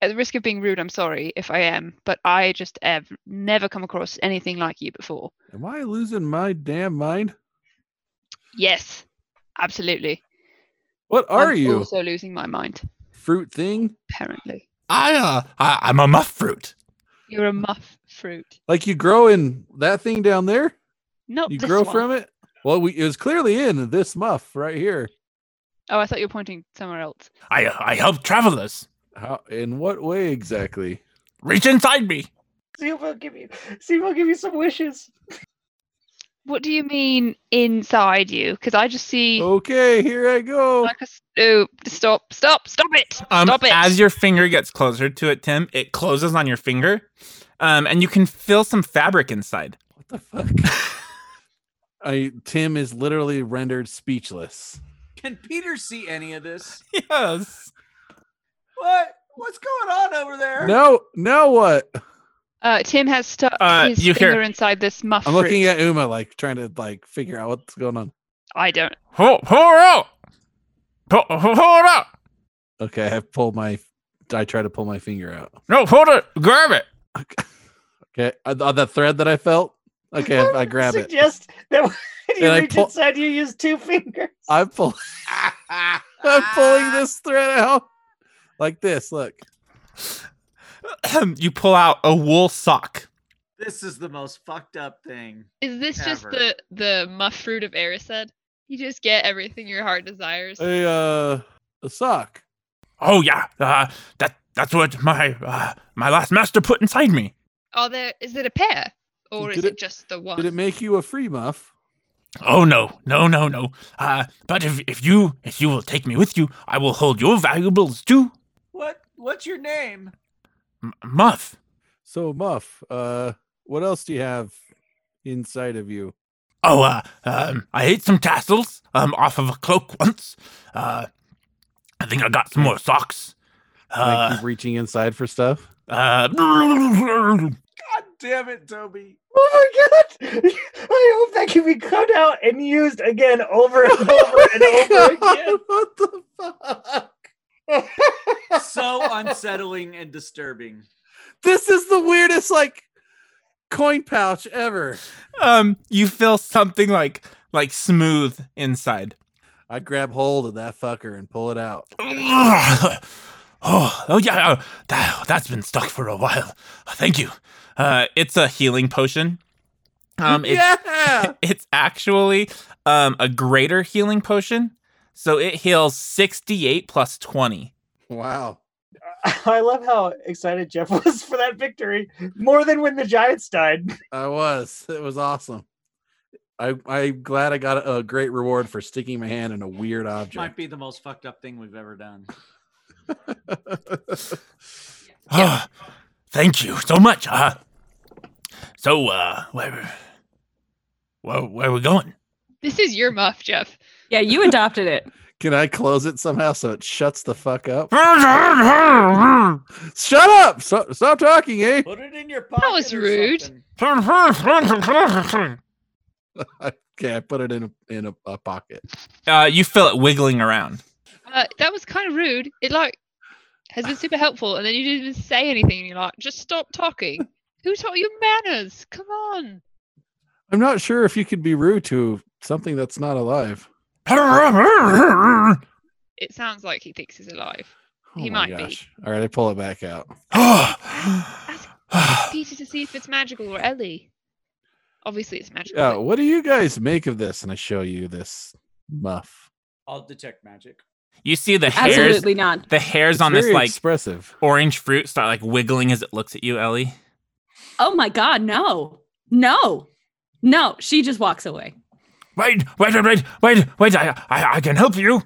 [SPEAKER 8] At the risk of being rude, I'm sorry if I am, but I just have never come across anything like you before.
[SPEAKER 7] Am I losing my damn mind?
[SPEAKER 8] Yes, absolutely.
[SPEAKER 7] What are
[SPEAKER 8] I'm
[SPEAKER 7] you?
[SPEAKER 8] Also losing my mind.
[SPEAKER 7] Fruit thing?
[SPEAKER 8] Apparently,
[SPEAKER 2] I, uh, I I'm a muff fruit.
[SPEAKER 8] you're a muff fruit.
[SPEAKER 7] Like you grow in that thing down there?
[SPEAKER 8] Not
[SPEAKER 7] You
[SPEAKER 8] this
[SPEAKER 7] grow
[SPEAKER 8] one.
[SPEAKER 7] from it? Well, we, it was clearly in this muff right here.
[SPEAKER 8] Oh, I thought you were pointing somewhere else.
[SPEAKER 2] I I help travelers
[SPEAKER 7] How? In what way exactly?
[SPEAKER 2] reach inside me.
[SPEAKER 4] See if I'll give you. See if I'll give you some wishes.
[SPEAKER 8] What do you mean inside you? Because I just see
[SPEAKER 7] Okay, here I go.
[SPEAKER 8] like a s- oh, stop, stop, stop it,
[SPEAKER 2] Um,
[SPEAKER 8] stop it.
[SPEAKER 2] As your finger gets closer to it, Tim, it closes on your finger, um, and you can feel some fabric inside.
[SPEAKER 7] What the fuck? I Tim is literally rendered speechless.
[SPEAKER 3] no! Can Peter see any of this?
[SPEAKER 2] Yes.
[SPEAKER 3] What? What's going on over there?
[SPEAKER 7] No, now what?
[SPEAKER 8] Uh, Tim has stuck
[SPEAKER 2] Uh,
[SPEAKER 8] his
[SPEAKER 2] you hear-
[SPEAKER 8] finger inside this muff
[SPEAKER 7] I'm
[SPEAKER 8] fruit.
[SPEAKER 7] looking at Uma like trying to like figure out what's going on.
[SPEAKER 8] I don't.
[SPEAKER 2] Ho, ho, ho. Ho, ho, hold up.
[SPEAKER 7] Okay, I pulled my I try to pull my finger out.
[SPEAKER 2] No, hold it. Grab it.
[SPEAKER 7] Okay, on the- on that thread that I felt. Okay, I, I grab it.
[SPEAKER 4] Suggest that when
[SPEAKER 10] (laughs)
[SPEAKER 4] you
[SPEAKER 7] And I
[SPEAKER 4] reach
[SPEAKER 7] pull-
[SPEAKER 4] inside, you use two fingers.
[SPEAKER 7] I'm pull- (laughs) I'm pulling
[SPEAKER 8] Ah.
[SPEAKER 7] this thread out like this. Look,
[SPEAKER 2] (clears throat) you pull out a wool sock.
[SPEAKER 3] This is the most fucked up thing.
[SPEAKER 8] Is this just
[SPEAKER 3] Ever.
[SPEAKER 8] the the muff fruit of Erised? You just get everything your heart desires.
[SPEAKER 7] a uh, a sock.
[SPEAKER 2] Oh yeah, uh, that that's what my uh, my last master put inside me.
[SPEAKER 8] Are there? Is it a pair, or
[SPEAKER 7] Did
[SPEAKER 8] is it,
[SPEAKER 7] it-
[SPEAKER 8] just the one?
[SPEAKER 7] Did it make you a free muff?
[SPEAKER 2] Oh no, no, no, no. Uh, but if if you if you will take me with you, I will hold your valuables too.
[SPEAKER 3] What? What's your name?
[SPEAKER 2] M- Muff.
[SPEAKER 7] So muff. Uh, what else do you have inside of you?
[SPEAKER 2] Oh, uh, um, I ate some tassels um off of a cloak once. Uh, I think I got some more socks.
[SPEAKER 7] Like
[SPEAKER 2] Uh,
[SPEAKER 7] keep reaching inside for stuff.
[SPEAKER 2] (laughs) uh,
[SPEAKER 3] God damn it, Toby.
[SPEAKER 4] Oh my
[SPEAKER 7] (laughs)
[SPEAKER 4] god! I hope that can be (laughs) cut out and used again
[SPEAKER 7] (laughs)
[SPEAKER 4] over and over and over again.
[SPEAKER 7] what the fuck?
[SPEAKER 3] (laughs)
[SPEAKER 7] (laughs)
[SPEAKER 3] So unsettling and disturbing.
[SPEAKER 7] This is the weirdest like coin pouch ever.
[SPEAKER 2] um, you feel something like like smooth inside.
[SPEAKER 7] I grab hold of that fucker and pull it out.
[SPEAKER 2] (sighs) oh, oh yeah, uh, that, that's been stuck for a while. Thank you. Uh, it's a healing potion. Um, it's, (sighs)
[SPEAKER 7] yeah.
[SPEAKER 2] it's actually um, a greater healing potion. So it heals 68 plus 20.
[SPEAKER 7] Wow.
[SPEAKER 4] (laughs) I love how excited Jeff (laughs) was for that victory, more than when the Giants died.
[SPEAKER 7] I was. It was awesome. I I'm glad I got a, a great reward for sticking my hand in a weird object. (laughs)
[SPEAKER 3] Might be the most fucked up thing we've ever done.
[SPEAKER 2] oh,
[SPEAKER 9] Ah, thank you so much. Uh, so, uh, where, where, where are we going?
[SPEAKER 8] This is your muff, Jeff.
[SPEAKER 12] Yeah, you adopted it.
[SPEAKER 7] Can I close it somehow so it shuts the fuck up? Shut up! Stop, stop talking, eh?
[SPEAKER 2] Put it in your pocket.
[SPEAKER 8] That was rude.
[SPEAKER 9] uh,
[SPEAKER 7] (laughs) okay, I put it in a, in a, a pocket.
[SPEAKER 2] Uh,
[SPEAKER 9] you feel it wiggling around.
[SPEAKER 8] Uh, that was kind of rude. It like has been super helpful, and then you didn't even say anything. And you're like, just stop talking. Who taught you manners? Come on.
[SPEAKER 7] I'm not sure if you could be rude to something that's not alive.
[SPEAKER 9] oh,
[SPEAKER 8] It sounds like he thinks he's alive.
[SPEAKER 7] Oh
[SPEAKER 8] He
[SPEAKER 7] my
[SPEAKER 8] might be.
[SPEAKER 7] All right, I pull it
[SPEAKER 9] (gasps)
[SPEAKER 7] back out.
[SPEAKER 8] Peter to see if it's magical or Ellie. Obviously, it's magical.
[SPEAKER 7] (gasps) Yeah, what do you guys make of this? And I show you this muff.
[SPEAKER 3] I'll detect magic.
[SPEAKER 9] you see the hairs,
[SPEAKER 6] Absolutely not.
[SPEAKER 9] the hairs on
[SPEAKER 7] It's
[SPEAKER 9] this
[SPEAKER 7] very
[SPEAKER 9] like
[SPEAKER 7] expressive.
[SPEAKER 9] orange fruit start like wiggling as it looks at you, Ellie.
[SPEAKER 6] Oh my God, no. No. No. She just walks away.
[SPEAKER 9] Wait, wait, wait, wait, wait, wait! I, I, I can help you.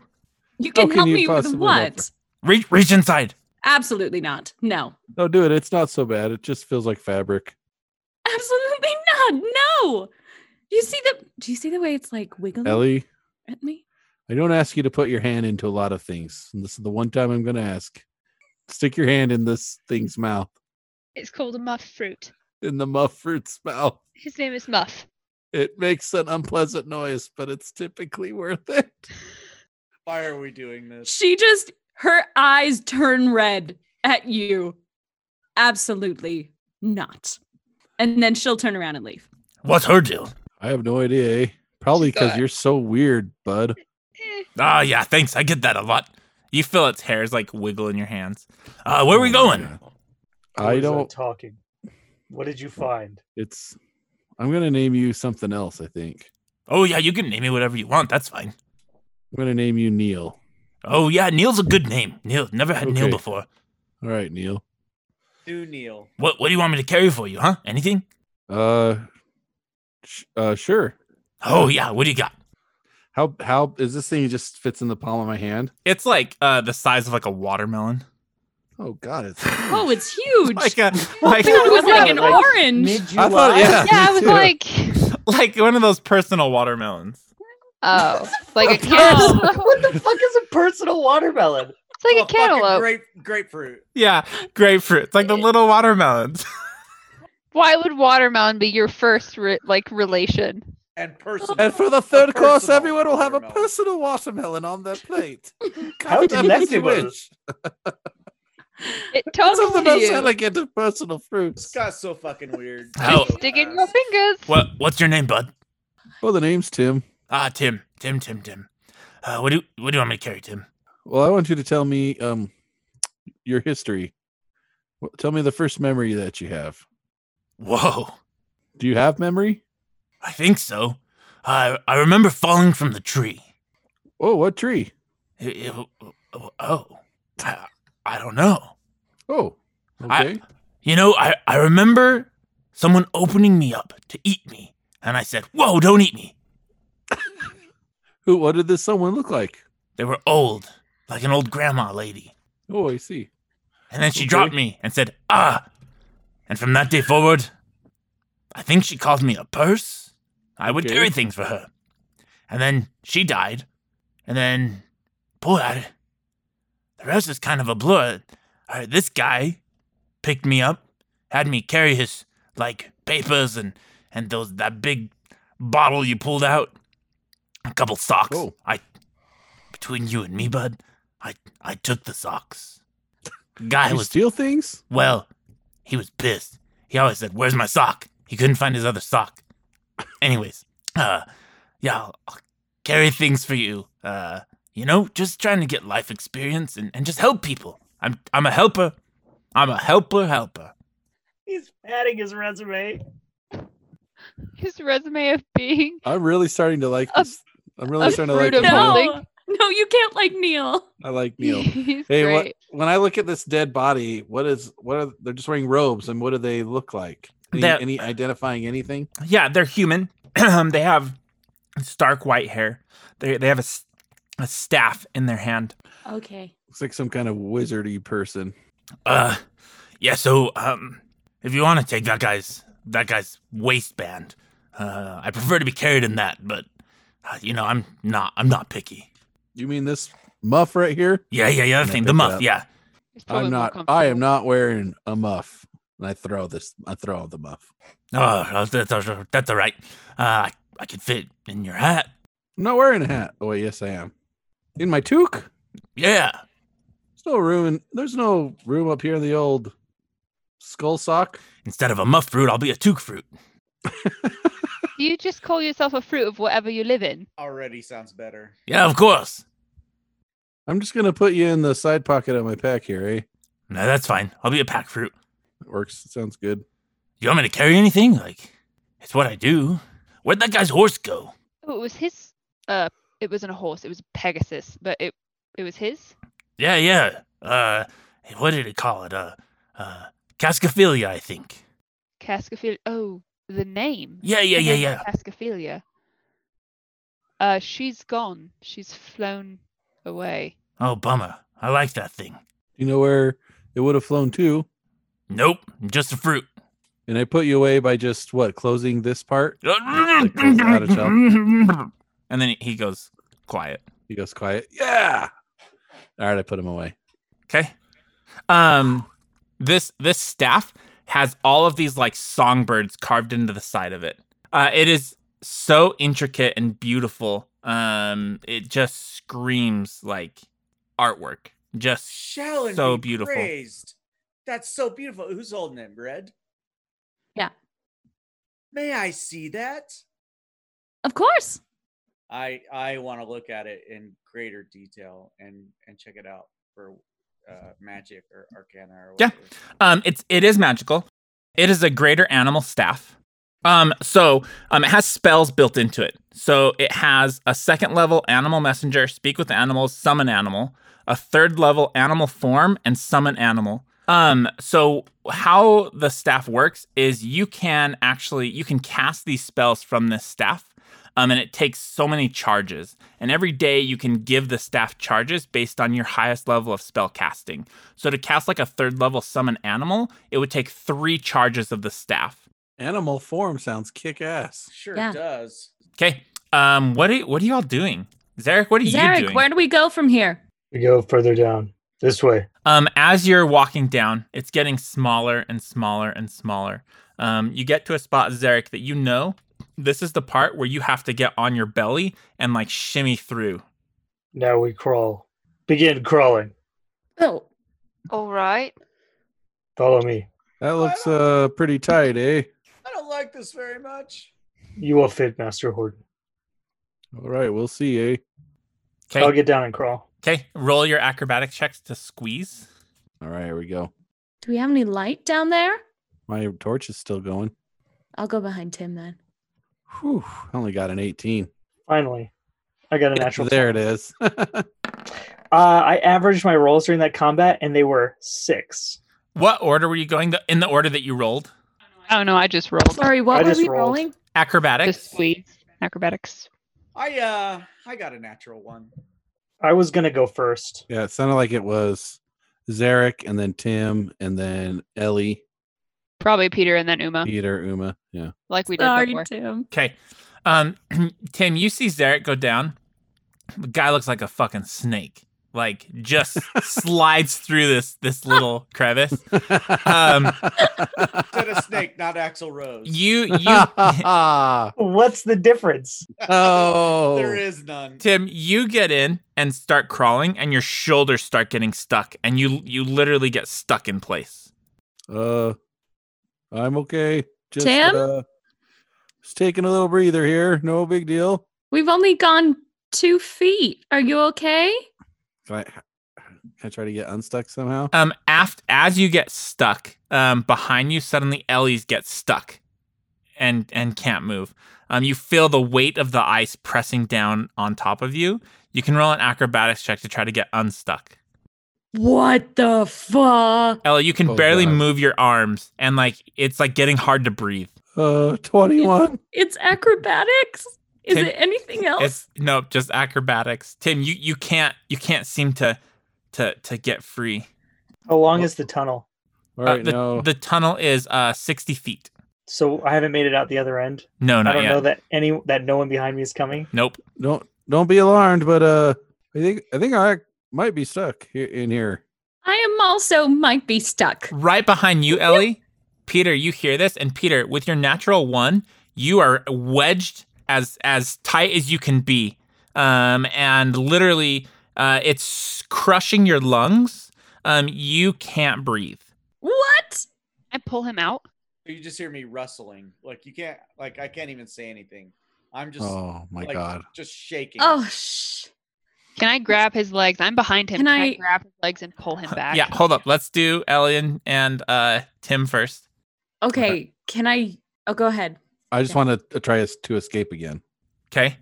[SPEAKER 6] You
[SPEAKER 7] How
[SPEAKER 6] can,
[SPEAKER 7] can
[SPEAKER 6] help
[SPEAKER 7] you
[SPEAKER 6] me with
[SPEAKER 7] possibly
[SPEAKER 6] what?
[SPEAKER 7] help her?
[SPEAKER 9] Reach, reach inside.
[SPEAKER 6] Absolutely not. No.
[SPEAKER 7] No, do it. It's not so bad. It just feels like fabric.
[SPEAKER 6] Absolutely not. No. Do you see the do you see the way it's like
[SPEAKER 9] Mm-hmm.
[SPEAKER 6] wiggling
[SPEAKER 7] Ellie,
[SPEAKER 6] at me?
[SPEAKER 7] I don't ask you to put your hand into a lot of things. And this is the one time I'm going to ask. Stick your hand in this thing's mouth,
[SPEAKER 8] It's called a muff fruit.
[SPEAKER 7] in the muff fruit's mouth.
[SPEAKER 8] His name is Muff.
[SPEAKER 7] It makes an unpleasant noise, but it's typically worth it.
[SPEAKER 3] Why are we doing this?
[SPEAKER 6] She just her eyes turn red at you. Absolutely not. And then she'll turn around and leave.
[SPEAKER 9] What's her deal?
[SPEAKER 7] I have no idea. Eh? Probably
[SPEAKER 8] She's
[SPEAKER 7] because
[SPEAKER 8] got-
[SPEAKER 7] you're so weird, bud.
[SPEAKER 8] Eh,
[SPEAKER 9] Ah, yeah, thanks. I get that a lot. You feel its hairs like wiggle in your hands. Uh, where are we
[SPEAKER 7] Oh,
[SPEAKER 9] going?
[SPEAKER 7] yeah.
[SPEAKER 4] Who
[SPEAKER 7] I
[SPEAKER 4] is that
[SPEAKER 7] don't.
[SPEAKER 4] talking. What did you find?
[SPEAKER 7] It's. I'm gonna name you something else. I think
[SPEAKER 9] Oh, yeah, you can name me whatever you want. That's fine.
[SPEAKER 7] I'm gonna name you Neil.
[SPEAKER 9] Oh, yeah, Neil's a good name. Neil, never had Neil
[SPEAKER 7] Okay.
[SPEAKER 9] before.
[SPEAKER 7] All right, Neil.
[SPEAKER 3] Do Neil.
[SPEAKER 9] What, what do you want me to carry for you, huh? Anything?
[SPEAKER 7] Uh, sh- uh, sure.
[SPEAKER 9] Oh, yeah, what do you got?
[SPEAKER 7] How how is this thing just fits in the palm of my hand?
[SPEAKER 9] It's like uh, the size of like a watermelon.
[SPEAKER 7] Oh God, it's.
[SPEAKER 6] Oh, it's huge.
[SPEAKER 7] (laughs)
[SPEAKER 9] like a like,
[SPEAKER 6] it was like an
[SPEAKER 4] like-
[SPEAKER 6] orange.
[SPEAKER 2] Mid
[SPEAKER 7] I thought,
[SPEAKER 2] July.
[SPEAKER 8] yeah,
[SPEAKER 7] yeah, me
[SPEAKER 8] I was
[SPEAKER 7] too.
[SPEAKER 8] like,
[SPEAKER 9] (laughs) like one of those personal watermelons.
[SPEAKER 4] (laughs)
[SPEAKER 8] oh, like a
[SPEAKER 6] Oh.
[SPEAKER 8] (laughs) cantaloupe.
[SPEAKER 4] what the fuck is a personal watermelon?
[SPEAKER 8] It's like
[SPEAKER 3] Oh,
[SPEAKER 8] a
[SPEAKER 3] fucking
[SPEAKER 8] cantaloupe.
[SPEAKER 3] Grape, grapefruit.
[SPEAKER 9] Yeah, grapefruit. It's like the little watermelons.
[SPEAKER 8] Why would watermelon be your first re- like relation?
[SPEAKER 3] And personal.
[SPEAKER 7] And for
[SPEAKER 3] A
[SPEAKER 7] the third course,
[SPEAKER 3] personal
[SPEAKER 7] everyone will have a
[SPEAKER 3] watermelon.
[SPEAKER 7] personal watermelon on their
[SPEAKER 3] (laughs)
[SPEAKER 7] plate.
[SPEAKER 4] How
[SPEAKER 7] Cut them as you
[SPEAKER 4] delectable.
[SPEAKER 7] wish.
[SPEAKER 8] It
[SPEAKER 7] It's
[SPEAKER 8] talks
[SPEAKER 7] of the
[SPEAKER 8] to
[SPEAKER 7] most
[SPEAKER 8] you.
[SPEAKER 7] elegant of personal
[SPEAKER 3] This
[SPEAKER 7] fruits.
[SPEAKER 3] got so fucking weird.
[SPEAKER 9] Oh.
[SPEAKER 3] So
[SPEAKER 8] Stick it in your
[SPEAKER 3] fast.
[SPEAKER 8] fingers.
[SPEAKER 9] what what's your name, bud?
[SPEAKER 7] Well, the name's Tim.
[SPEAKER 9] Ah, Tim. Tim, Tim, Tim. Uh, what do what do you want me to carry, Tim?
[SPEAKER 7] Well, I want you to tell me um your history. Wh- Tell me the first memory that you have.
[SPEAKER 9] Whoa.
[SPEAKER 7] Do you have memory?
[SPEAKER 9] I think so. I I remember falling from the tree.
[SPEAKER 7] Oh, what tree?
[SPEAKER 9] It- it- oh, I, I don't know.
[SPEAKER 7] Oh,
[SPEAKER 9] I-
[SPEAKER 7] okay.
[SPEAKER 9] You know, I, I remember someone opening me up to eat me, and I said, "Whoa, don't eat me."
[SPEAKER 7] (laughs) Who? What did this someone look like?
[SPEAKER 9] They were old, like an old grandma lady,
[SPEAKER 7] Oh, I see.
[SPEAKER 9] and then she
[SPEAKER 7] Okay.
[SPEAKER 9] dropped me and said, "Ah." And from that day forward, I think she called me a purse. I would
[SPEAKER 7] Okay.
[SPEAKER 9] carry things for her, and then she died, and then boy, I, the rest is kind of a blur. All right, this guy picked me up, had me carry his like papers and and those that big bottle you pulled out, a couple socks.
[SPEAKER 7] Oh.
[SPEAKER 9] I between you and me, bud, I I took the socks. Guy
[SPEAKER 7] you
[SPEAKER 9] was
[SPEAKER 7] steal things?
[SPEAKER 9] well, he was pissed. He always said, "Where's my sock?" He couldn't find his other sock. Anyways, uh, yeah, I'll, I'll carry things for you. Uh, you know, just trying to get life experience and, and just help people. I'm I'm a helper. I'm a helper helper.
[SPEAKER 4] He's padding his resume.
[SPEAKER 8] His resume of being
[SPEAKER 7] I'm really starting to like
[SPEAKER 8] A-
[SPEAKER 7] this. I'm really
[SPEAKER 8] a
[SPEAKER 7] starting to like.
[SPEAKER 8] fruit of
[SPEAKER 7] Neil.
[SPEAKER 8] holding.
[SPEAKER 6] No. No, you can't like Neil.
[SPEAKER 7] I
[SPEAKER 8] (laughs)
[SPEAKER 7] like Neil.
[SPEAKER 8] he's
[SPEAKER 7] Hey, what,
[SPEAKER 8] great.
[SPEAKER 7] when I look at this dead body, what is what are they're just wearing robes and what do they look like? Any,
[SPEAKER 9] They're-
[SPEAKER 7] any identifying anything?
[SPEAKER 9] Yeah, they're
[SPEAKER 2] (clears throat)
[SPEAKER 9] human. they have stark white hair. They they have a, s- a staff in their hand.
[SPEAKER 6] Okay.
[SPEAKER 7] Looks like some kind of wizardy person.
[SPEAKER 2] Uh, yeah. So, um, if you want to take that guy's that guy's waistband, uh, I prefer to be carried in that. But uh, you know, I'm not. I'm not picky.
[SPEAKER 7] You mean this muff right here?
[SPEAKER 2] Yeah, yeah, yeah.
[SPEAKER 7] And
[SPEAKER 2] That
[SPEAKER 7] I
[SPEAKER 2] thing,
[SPEAKER 7] pick
[SPEAKER 2] the
[SPEAKER 7] it
[SPEAKER 2] muff.
[SPEAKER 7] up.
[SPEAKER 2] Yeah.
[SPEAKER 8] probably
[SPEAKER 7] I'm
[SPEAKER 8] more
[SPEAKER 7] not. I am not wearing a muff. And I throw this. I throw the muff.
[SPEAKER 2] Oh, that's that's- that's all right. Uh, I, I could fit in your hat.
[SPEAKER 7] I'm not wearing a hat. Oh wait, yes I am. In my toque.
[SPEAKER 2] Yeah.
[SPEAKER 7] There's no room. In, there's no room up here in the old skull sock.
[SPEAKER 2] Instead of a muff fruit, I'll be a toque fruit.
[SPEAKER 8] Do you just call yourself a fruit of whatever you live in?
[SPEAKER 2] Uh,
[SPEAKER 3] Already sounds better.
[SPEAKER 2] Yeah, of course.
[SPEAKER 7] I'm just gonna put you in the side pocket of my pack here, eh?
[SPEAKER 2] No, that's fine. I'll be a pack fruit.
[SPEAKER 7] It works. It sounds good.
[SPEAKER 2] You want me to carry anything? Like, it's what I do. Where'd that guy's horse go?
[SPEAKER 8] Oh, it was his. Uh, it wasn't a horse. It was Pegasus, but it it was his.
[SPEAKER 2] Yeah, yeah. Uh, what did it call it? Uh, uh, Cascophilia, I think.
[SPEAKER 8] Cascophilia. Oh, the name.
[SPEAKER 2] Yeah, yeah,
[SPEAKER 8] The
[SPEAKER 2] yeah,
[SPEAKER 8] name
[SPEAKER 2] yeah.
[SPEAKER 8] Cascophilia. Uh, she's gone. She's flown away.
[SPEAKER 2] Oh, bummer. I like that thing.
[SPEAKER 7] You know where it would have flown to?
[SPEAKER 2] Nope, just a fruit.
[SPEAKER 7] And I put you away by just what closing this part. Like, close it out of shell.
[SPEAKER 2] and then he goes quiet.
[SPEAKER 7] He goes quiet. Yeah. All right, I put him away.
[SPEAKER 2] Okay. Um this this staff has all of these like songbirds carved into the side of it. Uh it is so intricate and beautiful. Um it just screams like artwork. Just
[SPEAKER 3] Shall and
[SPEAKER 2] so
[SPEAKER 3] be
[SPEAKER 2] beautiful.
[SPEAKER 3] praised. That's so beautiful. Who's holding it, Red?
[SPEAKER 6] Yeah.
[SPEAKER 3] May I see that?
[SPEAKER 6] Of course.
[SPEAKER 3] I I want to look at it in greater detail and and check it out for uh, magic or arcana or
[SPEAKER 2] Yeah.
[SPEAKER 3] whatever.
[SPEAKER 2] Um, it's it is magical. It is a greater animal staff. Um, so um, it has spells built into it. So it has a second level animal messenger, speak with animals, summon animal. A third level animal form and summon animal. Um, so how the staff works is you can actually you can cast these spells from this staff. Um, and it takes so many charges. And every day you can give the staff charges based on your highest level of spell casting. So to cast like a third level summon animal, it would take three charges of the staff.
[SPEAKER 7] Animal form sounds kick ass.
[SPEAKER 3] Sure
[SPEAKER 6] Yeah.
[SPEAKER 3] does.
[SPEAKER 2] Okay. Um, what are you, what are y'all doing, Zarek? What are you
[SPEAKER 6] Zarek,
[SPEAKER 2] doing?
[SPEAKER 6] where do we go from here?
[SPEAKER 4] We go further down this way.
[SPEAKER 2] Um, as you're walking down, it's getting smaller and smaller and smaller. Um, you get to a spot, Zarek, that you know this is the part where you have to get on your belly and like shimmy through.
[SPEAKER 4] Now we crawl. Begin crawling.
[SPEAKER 6] Oh,
[SPEAKER 8] All right.
[SPEAKER 4] Follow me.
[SPEAKER 7] That looks uh pretty tight, eh?
[SPEAKER 3] I don't like this very much.
[SPEAKER 4] You will fit, Master Horton.
[SPEAKER 7] All right, we'll see, eh?
[SPEAKER 4] I'll
[SPEAKER 2] Okay.
[SPEAKER 4] get down and crawl.
[SPEAKER 2] Okay. Roll your acrobatic checks to squeeze.
[SPEAKER 7] All right, here we go.
[SPEAKER 6] do we have any light down there?
[SPEAKER 7] My torch is still going.
[SPEAKER 6] I'll go behind Tim then.
[SPEAKER 7] Whew, I only got an 18.
[SPEAKER 4] Finally, I got a natural.
[SPEAKER 7] there it is. (laughs)
[SPEAKER 4] Uh, I averaged my rolls during that combat, and they were six.
[SPEAKER 2] What order were you going? The, in the order that you rolled?
[SPEAKER 8] Oh no, I just rolled.
[SPEAKER 6] Sorry, what
[SPEAKER 4] I
[SPEAKER 6] were
[SPEAKER 4] just
[SPEAKER 6] we
[SPEAKER 4] rolled.
[SPEAKER 6] rolling?
[SPEAKER 2] Acrobatics.
[SPEAKER 8] Just squeeze acrobatics.
[SPEAKER 3] I uh I got a natural one.
[SPEAKER 4] I was gonna go first.
[SPEAKER 7] yeah, it sounded like it was Zarek and then Tim and then Ellie,
[SPEAKER 8] Probably Peter and then Uma,
[SPEAKER 7] Peter, Uma. Yeah.
[SPEAKER 8] like we did
[SPEAKER 13] Sorry,
[SPEAKER 8] before.
[SPEAKER 13] Tim.
[SPEAKER 2] Okay. Um, (clears throat) Tim, you see Zarek go down. The guy looks like a fucking snake. Like just slides through this this little crevice. Um,
[SPEAKER 3] Said a snake, not Axel
[SPEAKER 2] (laughs)
[SPEAKER 3] Rose.
[SPEAKER 2] You
[SPEAKER 3] (laughs)
[SPEAKER 2] you
[SPEAKER 7] oh.
[SPEAKER 4] What's the difference?
[SPEAKER 3] there is none.
[SPEAKER 2] Tim, you get in and start crawling and your shoulders start getting stuck and you you literally get stuck in place.
[SPEAKER 7] Uh, I'm okay. Just,
[SPEAKER 6] Tim?
[SPEAKER 7] Uh, just taking a little breather here. No big deal.
[SPEAKER 6] We've only gone two feet. Are you okay?
[SPEAKER 7] Can I, can I try to get unstuck somehow?
[SPEAKER 2] Um aft as you get stuck, um behind you suddenly Ellie's gets stuck and and can't move. Um you feel the weight of the ice pressing down on top of you. You can roll an acrobatics check to try to get unstuck.
[SPEAKER 6] What the fuck?
[SPEAKER 2] Ellie, you can
[SPEAKER 7] Oh,
[SPEAKER 2] barely
[SPEAKER 7] God.
[SPEAKER 2] move your arms and like it's like getting hard to breathe.
[SPEAKER 7] Uh, 21.
[SPEAKER 6] It's acrobatics. Is
[SPEAKER 2] Tim-
[SPEAKER 6] Oh. it anything else?
[SPEAKER 2] It's no, just acrobatics. Tim, you you can't you can't seem to to to get free.
[SPEAKER 4] How long is the tunnel?
[SPEAKER 2] Uh, the, the tunnel is uh sixty feet.
[SPEAKER 4] So I haven't made it out the other end.
[SPEAKER 2] No,
[SPEAKER 4] I
[SPEAKER 2] not
[SPEAKER 4] don't
[SPEAKER 2] yet.
[SPEAKER 4] know that any that no one behind me is coming.
[SPEAKER 2] Nope.
[SPEAKER 7] Don't don't be alarmed, but uh, I think I think I might be stuck here, in here.
[SPEAKER 6] I am also might be stuck.
[SPEAKER 2] Right behind you, Ellie. Peter, you hear this, and Peter, with your natural one, you are wedged as as tight as you can be, um, and literally, uh, it's crushing your lungs. Um, you can't breathe.
[SPEAKER 6] What?
[SPEAKER 8] I pull him out.
[SPEAKER 3] You just hear me rustling. Like you can't. Like I can't even say anything. I'm just.
[SPEAKER 7] Oh, my
[SPEAKER 3] like,
[SPEAKER 7] God.
[SPEAKER 3] Just shaking.
[SPEAKER 6] Oh, shh.
[SPEAKER 8] Can I grab his legs? I'm behind him.
[SPEAKER 6] Can
[SPEAKER 8] Can, I...
[SPEAKER 6] I-
[SPEAKER 8] grab his legs and pull
[SPEAKER 2] (laughs)
[SPEAKER 8] him back?
[SPEAKER 2] Yeah, hold up. Let's do Ellie and, and uh, Tim first.
[SPEAKER 6] Okay, can I? Oh, go ahead.
[SPEAKER 7] I just
[SPEAKER 6] Yeah.
[SPEAKER 7] want to try es- to escape again.
[SPEAKER 2] Okay.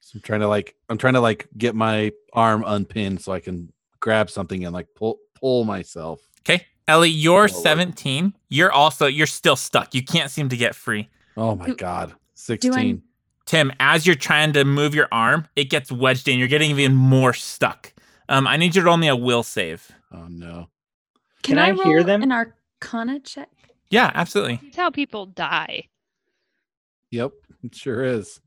[SPEAKER 7] So I'm trying to like I'm trying to like get my arm unpinned so I can grab something and like pull pull myself.
[SPEAKER 2] Okay, Ellie, you're 17. You're also you're still stuck. You can't seem to get free.
[SPEAKER 7] Oh my
[SPEAKER 6] Do-
[SPEAKER 7] god, 16.
[SPEAKER 2] Tim, as you're trying to move your arm, it gets wedged in. You're getting even more stuck. Um, I need you to roll me a will save.
[SPEAKER 7] Oh no.
[SPEAKER 6] Can,
[SPEAKER 4] Can I hear
[SPEAKER 6] roll
[SPEAKER 4] them?
[SPEAKER 6] An Arcana check.
[SPEAKER 2] Yeah, absolutely.
[SPEAKER 8] That's how people die.
[SPEAKER 7] Yep, it sure is.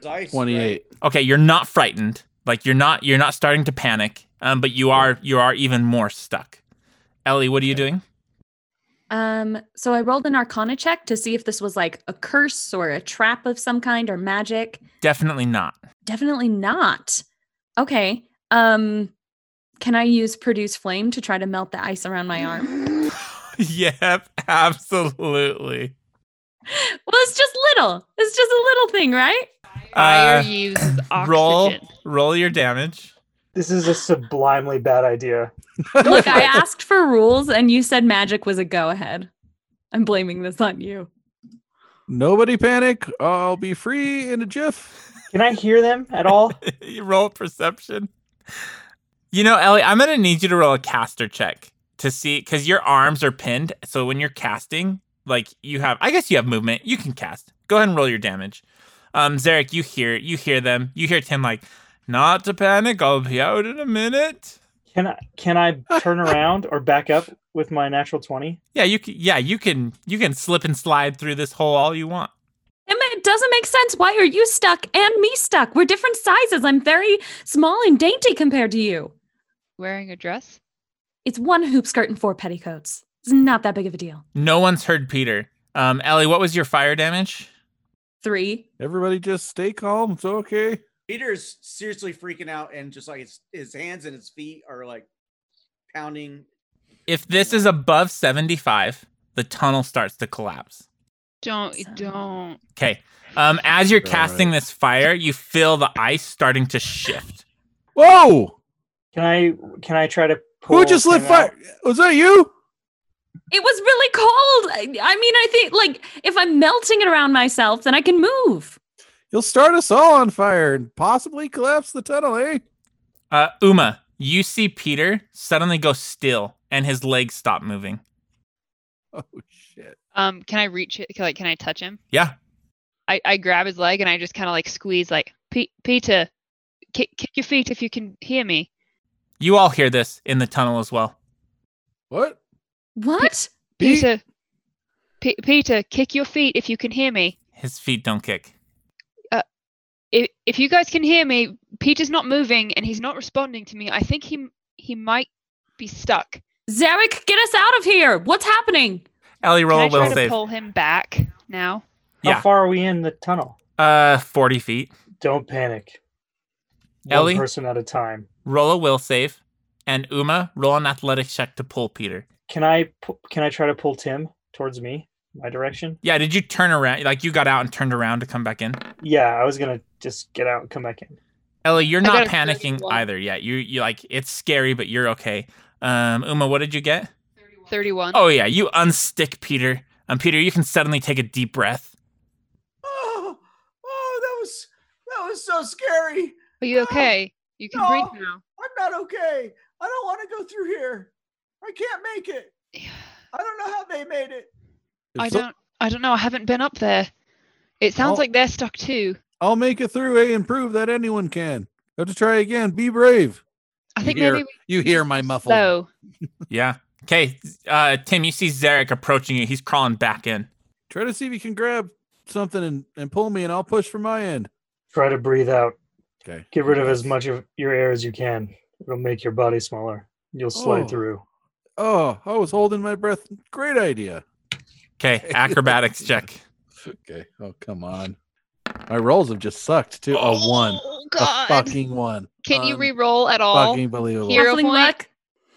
[SPEAKER 3] Dice,
[SPEAKER 7] 28.
[SPEAKER 2] Okay, you're not frightened. Like you're not you're not starting to panic. Um, but you are you are even more stuck. Ellie, what are you doing?
[SPEAKER 6] Um, so I rolled an Arcana check to see if this was like a curse or a trap of some kind or magic.
[SPEAKER 2] Definitely not.
[SPEAKER 6] Definitely not. Okay. Um, can I use produce flame to try to melt the ice around my
[SPEAKER 2] (laughs)
[SPEAKER 6] arm?
[SPEAKER 2] (laughs) yep, absolutely.
[SPEAKER 6] Well, it's just little. It's just a little thing, right?
[SPEAKER 8] Fire
[SPEAKER 2] Uh,
[SPEAKER 8] uses oxygen.
[SPEAKER 2] (laughs) roll roll your damage.
[SPEAKER 4] This is a sublimely bad idea.
[SPEAKER 2] (laughs)
[SPEAKER 6] Look, I asked for rules and you said magic was a go ahead. I'm blaming this on you.
[SPEAKER 7] Nobody panic. I'll be free in a jiff.
[SPEAKER 4] Can I hear them at all?
[SPEAKER 2] (laughs) you roll perception. You know, Ellie, I'm gonna need you to roll a caster check to see because your arms are pinned. So when you're casting, like you have, I guess you have movement. You can cast. Go ahead and roll your damage. Um, Zarek, you hear, you hear them. You hear Tim like, not to panic. I'll be out in a minute.
[SPEAKER 4] Can I can I turn around or back up with my natural twenty?
[SPEAKER 2] Yeah, you can. Yeah, you can. You can slip and slide through this hole all you want.
[SPEAKER 6] Emma, it doesn't make sense. Why are you stuck and me stuck? We're different sizes. I'm very small and dainty compared to you.
[SPEAKER 8] Wearing a dress.
[SPEAKER 6] It's one hoop skirt and four petticoats. It's not that big of a deal.
[SPEAKER 2] No one's heard Peter. Um, Ellie, what was your fire damage?
[SPEAKER 6] Three.
[SPEAKER 7] Everybody just stay calm. It's okay.
[SPEAKER 3] Peter's seriously freaking out, and just like his his hands and his feet are like pounding.
[SPEAKER 2] If this is above 75, the tunnel starts to collapse.
[SPEAKER 8] Don't don't.
[SPEAKER 2] Okay. Um, as you're
[SPEAKER 7] All
[SPEAKER 2] casting this fire, you feel the ice starting to shift.
[SPEAKER 7] Whoa!
[SPEAKER 4] Can I can I try to pull
[SPEAKER 7] Who just lit
[SPEAKER 4] him
[SPEAKER 7] fire?
[SPEAKER 4] out?
[SPEAKER 7] Was that you?
[SPEAKER 6] It was really cold. I, I mean, I think, like, if I'm melting it around myself, then I can move.
[SPEAKER 7] You'll start us all on fire and possibly collapse the tunnel, eh?
[SPEAKER 2] Uh, Uma, you see Peter suddenly go still and his legs stop moving.
[SPEAKER 7] Oh shit.
[SPEAKER 8] Um, can I reach it? Like, can I touch him?
[SPEAKER 2] Yeah.
[SPEAKER 8] I, I grab his leg and I just kind of like squeeze, like "Pe- Peter, kick, kick your feet if you can hear me.
[SPEAKER 2] You all hear this in the tunnel as well.
[SPEAKER 7] What?
[SPEAKER 6] What?
[SPEAKER 7] Pete?
[SPEAKER 8] Peter, Pe- Peter, kick your feet if you can hear me.
[SPEAKER 2] His feet don't kick.
[SPEAKER 8] If if you guys can hear me, Peter's not moving and he's not responding to me. I think he he might be stuck.
[SPEAKER 6] Zarek, get us out of here. What's happening?
[SPEAKER 2] Ellie, roll
[SPEAKER 8] can
[SPEAKER 2] a
[SPEAKER 8] I try
[SPEAKER 2] will
[SPEAKER 8] to
[SPEAKER 2] save.
[SPEAKER 8] pull him back now?
[SPEAKER 4] How
[SPEAKER 2] Yeah.
[SPEAKER 4] far are we in the tunnel?
[SPEAKER 2] Uh, 40 feet.
[SPEAKER 4] Don't panic. One
[SPEAKER 2] Ellie?
[SPEAKER 4] person at a time.
[SPEAKER 2] Roll a will save. And Uma, roll an athletic check to pull Peter.
[SPEAKER 4] Can I pu- can I try to pull Tim towards me, my direction?
[SPEAKER 2] Yeah, did you turn around? Like you got out and turned around to come back in?
[SPEAKER 4] Yeah, I was gonna just get out and come back in.
[SPEAKER 2] Ellie, you're
[SPEAKER 8] I
[SPEAKER 2] not
[SPEAKER 8] got a
[SPEAKER 2] panicking
[SPEAKER 8] 31.
[SPEAKER 2] either yet. You you like it's scary, but you're okay. Um, Uma, what did you get?
[SPEAKER 8] Thirty-one.
[SPEAKER 2] Oh yeah, you unstick Peter. Um, Peter, you can suddenly take a deep breath.
[SPEAKER 10] Oh, oh, that was that was so scary.
[SPEAKER 8] Are you okay? You can
[SPEAKER 10] No.
[SPEAKER 8] breathe now.
[SPEAKER 10] I'm not okay. I don't want to go through here. I can't
[SPEAKER 8] (sighs)
[SPEAKER 10] make it. I don't know how they made it.
[SPEAKER 8] I
[SPEAKER 7] If so-
[SPEAKER 8] don't. I don't know. I haven't been up there. It sounds
[SPEAKER 7] Oh.
[SPEAKER 8] like they're stuck too.
[SPEAKER 7] I'll make it through, eh, and prove that anyone can. Have to try again. Be brave.
[SPEAKER 8] I think
[SPEAKER 9] hear,
[SPEAKER 8] maybe
[SPEAKER 9] you hear my muffled.
[SPEAKER 8] so.
[SPEAKER 2] Yeah. Okay, uh, Tim, you see Zarek approaching you. He's crawling back in.
[SPEAKER 9] Try to see if you can grab something and, and pull me, and I'll push from my end.
[SPEAKER 4] Try to breathe out.
[SPEAKER 9] Okay.
[SPEAKER 4] Get rid of as much of your air as you can. It'll make your body smaller. You'll slide
[SPEAKER 9] Oh.
[SPEAKER 4] through.
[SPEAKER 9] Oh, I was holding my breath. Great idea.
[SPEAKER 2] Okay,
[SPEAKER 9] (laughs)
[SPEAKER 2] acrobatics check.
[SPEAKER 9] Okay. Oh, come on. My rolls have just sucked too. a one.
[SPEAKER 8] Oh, God.
[SPEAKER 9] A fucking one.
[SPEAKER 8] Can you re-roll at all?
[SPEAKER 9] Fucking believable.
[SPEAKER 8] Hero point.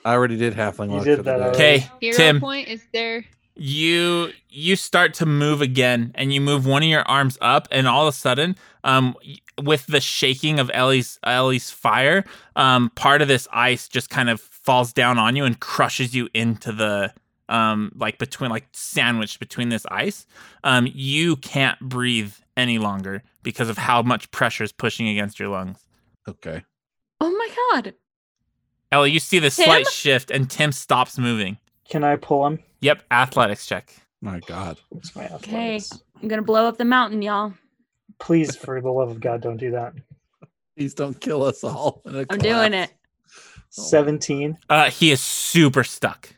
[SPEAKER 9] I already did halfling.
[SPEAKER 4] You
[SPEAKER 9] luck
[SPEAKER 4] did
[SPEAKER 9] for the
[SPEAKER 4] that
[SPEAKER 9] day.
[SPEAKER 4] already.
[SPEAKER 2] Okay,
[SPEAKER 8] Hero
[SPEAKER 2] Tim,
[SPEAKER 8] point is there.
[SPEAKER 2] you you start to move again, and you move one of your arms up, and all of a sudden, um, y- with the shaking of Ellie's Ellie's fire, um, part of this ice just kind of falls down on you and crushes you into the um, like between like sandwiched between this ice. Um, you can't breathe any longer because of how much pressure is pushing against your lungs.
[SPEAKER 9] Okay.
[SPEAKER 6] Oh my god.
[SPEAKER 2] Ellie, you see the slight shift, and Tim stops moving.
[SPEAKER 4] Can I pull him?
[SPEAKER 2] Yep, athletics check.
[SPEAKER 9] My God.
[SPEAKER 4] It's my
[SPEAKER 6] Okay.
[SPEAKER 4] athletics.
[SPEAKER 6] I'm gonna blow up the mountain, y'all.
[SPEAKER 4] Please, for the love of God, don't do that.
[SPEAKER 9] Please don't kill us all.
[SPEAKER 6] I'm doing it.
[SPEAKER 9] Oh
[SPEAKER 4] 17.
[SPEAKER 2] Uh, he is super stuck.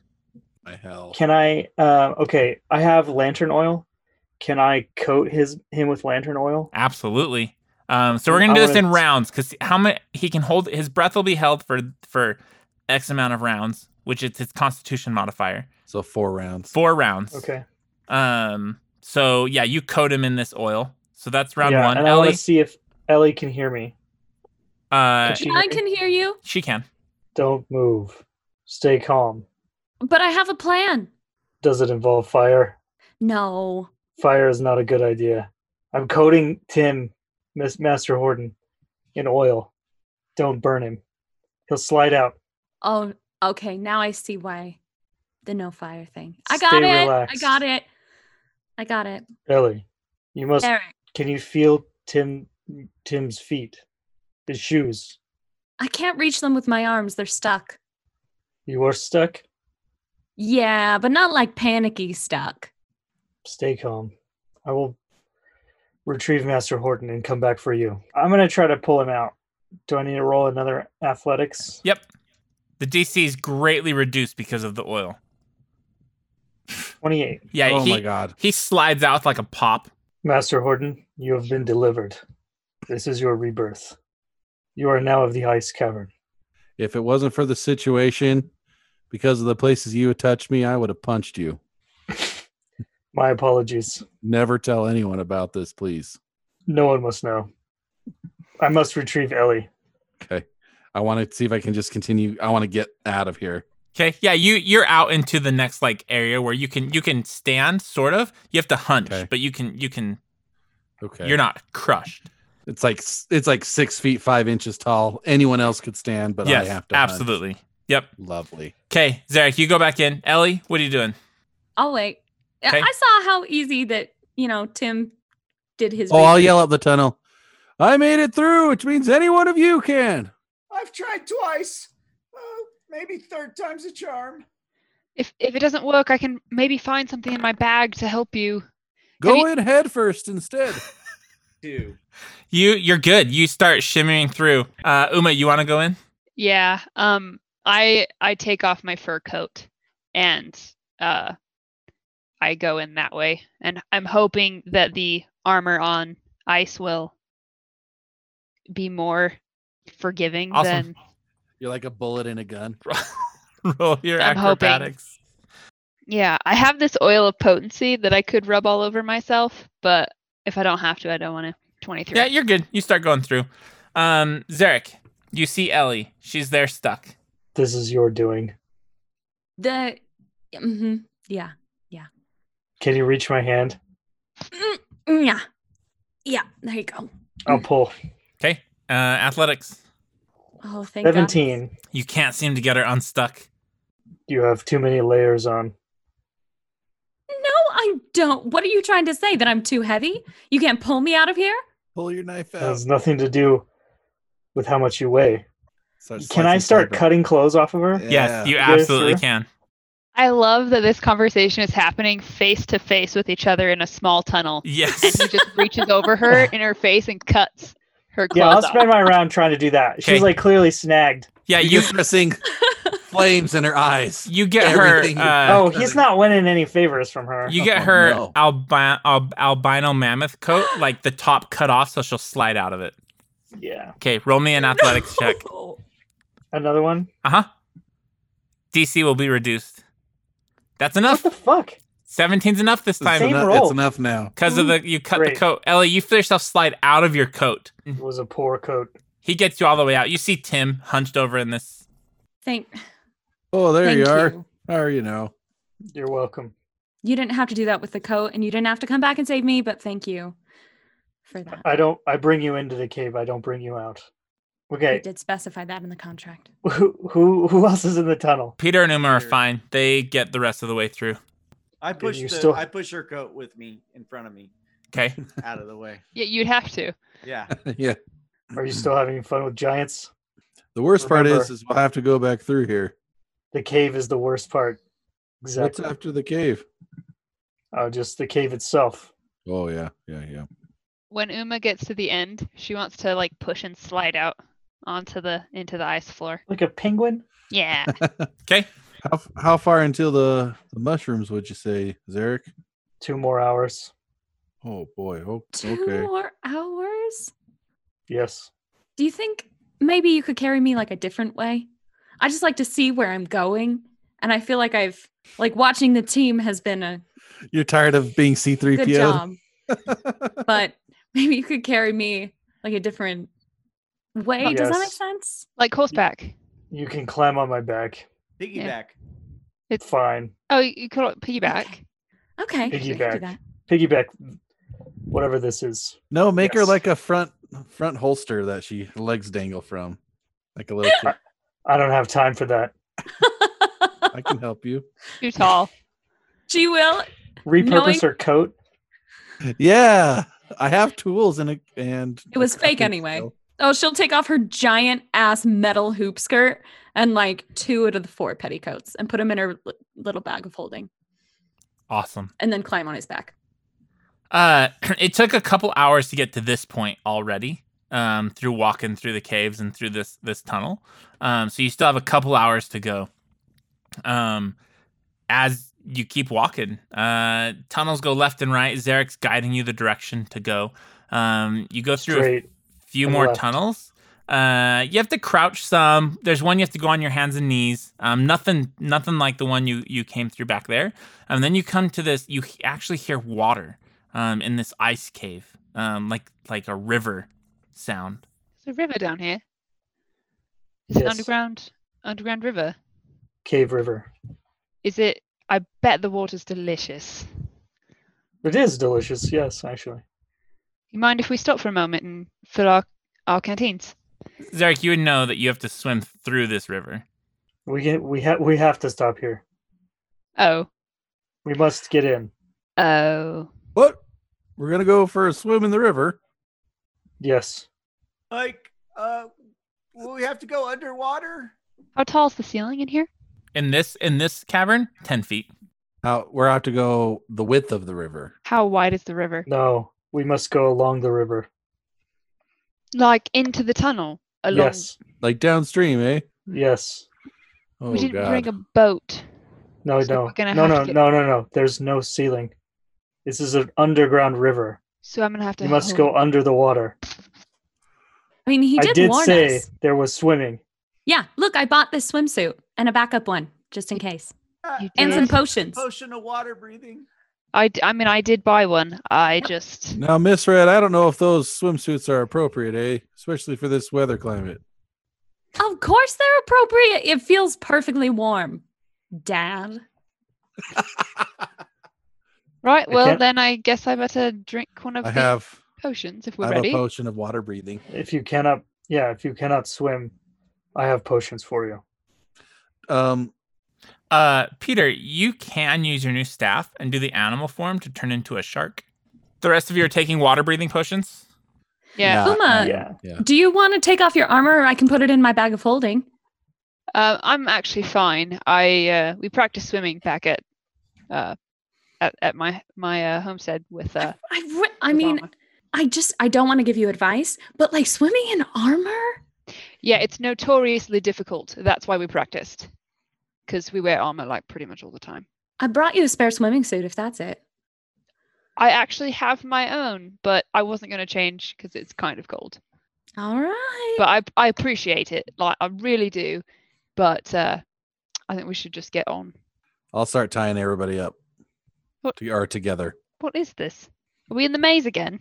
[SPEAKER 9] My hell.
[SPEAKER 4] Can I? Uh, okay, I have lantern oil. Can I coat his him with lantern oil?
[SPEAKER 2] Absolutely. Um, so we're gonna
[SPEAKER 4] I
[SPEAKER 2] do this in
[SPEAKER 4] wanna-
[SPEAKER 2] rounds because how many he can hold his breath will be held for for x amount of rounds, which is his Constitution modifier.
[SPEAKER 9] So four rounds.
[SPEAKER 2] Four rounds.
[SPEAKER 4] Okay.
[SPEAKER 2] Um. So yeah, you coat him in this oil. So that's round
[SPEAKER 4] yeah,
[SPEAKER 2] one.
[SPEAKER 4] and I want
[SPEAKER 2] Ellie,
[SPEAKER 4] to see if Ellie can hear me.
[SPEAKER 2] uh,
[SPEAKER 4] Could she-
[SPEAKER 6] I can hear you,
[SPEAKER 2] she can.
[SPEAKER 4] Don't move. Stay calm.
[SPEAKER 6] but I have a plan.
[SPEAKER 4] Does it involve fire?
[SPEAKER 6] No.
[SPEAKER 4] Fire is not a good idea. I'm coating Tim, Miss Master Horton, in oil. Don't burn him. He'll slide out.
[SPEAKER 6] Oh, okay. Now I see why the no fire thing. I
[SPEAKER 4] Stay
[SPEAKER 6] got it. I
[SPEAKER 4] relaxed.
[SPEAKER 6] got it. I got it.
[SPEAKER 4] Ellie, you must.
[SPEAKER 6] Eric,
[SPEAKER 4] Can you feel Tim Tim's feet, his shoes?
[SPEAKER 6] I can't reach them with my arms. They're stuck.
[SPEAKER 4] You are stuck.
[SPEAKER 6] Yeah, but not like panicky stuck.
[SPEAKER 4] Stay calm. I will retrieve Master Horton and come back for you. I'm gonna try to pull him out. Do I need to roll another athletics?
[SPEAKER 2] Yep. The DC is greatly reduced because of the oil.
[SPEAKER 4] Twenty-eight.
[SPEAKER 2] Yeah.
[SPEAKER 9] Oh
[SPEAKER 2] he,
[SPEAKER 9] my God.
[SPEAKER 2] He slides out with like a pop.
[SPEAKER 4] Master Horton, you have been delivered. This is your rebirth. You are now of the ice cavern.
[SPEAKER 9] If it wasn't for the situation, because of the places you had touched me, I would have punched you.
[SPEAKER 4] My apologies.
[SPEAKER 9] Never tell anyone about this, please.
[SPEAKER 4] No one must know. I must retrieve Ellie.
[SPEAKER 9] Okay. I want to see if I can just continue. I want to get out of here.
[SPEAKER 2] Okay. Yeah. You you're out into the next like area where you can you can stand sort of. You have to hunch,
[SPEAKER 9] Okay.
[SPEAKER 2] but you can you can
[SPEAKER 9] Okay.
[SPEAKER 2] you're not crushed.
[SPEAKER 9] It's like s- it's like six feet five inches tall. Anyone else could stand, but
[SPEAKER 2] yes,
[SPEAKER 9] I have to. hunch.
[SPEAKER 2] absolutely. Yep.
[SPEAKER 9] Lovely.
[SPEAKER 2] Okay, Zarek, you go back in. Ellie, what are you doing?
[SPEAKER 6] I'll wait. I-
[SPEAKER 2] Okay.
[SPEAKER 6] I saw how easy that, you know, Tim did his.
[SPEAKER 9] Oh, I'll
[SPEAKER 6] research.
[SPEAKER 9] yell out the tunnel. I made it through, which means any one of you can.
[SPEAKER 10] I've tried twice. Oh, maybe third time's a charm.
[SPEAKER 8] If if it doesn't work, I can maybe find something in my bag to help you.
[SPEAKER 9] Go
[SPEAKER 8] you-
[SPEAKER 9] in head first instead.
[SPEAKER 3] Two.
[SPEAKER 2] You you're good. You start shimmying through. Uh Uma, you wanna go in?
[SPEAKER 8] Yeah. Um. I I take off my fur coat and uh, I go in that way, and I'm hoping that the armor on ice will be more forgiving
[SPEAKER 2] Awesome.
[SPEAKER 8] than
[SPEAKER 9] You're like a bullet in a gun.
[SPEAKER 2] (laughs) Roll your
[SPEAKER 8] I'm hoping.
[SPEAKER 2] acrobatics.
[SPEAKER 8] Yeah, I have this oil of potency that I could rub all over myself, but if I don't have to, I don't want to. 23.
[SPEAKER 2] Yeah, you're good. You start going through. Um, Zarek, you see Ellie. She's there stuck.
[SPEAKER 4] This is your doing.
[SPEAKER 6] The. hmm yeah.
[SPEAKER 4] Can you reach my hand?
[SPEAKER 6] Mm, Yeah. Yeah. There you go.
[SPEAKER 4] I'll pull.
[SPEAKER 2] Okay. Uh athletics.
[SPEAKER 6] Oh, thank God.
[SPEAKER 4] 17.
[SPEAKER 2] You can't seem to get her unstuck.
[SPEAKER 4] You have too many layers on.
[SPEAKER 6] No, I don't. What are you trying to say? That I'm too heavy? You can't pull me out of here?
[SPEAKER 9] Pull your knife
[SPEAKER 4] That
[SPEAKER 9] out.
[SPEAKER 4] has nothing to do with how much you weigh.
[SPEAKER 9] Start
[SPEAKER 4] Can I
[SPEAKER 9] slicing
[SPEAKER 4] start
[SPEAKER 9] paper.
[SPEAKER 4] cutting clothes off of her?
[SPEAKER 2] Yes,
[SPEAKER 9] Yeah.
[SPEAKER 2] you
[SPEAKER 4] You guys
[SPEAKER 2] absolutely
[SPEAKER 4] sure?
[SPEAKER 2] can.
[SPEAKER 8] I love that this conversation is happening face to face with each other in a small tunnel.
[SPEAKER 2] Yes.
[SPEAKER 8] And he just reaches over her in her face and cuts her
[SPEAKER 4] Yeah, I'll
[SPEAKER 8] claws
[SPEAKER 4] spend my round trying to do that. She's
[SPEAKER 7] Okay.
[SPEAKER 4] like clearly snagged.
[SPEAKER 2] Yeah,
[SPEAKER 7] you start seeing flames in her eyes.
[SPEAKER 2] You Oh, get her, uh,
[SPEAKER 4] oh, he's not winning any favors from her.
[SPEAKER 2] You
[SPEAKER 7] Oh,
[SPEAKER 2] get her albi- al- albino mammoth coat, like the top cut off, so she'll slide out of it.
[SPEAKER 4] Yeah.
[SPEAKER 2] Okay, roll me an athletics check.
[SPEAKER 4] Another one.
[SPEAKER 2] Uh huh. DC will be reduced. That's enough. What
[SPEAKER 4] the fuck?
[SPEAKER 2] 17's enough this
[SPEAKER 4] It's
[SPEAKER 2] time.
[SPEAKER 4] Same enough- roll. it's
[SPEAKER 7] enough now.
[SPEAKER 2] Because of the you cut
[SPEAKER 4] Great.
[SPEAKER 2] the coat. Ellie, you feel yourself slide out of your coat.
[SPEAKER 4] It was a poor coat.
[SPEAKER 2] He gets you all the way out. You see Tim hunched over in this.
[SPEAKER 6] Thank
[SPEAKER 7] Oh, there
[SPEAKER 6] Thank
[SPEAKER 7] you are.
[SPEAKER 6] you.
[SPEAKER 7] Or you know,
[SPEAKER 4] You're welcome.
[SPEAKER 6] you didn't have to do that with the coat and you didn't have to come back and save me, but thank you for that.
[SPEAKER 4] I don't. I bring you into the cave. I don't bring you out. (laughs)
[SPEAKER 6] You
[SPEAKER 4] Okay.
[SPEAKER 6] did specify that in the contract.
[SPEAKER 4] Who who who else is in the tunnel?
[SPEAKER 2] Peter and Uma are fine. They get the rest of the way through.
[SPEAKER 3] I push
[SPEAKER 4] you
[SPEAKER 3] the,
[SPEAKER 4] still-
[SPEAKER 3] I push her coat with me in front of me
[SPEAKER 2] Okay.
[SPEAKER 3] out of the way.
[SPEAKER 8] Yeah, you'd have to.
[SPEAKER 3] Yeah.
[SPEAKER 9] (laughs)
[SPEAKER 7] yeah.
[SPEAKER 4] Are you still having fun with giants?
[SPEAKER 7] The worst part is,
[SPEAKER 4] Remember-
[SPEAKER 7] is we'll have to go back through here.
[SPEAKER 4] The cave is the worst part. Exactly.
[SPEAKER 7] What's after the cave?
[SPEAKER 4] Oh, just the cave itself.
[SPEAKER 7] Oh yeah, yeah, yeah.
[SPEAKER 8] When Uma gets to the end, she wants to like push and slide out onto the into the ice floor.
[SPEAKER 4] Like a penguin.
[SPEAKER 8] Yeah.
[SPEAKER 7] (laughs)
[SPEAKER 2] Okay.
[SPEAKER 7] How how far until the the mushrooms would you say, Zarek?
[SPEAKER 4] Two more hours.
[SPEAKER 7] Oh boy. Oh,
[SPEAKER 6] Two
[SPEAKER 7] okay.
[SPEAKER 6] more hours?
[SPEAKER 4] Yes.
[SPEAKER 6] Do you think maybe you could carry me like a different way? I just like to see where I'm going. And I feel like I've like watching the team has been a
[SPEAKER 7] You're tired of being
[SPEAKER 6] good
[SPEAKER 7] C3PO.
[SPEAKER 6] job. but (laughs) maybe you could carry me like a different way. Does that make
[SPEAKER 4] Yes.
[SPEAKER 6] sense?
[SPEAKER 8] Like horseback.
[SPEAKER 4] You can climb on my back.
[SPEAKER 3] Piggyback.
[SPEAKER 8] It's
[SPEAKER 4] Fine.
[SPEAKER 8] oh, you you call it piggyback.
[SPEAKER 6] Okay. we can do
[SPEAKER 4] Piggyback.
[SPEAKER 6] that.
[SPEAKER 4] Piggyback. Whatever this is.
[SPEAKER 7] No, make her
[SPEAKER 4] Yes.
[SPEAKER 7] like a front front holster that she her legs dangle from, like
[SPEAKER 4] (laughs)
[SPEAKER 7] a little. kid.
[SPEAKER 4] I don't have time for that.
[SPEAKER 7] (laughs) I can help you.
[SPEAKER 8] Too tall.
[SPEAKER 6] She will.
[SPEAKER 4] Repurpose
[SPEAKER 6] Knowing-
[SPEAKER 4] her coat.
[SPEAKER 7] Yeah, I have tools and a and
[SPEAKER 6] It was fake anyway. Oh, she'll take off her giant ass metal hoop skirt and like two out of the four petticoats and put them in her li- little bag of holding
[SPEAKER 2] Awesome.
[SPEAKER 6] and then climb on his back.
[SPEAKER 2] Uh, (clears throat) it took a couple hours to get to this point already. Um, through walking through the caves and through this this tunnel. Um, so you still have a couple hours to go. Um, as you keep walking, uh, tunnels go left and right. Zarek's guiding you the direction to go. Um, you go through
[SPEAKER 4] Straight
[SPEAKER 2] a few
[SPEAKER 4] and
[SPEAKER 2] more
[SPEAKER 4] left.
[SPEAKER 2] tunnels. Uh, you have to crouch some. There's one you have to go on your hands and knees. Um, nothing, nothing like the one you you came through back there. And then you come to this. You he- actually hear water um, in this ice cave, um, like like a river sound.
[SPEAKER 8] There's a river down here. It's an
[SPEAKER 4] Yes.
[SPEAKER 8] underground underground river.
[SPEAKER 4] Cave river.
[SPEAKER 8] Is it I bet the water's delicious.
[SPEAKER 4] It is delicious. Yes, actually.
[SPEAKER 8] You mind if we stop for a moment and fill our, our canteens?
[SPEAKER 2] Zarek, you would know that you have to swim through this river.
[SPEAKER 4] We get. We have. We have to stop here.
[SPEAKER 8] Oh.
[SPEAKER 4] We must get in.
[SPEAKER 8] Oh.
[SPEAKER 7] What? We're gonna go for a swim in the river.
[SPEAKER 4] Yes.
[SPEAKER 10] Like, uh, will we have to go underwater?
[SPEAKER 8] How tall is the ceiling in here?
[SPEAKER 2] In this in this cavern, ten feet.
[SPEAKER 7] How we're out to go the width of the river.
[SPEAKER 8] How wide is the river?
[SPEAKER 4] No. We must go along the river.
[SPEAKER 8] Like into the tunnel. Along
[SPEAKER 4] Yes.
[SPEAKER 7] Like downstream, eh?
[SPEAKER 4] Yes.
[SPEAKER 7] Oh
[SPEAKER 8] we didn't
[SPEAKER 7] god.
[SPEAKER 8] bring a boat.
[SPEAKER 4] No.
[SPEAKER 8] So we're
[SPEAKER 4] No.
[SPEAKER 8] gonna
[SPEAKER 4] No.
[SPEAKER 8] have to
[SPEAKER 4] No.
[SPEAKER 8] get-
[SPEAKER 4] No. No. No. There's no ceiling. This is an underground river.
[SPEAKER 8] So I'm gonna have to
[SPEAKER 4] You must
[SPEAKER 8] hold-
[SPEAKER 4] go under the water.
[SPEAKER 6] I mean, he did,
[SPEAKER 4] I did
[SPEAKER 6] warn
[SPEAKER 4] say
[SPEAKER 6] us.
[SPEAKER 4] there was swimming.
[SPEAKER 6] Yeah, look, I bought this swimsuit and a backup one just in case.
[SPEAKER 8] You
[SPEAKER 6] And
[SPEAKER 8] did.
[SPEAKER 6] some potions.
[SPEAKER 10] Potion of water breathing.
[SPEAKER 8] I, d- I mean I did buy one. I just
[SPEAKER 7] Now, Miss Red, I don't know if those swimsuits are appropriate, eh? Especially for this weather climate.
[SPEAKER 6] Of course they're appropriate. It feels perfectly warm. Dad.
[SPEAKER 8] Right,
[SPEAKER 7] I
[SPEAKER 8] well
[SPEAKER 7] can't-
[SPEAKER 8] then I guess I better drink one of
[SPEAKER 7] I
[SPEAKER 8] the
[SPEAKER 7] have
[SPEAKER 8] potions if we're
[SPEAKER 7] I have a
[SPEAKER 8] ready.
[SPEAKER 7] potion of water breathing.
[SPEAKER 4] If you cannot, yeah, if you cannot swim, I have potions for you.
[SPEAKER 7] Um,
[SPEAKER 2] Uh, Peter, you can use your new staff and do the animal form to turn into a shark. The rest of you are taking water breathing potions.
[SPEAKER 8] Yeah.
[SPEAKER 6] Uma, do you want to take off your armor or I can put it in my bag of holding?
[SPEAKER 8] Uh, I'm actually fine. I uh, we practiced swimming back at uh, at, at my my uh, homestead with uh,
[SPEAKER 6] I, re- I mean, I just I don't want to give you advice, but like swimming in armor?
[SPEAKER 8] Yeah, it's notoriously difficult. That's why we practiced. Because we wear armor like pretty much all the time.
[SPEAKER 6] I brought you a spare swimming suit if that's it.
[SPEAKER 8] I actually have my own, but I wasn't going to change because it's kind of cold.
[SPEAKER 6] All right.
[SPEAKER 8] But I, I appreciate it. Like, I really do. But uh, I think we should just get on.
[SPEAKER 7] I'll start tying everybody up.
[SPEAKER 8] What?
[SPEAKER 7] To, or together.
[SPEAKER 8] What is this? Are we in the maze again?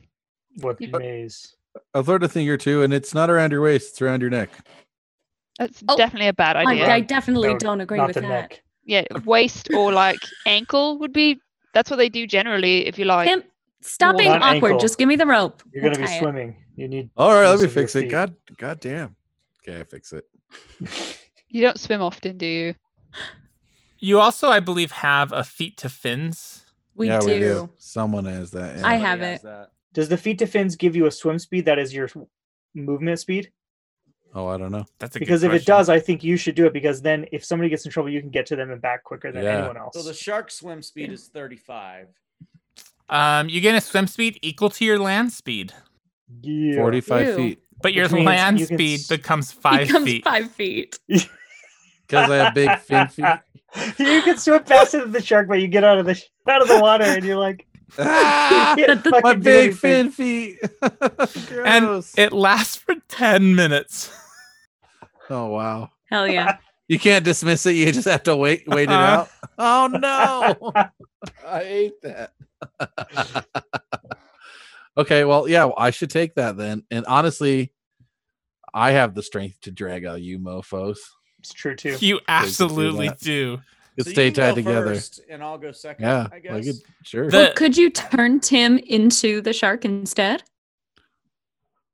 [SPEAKER 4] What
[SPEAKER 8] You-
[SPEAKER 4] maze?
[SPEAKER 7] I've learned a thing or two, and it's not around your waist; it's around your neck.
[SPEAKER 8] That's definitely a bad
[SPEAKER 6] Oh, I,
[SPEAKER 8] idea.
[SPEAKER 6] I definitely
[SPEAKER 4] No,
[SPEAKER 6] don't agree
[SPEAKER 4] not
[SPEAKER 6] with
[SPEAKER 4] the
[SPEAKER 6] that.
[SPEAKER 4] neck.
[SPEAKER 8] yeah, waist
[SPEAKER 6] (laughs)
[SPEAKER 8] or like ankle would be. That's what they do generally. If you like,
[SPEAKER 6] Pimp, stop being
[SPEAKER 4] Not
[SPEAKER 6] awkward.
[SPEAKER 4] ankle.
[SPEAKER 6] Just give me the rope.
[SPEAKER 4] You're
[SPEAKER 6] We'll
[SPEAKER 4] gonna be
[SPEAKER 6] tie it.
[SPEAKER 4] swimming. You need.
[SPEAKER 7] All right, let
[SPEAKER 4] use
[SPEAKER 7] me
[SPEAKER 4] of your
[SPEAKER 7] fix it.
[SPEAKER 4] feet.
[SPEAKER 7] God, god damn. Okay, I fix it.
[SPEAKER 8] you don't swim often, do you?
[SPEAKER 2] You also, I believe, have a feet to fins.
[SPEAKER 6] We
[SPEAKER 7] yeah,
[SPEAKER 6] do.
[SPEAKER 7] we do. Someone has that.
[SPEAKER 6] I
[SPEAKER 7] yeah.
[SPEAKER 3] Somebody
[SPEAKER 6] have
[SPEAKER 3] has
[SPEAKER 6] it.
[SPEAKER 3] that.
[SPEAKER 4] Does the feet to fins give you a swim speed that is your movement speed?
[SPEAKER 7] oh, I don't know.
[SPEAKER 2] That's a good
[SPEAKER 4] Because if it
[SPEAKER 2] question.
[SPEAKER 4] does, I think you should do it. Because then, if somebody gets in trouble, you can get to them and back quicker than
[SPEAKER 7] Yeah.
[SPEAKER 4] anyone else. (laughs)
[SPEAKER 3] So the shark swim speed is 35.
[SPEAKER 2] um, you gain a swim speed equal to your land speed,
[SPEAKER 4] yeah.
[SPEAKER 7] Forty-five
[SPEAKER 6] Ew.
[SPEAKER 7] feet
[SPEAKER 2] but your
[SPEAKER 4] Which means
[SPEAKER 2] land
[SPEAKER 4] you can
[SPEAKER 2] speed
[SPEAKER 6] (laughs)
[SPEAKER 4] s-
[SPEAKER 2] becomes five
[SPEAKER 6] becomes
[SPEAKER 2] feet.
[SPEAKER 6] five feet.
[SPEAKER 7] because I have big
[SPEAKER 6] (laughs)
[SPEAKER 7] fin feet.
[SPEAKER 4] you can swim faster than the shark, but you get out of the (laughs) sh- out of the water and
[SPEAKER 7] (laughs)
[SPEAKER 4] you're like, (laughs)
[SPEAKER 7] Ah,
[SPEAKER 4] "Can't fucking
[SPEAKER 7] my
[SPEAKER 4] do
[SPEAKER 7] big fin
[SPEAKER 4] anything."
[SPEAKER 7] feet.
[SPEAKER 2] And
[SPEAKER 7] Gross.
[SPEAKER 2] it lasts for ten minutes.
[SPEAKER 7] oh wow.
[SPEAKER 6] Hell yeah.
[SPEAKER 7] (laughs) You can't dismiss it. You just have to wait, wait it
[SPEAKER 2] Uh-huh.
[SPEAKER 7] out. Uh, Oh
[SPEAKER 4] (laughs)
[SPEAKER 7] no! I hate that. (laughs) okay, well, yeah, I should take that then. And honestly, I have the strength to drag out you mofo's.
[SPEAKER 4] It's true too.
[SPEAKER 2] You absolutely
[SPEAKER 7] that.
[SPEAKER 2] do.
[SPEAKER 7] Just
[SPEAKER 3] So you
[SPEAKER 7] stay
[SPEAKER 3] can go
[SPEAKER 7] tied together.
[SPEAKER 3] first, and I'll go second.
[SPEAKER 7] Yeah,
[SPEAKER 3] I
[SPEAKER 7] I
[SPEAKER 3] guess.
[SPEAKER 7] could- sure.
[SPEAKER 2] The-
[SPEAKER 6] Well, could you turn Tim into the shark instead?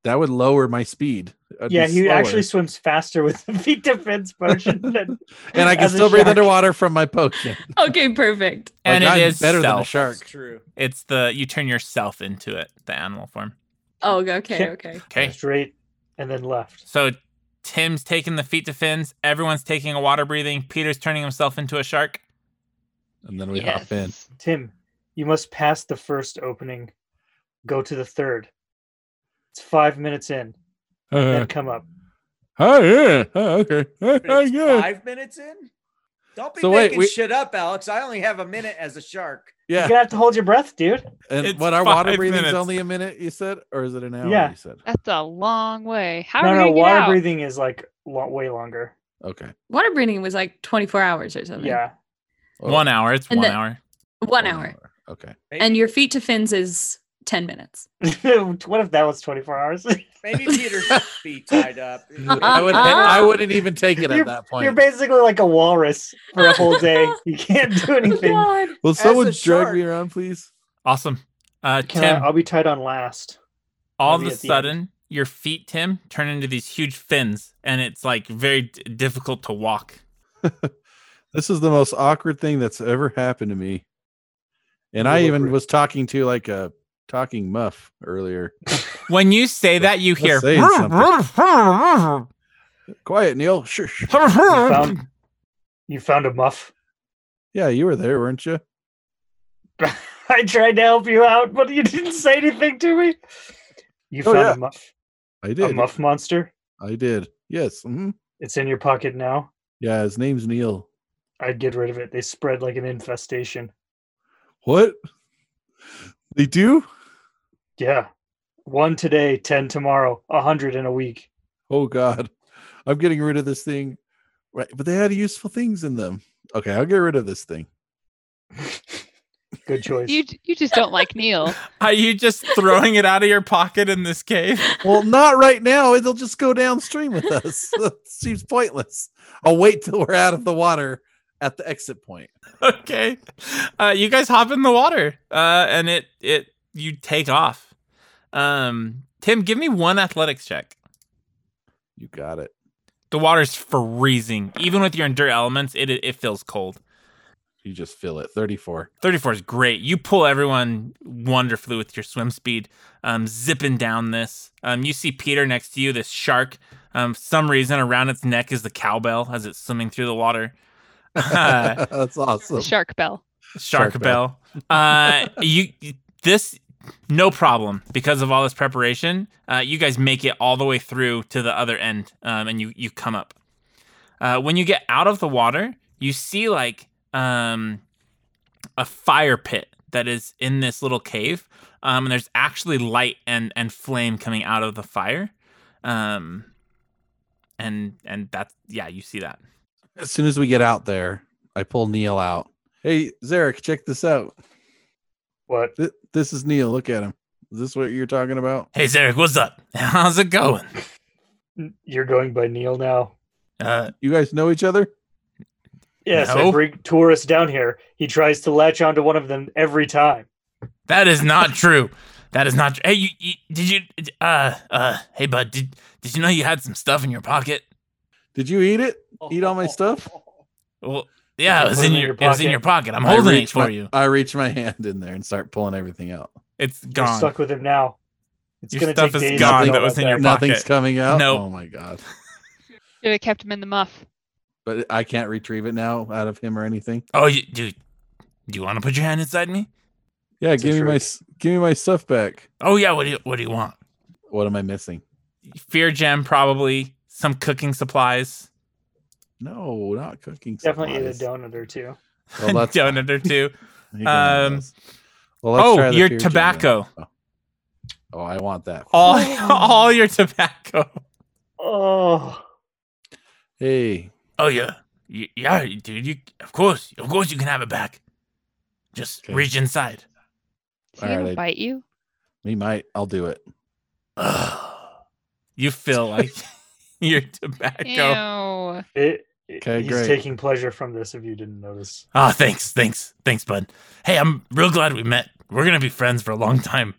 [SPEAKER 7] that would lower my speed. I'd be
[SPEAKER 4] yeah, he
[SPEAKER 7] slower.
[SPEAKER 4] actually swims faster with (laughs) the feet to fins
[SPEAKER 6] (laughs)
[SPEAKER 4] motion than
[SPEAKER 7] and I can
[SPEAKER 4] as a
[SPEAKER 7] still breathe
[SPEAKER 4] shark.
[SPEAKER 7] underwater from my (laughs) potion.
[SPEAKER 6] Okay, perfect.
[SPEAKER 2] And
[SPEAKER 7] Like,
[SPEAKER 2] it
[SPEAKER 7] I'm
[SPEAKER 2] is
[SPEAKER 7] better than a
[SPEAKER 2] self.
[SPEAKER 7] shark.
[SPEAKER 3] That's true.
[SPEAKER 2] It's the you turn yourself into it, the animal form.
[SPEAKER 6] Oh, okay,
[SPEAKER 4] Shit.
[SPEAKER 6] okay.
[SPEAKER 2] Okay.
[SPEAKER 4] straight and then left.
[SPEAKER 2] So Tim's taking the feet to fins. Everyone's taking a water breathing. Peter's turning himself into a shark.
[SPEAKER 7] And then we hop in.
[SPEAKER 8] Yes.
[SPEAKER 4] Tim, you must pass the first opening, go to the third. It's five minutes in, then come up.
[SPEAKER 7] oh yeah. Uh-huh. Oh, okay.
[SPEAKER 3] But (laughs) it's Five minutes in? Don't be
[SPEAKER 7] So wait,
[SPEAKER 3] making
[SPEAKER 7] we-
[SPEAKER 3] shit up, Alex. I only have a minute as a shark.
[SPEAKER 4] You're
[SPEAKER 7] Yeah.
[SPEAKER 4] gonna have to hold your breath, dude.
[SPEAKER 7] And
[SPEAKER 2] It's
[SPEAKER 7] what our water
[SPEAKER 2] five
[SPEAKER 7] breathing's
[SPEAKER 2] minutes.
[SPEAKER 7] only a minute, you said, or is it an hour?
[SPEAKER 4] Yeah.
[SPEAKER 7] You said.
[SPEAKER 8] That's a long way. How
[SPEAKER 4] no,
[SPEAKER 8] are we
[SPEAKER 4] no,
[SPEAKER 8] gonna get
[SPEAKER 4] water
[SPEAKER 8] out?
[SPEAKER 4] breathing is like lo- way longer.
[SPEAKER 7] Okay.
[SPEAKER 6] Water breathing was like 24 hours or something.
[SPEAKER 4] Yeah,
[SPEAKER 7] Oh,
[SPEAKER 2] One hour. It's
[SPEAKER 6] And
[SPEAKER 2] one
[SPEAKER 6] the-
[SPEAKER 2] hour.
[SPEAKER 6] One hour.
[SPEAKER 7] Okay.
[SPEAKER 3] Maybe,
[SPEAKER 6] And your feet to fins is 10 minutes.
[SPEAKER 4] (laughs) what if that was twenty four hours? (laughs)
[SPEAKER 3] maybe
[SPEAKER 7] (laughs)
[SPEAKER 3] Peter should be tied up.
[SPEAKER 7] I would. I wouldn't even take it
[SPEAKER 4] You're-
[SPEAKER 7] at that point.
[SPEAKER 4] You're basically like a walrus for a whole day. You can't
[SPEAKER 8] (laughs) Oh
[SPEAKER 4] do anything.
[SPEAKER 6] God.
[SPEAKER 7] Will
[SPEAKER 3] As
[SPEAKER 7] someone
[SPEAKER 3] a
[SPEAKER 7] drag me
[SPEAKER 3] shark-
[SPEAKER 7] around, please?
[SPEAKER 2] Awesome. Uh,
[SPEAKER 4] Can
[SPEAKER 2] Tim,
[SPEAKER 4] I, I'll be tied on last.
[SPEAKER 2] all of
[SPEAKER 4] be
[SPEAKER 2] a
[SPEAKER 4] at the end.
[SPEAKER 2] sudden, your feet, Tim, turn into these huge fins, and it's like very d- difficult to walk.
[SPEAKER 7] This is the most awkward thing that's ever happened to me. And
[SPEAKER 4] You
[SPEAKER 7] I
[SPEAKER 4] look
[SPEAKER 7] even
[SPEAKER 4] re-
[SPEAKER 7] was talking to like a talking muff
[SPEAKER 4] (laughs)
[SPEAKER 7] earlier.
[SPEAKER 2] When you say that, you
[SPEAKER 7] That's
[SPEAKER 2] hear. (laughs)
[SPEAKER 7] saying Quiet, Neil. Shush.
[SPEAKER 4] found- You found a muff.
[SPEAKER 7] Yeah, you were there, weren't you?
[SPEAKER 4] (laughs) I tried to help you out, but you didn't say anything to me. You
[SPEAKER 7] Oh,
[SPEAKER 4] found
[SPEAKER 7] yeah.
[SPEAKER 4] a muff.
[SPEAKER 7] I
[SPEAKER 4] A
[SPEAKER 7] did.
[SPEAKER 4] muff monster.
[SPEAKER 7] I did. Yes. mhm.
[SPEAKER 4] It's in your pocket now.
[SPEAKER 7] Yeah, his name's Neil.
[SPEAKER 4] I'd get rid of it. They spread like an infestation.
[SPEAKER 7] What? They do?
[SPEAKER 4] Yeah. One today, 10 tomorrow, a 100 in a week.
[SPEAKER 7] Oh God, I'm getting rid of this thing. Right, but they had useful things in them. Okay, I'll get rid of this thing.
[SPEAKER 4] Good choice.
[SPEAKER 8] You you just don't like Neil.
[SPEAKER 2] Are you just throwing it out of your pocket in this cave?
[SPEAKER 7] Well, not right now. It'll just go downstream with us. (laughs) That seems pointless. I'll wait till we're out of the water at the exit point.
[SPEAKER 2] okay. Uh, you guys hop in the water, uh, and it it you take off. Um, Tim, give me one athletics check.
[SPEAKER 7] You got it.
[SPEAKER 2] The water's freezing. Even with your endure elements, it it feels cold.
[SPEAKER 7] You just feel it.
[SPEAKER 2] (laughs)
[SPEAKER 7] 34.
[SPEAKER 2] 34 is great. You pull everyone wonderfully with your swim speed, um, zipping down this. Um, you see Peter next to you, this shark. Um, for some reason, around its neck is the cowbell as it's swimming through the water. (laughs) Uh,
[SPEAKER 7] That's (laughs)
[SPEAKER 8] The
[SPEAKER 7] awesome.
[SPEAKER 8] shark bell.
[SPEAKER 2] shark
[SPEAKER 7] Shark
[SPEAKER 2] bell. uh, you this no problem because of all this preparation uh, you guys make it all the way through to the other end um, and you, you come up uh, when you get out of the water you see like um, a fire pit that is in this little cave um, and there's actually light and, and flame coming out of the fire um, and and that's yeah you see that
[SPEAKER 7] As soon as we get out there, I pull Neil out. Hey, Zarek, check this out.
[SPEAKER 4] What?
[SPEAKER 7] this is Neil. Look at him. Is this what you're talking about?
[SPEAKER 2] Hey, Zarek, what's up? How's it going?
[SPEAKER 4] You're going by Neil now.
[SPEAKER 2] Uh,
[SPEAKER 7] you guys know each other?
[SPEAKER 4] Yes, I
[SPEAKER 2] No.
[SPEAKER 4] bring tourists down here. He tries to latch onto one of them every time.
[SPEAKER 2] That is not true. That is not. Tr- hey, you, you did you uh uh hey bud did did you know you had some stuff in your pocket?
[SPEAKER 7] Did you eat it? Eat all my stuff?
[SPEAKER 2] Well, yeah, it was
[SPEAKER 7] Put
[SPEAKER 2] in
[SPEAKER 7] it in
[SPEAKER 2] your,
[SPEAKER 7] your
[SPEAKER 2] it was in
[SPEAKER 7] pocket.
[SPEAKER 2] your pocket. I'm
[SPEAKER 7] I
[SPEAKER 2] holding it
[SPEAKER 7] reach
[SPEAKER 2] for
[SPEAKER 7] my-
[SPEAKER 2] you.
[SPEAKER 7] I reach my hand in there and start pulling everything out.
[SPEAKER 2] It's
[SPEAKER 4] You're
[SPEAKER 2] gone.
[SPEAKER 4] stuck with him now. It's
[SPEAKER 2] Your
[SPEAKER 4] gonna
[SPEAKER 2] stuff
[SPEAKER 4] take
[SPEAKER 2] is
[SPEAKER 4] days. to
[SPEAKER 2] gone.
[SPEAKER 4] know
[SPEAKER 2] That was
[SPEAKER 4] about
[SPEAKER 2] in your
[SPEAKER 4] that.
[SPEAKER 2] pocket.
[SPEAKER 7] Nothing's coming out.
[SPEAKER 2] No.
[SPEAKER 7] Oh my god.
[SPEAKER 8] Should have kept him in the muff.
[SPEAKER 7] But I can't retrieve it now out of him or anything.
[SPEAKER 2] Oh, you, dude, do you want to put your hand inside me?
[SPEAKER 7] Yeah, give me my s- give me my stuff back.
[SPEAKER 2] Oh yeah. What do you What do you want?
[SPEAKER 7] What am I missing?
[SPEAKER 2] Fear gem probably some cooking supplies.
[SPEAKER 7] No, not cooking.
[SPEAKER 4] Definitely ate a
[SPEAKER 7] supplies.
[SPEAKER 4] donut or two.
[SPEAKER 7] Well,
[SPEAKER 2] (laughs)
[SPEAKER 7] that's
[SPEAKER 2] donut or two.
[SPEAKER 7] (laughs) He got
[SPEAKER 2] um,
[SPEAKER 7] Well, let's
[SPEAKER 2] oh,
[SPEAKER 7] try the
[SPEAKER 2] your
[SPEAKER 7] Fear Gem then.
[SPEAKER 2] tobacco.
[SPEAKER 7] Oh, I want that.
[SPEAKER 2] All (laughs) all your tobacco.
[SPEAKER 4] Oh,
[SPEAKER 7] Hey,
[SPEAKER 2] Oh yeah, Y- yeah, dude. You of course, of course, you can have it back. Just
[SPEAKER 7] Okay.
[SPEAKER 2] reach inside.
[SPEAKER 8] Is he gonna
[SPEAKER 7] Alright, I-
[SPEAKER 8] bite you?
[SPEAKER 7] he might. I'll do it.
[SPEAKER 2] (sighs) You
[SPEAKER 7] (laughs)
[SPEAKER 2] feel like (laughs) your tobacco.
[SPEAKER 8] Ew.
[SPEAKER 4] It,
[SPEAKER 7] Okay,
[SPEAKER 4] he's
[SPEAKER 7] great.
[SPEAKER 4] taking pleasure from this. If you didn't notice,
[SPEAKER 2] Ah, thanks, thanks, thanks, bud. Hey, I'm real glad we met. We're gonna be friends for a long time.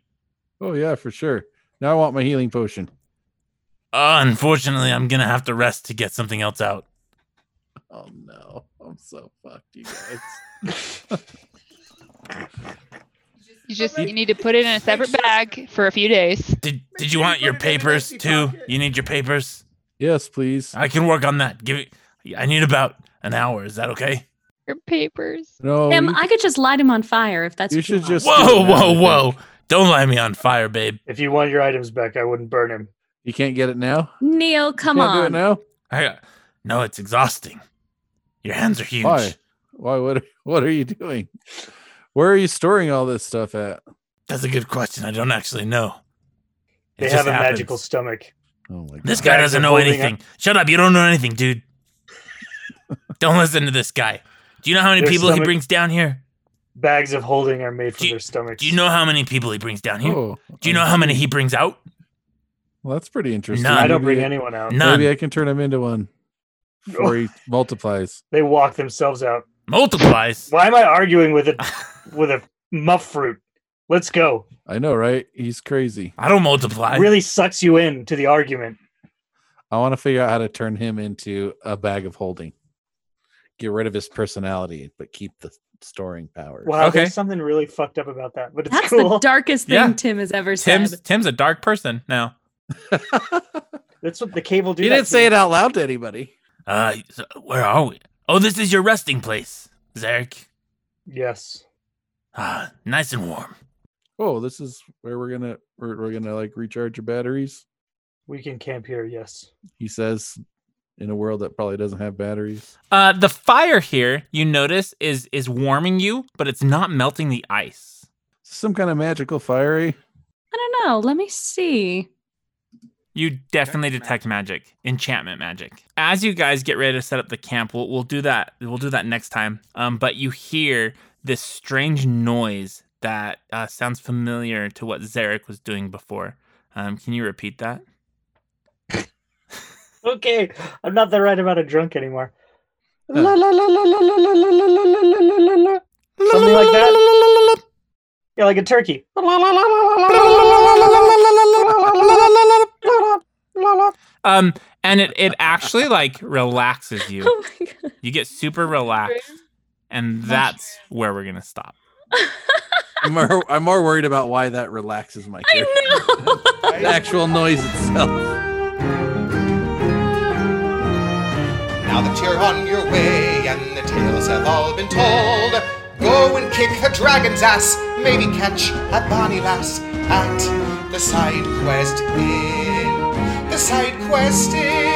[SPEAKER 7] Oh yeah, for sure. Now I want my healing potion.
[SPEAKER 2] Uh, unfortunately, I'm gonna have to rest to get something else out.
[SPEAKER 7] Oh no, I'm so fucked, you guys.
[SPEAKER 2] (laughs)
[SPEAKER 8] You just you need to put it in a separate bag for a few days.
[SPEAKER 2] Did Did you want your papers too? You need your papers.
[SPEAKER 7] Yes, please.
[SPEAKER 2] I can work on that. Give it. I need about an hour. Is that okay?
[SPEAKER 8] Your papers.
[SPEAKER 7] No,
[SPEAKER 6] Em, I could just light him on fire if that's
[SPEAKER 7] Oh, You
[SPEAKER 6] what
[SPEAKER 7] should
[SPEAKER 6] want.
[SPEAKER 7] just-
[SPEAKER 2] Whoa,
[SPEAKER 7] do it now,
[SPEAKER 2] whoa,
[SPEAKER 7] I
[SPEAKER 2] whoa! Don't light me on fire, babe.
[SPEAKER 4] if you want your items back, I wouldn't burn him.
[SPEAKER 7] you can't get it now.
[SPEAKER 6] Neil, come
[SPEAKER 7] Can't do it
[SPEAKER 6] on.
[SPEAKER 7] now.
[SPEAKER 2] I got, no, it's exhausting. Your hands are huge.
[SPEAKER 7] Why? Why? What? What are you doing? Where are you storing all this stuff at?
[SPEAKER 2] That's a good question. I don't actually know. It
[SPEAKER 4] They
[SPEAKER 2] just
[SPEAKER 4] have a
[SPEAKER 2] happens.
[SPEAKER 4] magical stomach.
[SPEAKER 7] Oh my god.
[SPEAKER 2] This guy
[SPEAKER 4] Bags
[SPEAKER 2] doesn't
[SPEAKER 4] are
[SPEAKER 2] know
[SPEAKER 4] folding up.
[SPEAKER 2] anything. Shut up! You don't know anything,
[SPEAKER 4] (laughs)
[SPEAKER 2] dude. don't listen to this guy. Do you know how many
[SPEAKER 4] Their
[SPEAKER 2] people he
[SPEAKER 4] stomach-
[SPEAKER 2] brings down here?
[SPEAKER 4] Bags of holding are made from their stomachs.
[SPEAKER 2] Do you know how many people he brings down here?
[SPEAKER 7] Oh,
[SPEAKER 2] Do you know how many he brings out?
[SPEAKER 7] well, that's pretty interesting.
[SPEAKER 2] None.
[SPEAKER 4] I don't
[SPEAKER 7] Maybe-
[SPEAKER 4] bring anyone out.
[SPEAKER 2] None.
[SPEAKER 7] Maybe I can turn him into one. Before
[SPEAKER 4] (laughs)
[SPEAKER 7] he multiplies.
[SPEAKER 4] They walk themselves out.
[SPEAKER 2] Multiplies.
[SPEAKER 4] Why am I arguing
[SPEAKER 2] (laughs)
[SPEAKER 4] with a with a muff fruit? Let's go.
[SPEAKER 7] I know, right? He's crazy.
[SPEAKER 2] I don't multiply.
[SPEAKER 4] Really sucks you in to the argument.
[SPEAKER 7] I want to figure out how to turn him into a bag of holding. Get rid of his personality, but keep the storing power.
[SPEAKER 4] Wow,
[SPEAKER 2] Okay.
[SPEAKER 4] there's something really fucked up about that, but it's
[SPEAKER 6] That's
[SPEAKER 4] cool. (laughs)
[SPEAKER 6] the darkest thing
[SPEAKER 2] Yeah.
[SPEAKER 6] Tim has ever
[SPEAKER 2] Tim's
[SPEAKER 6] said.
[SPEAKER 2] Tim's a dark person now.
[SPEAKER 4] That's what the cable do.
[SPEAKER 7] He didn't say it out loud to anybody.
[SPEAKER 2] Uh, so where are we? Oh, this is your resting place, Zarek.
[SPEAKER 4] Yes.
[SPEAKER 2] Ah, nice and warm.
[SPEAKER 7] Oh, this is where we're gonna we're, we're gonna like recharge your batteries.
[SPEAKER 4] We can camp here, yes.
[SPEAKER 7] He says, in a world that probably doesn't have batteries.
[SPEAKER 2] Uh, the fire here, you notice, is is warming you, but it's not melting the ice.
[SPEAKER 7] Some kind of magical fiery.
[SPEAKER 6] I don't know. Let me see.
[SPEAKER 2] You definitely detect magic, enchantment magic. As you guys get ready to set up the camp, we'll, we'll do that. We'll do that next time. Um, but you hear this strange noise that uh, sounds familiar to what Zarek was doing before. Um, can you repeat that?
[SPEAKER 4] Okay, I'm not the right amount of drunk anymore.
[SPEAKER 7] Huh.
[SPEAKER 4] La, la, la, la, la, la, la, la, la, la, la, la, la, la, la. Something
[SPEAKER 10] (laughs)
[SPEAKER 4] like that. Yeah, like a turkey.
[SPEAKER 2] Um, and it,
[SPEAKER 6] (laughs)
[SPEAKER 2] it actually like relaxes you.
[SPEAKER 6] Oh my god.
[SPEAKER 2] You get super relaxed, and that's where we're
[SPEAKER 6] (laughs)
[SPEAKER 2] gonna stop.
[SPEAKER 7] I'm more, I'm more worried about why that relaxes
[SPEAKER 4] (laughs)
[SPEAKER 7] my character. The actual noise itself.
[SPEAKER 1] Now that you're on your way and the tales have all been told, go and kick the dragon's ass, Maybe catch a bonny lass at the side quest inn. The side quest inn.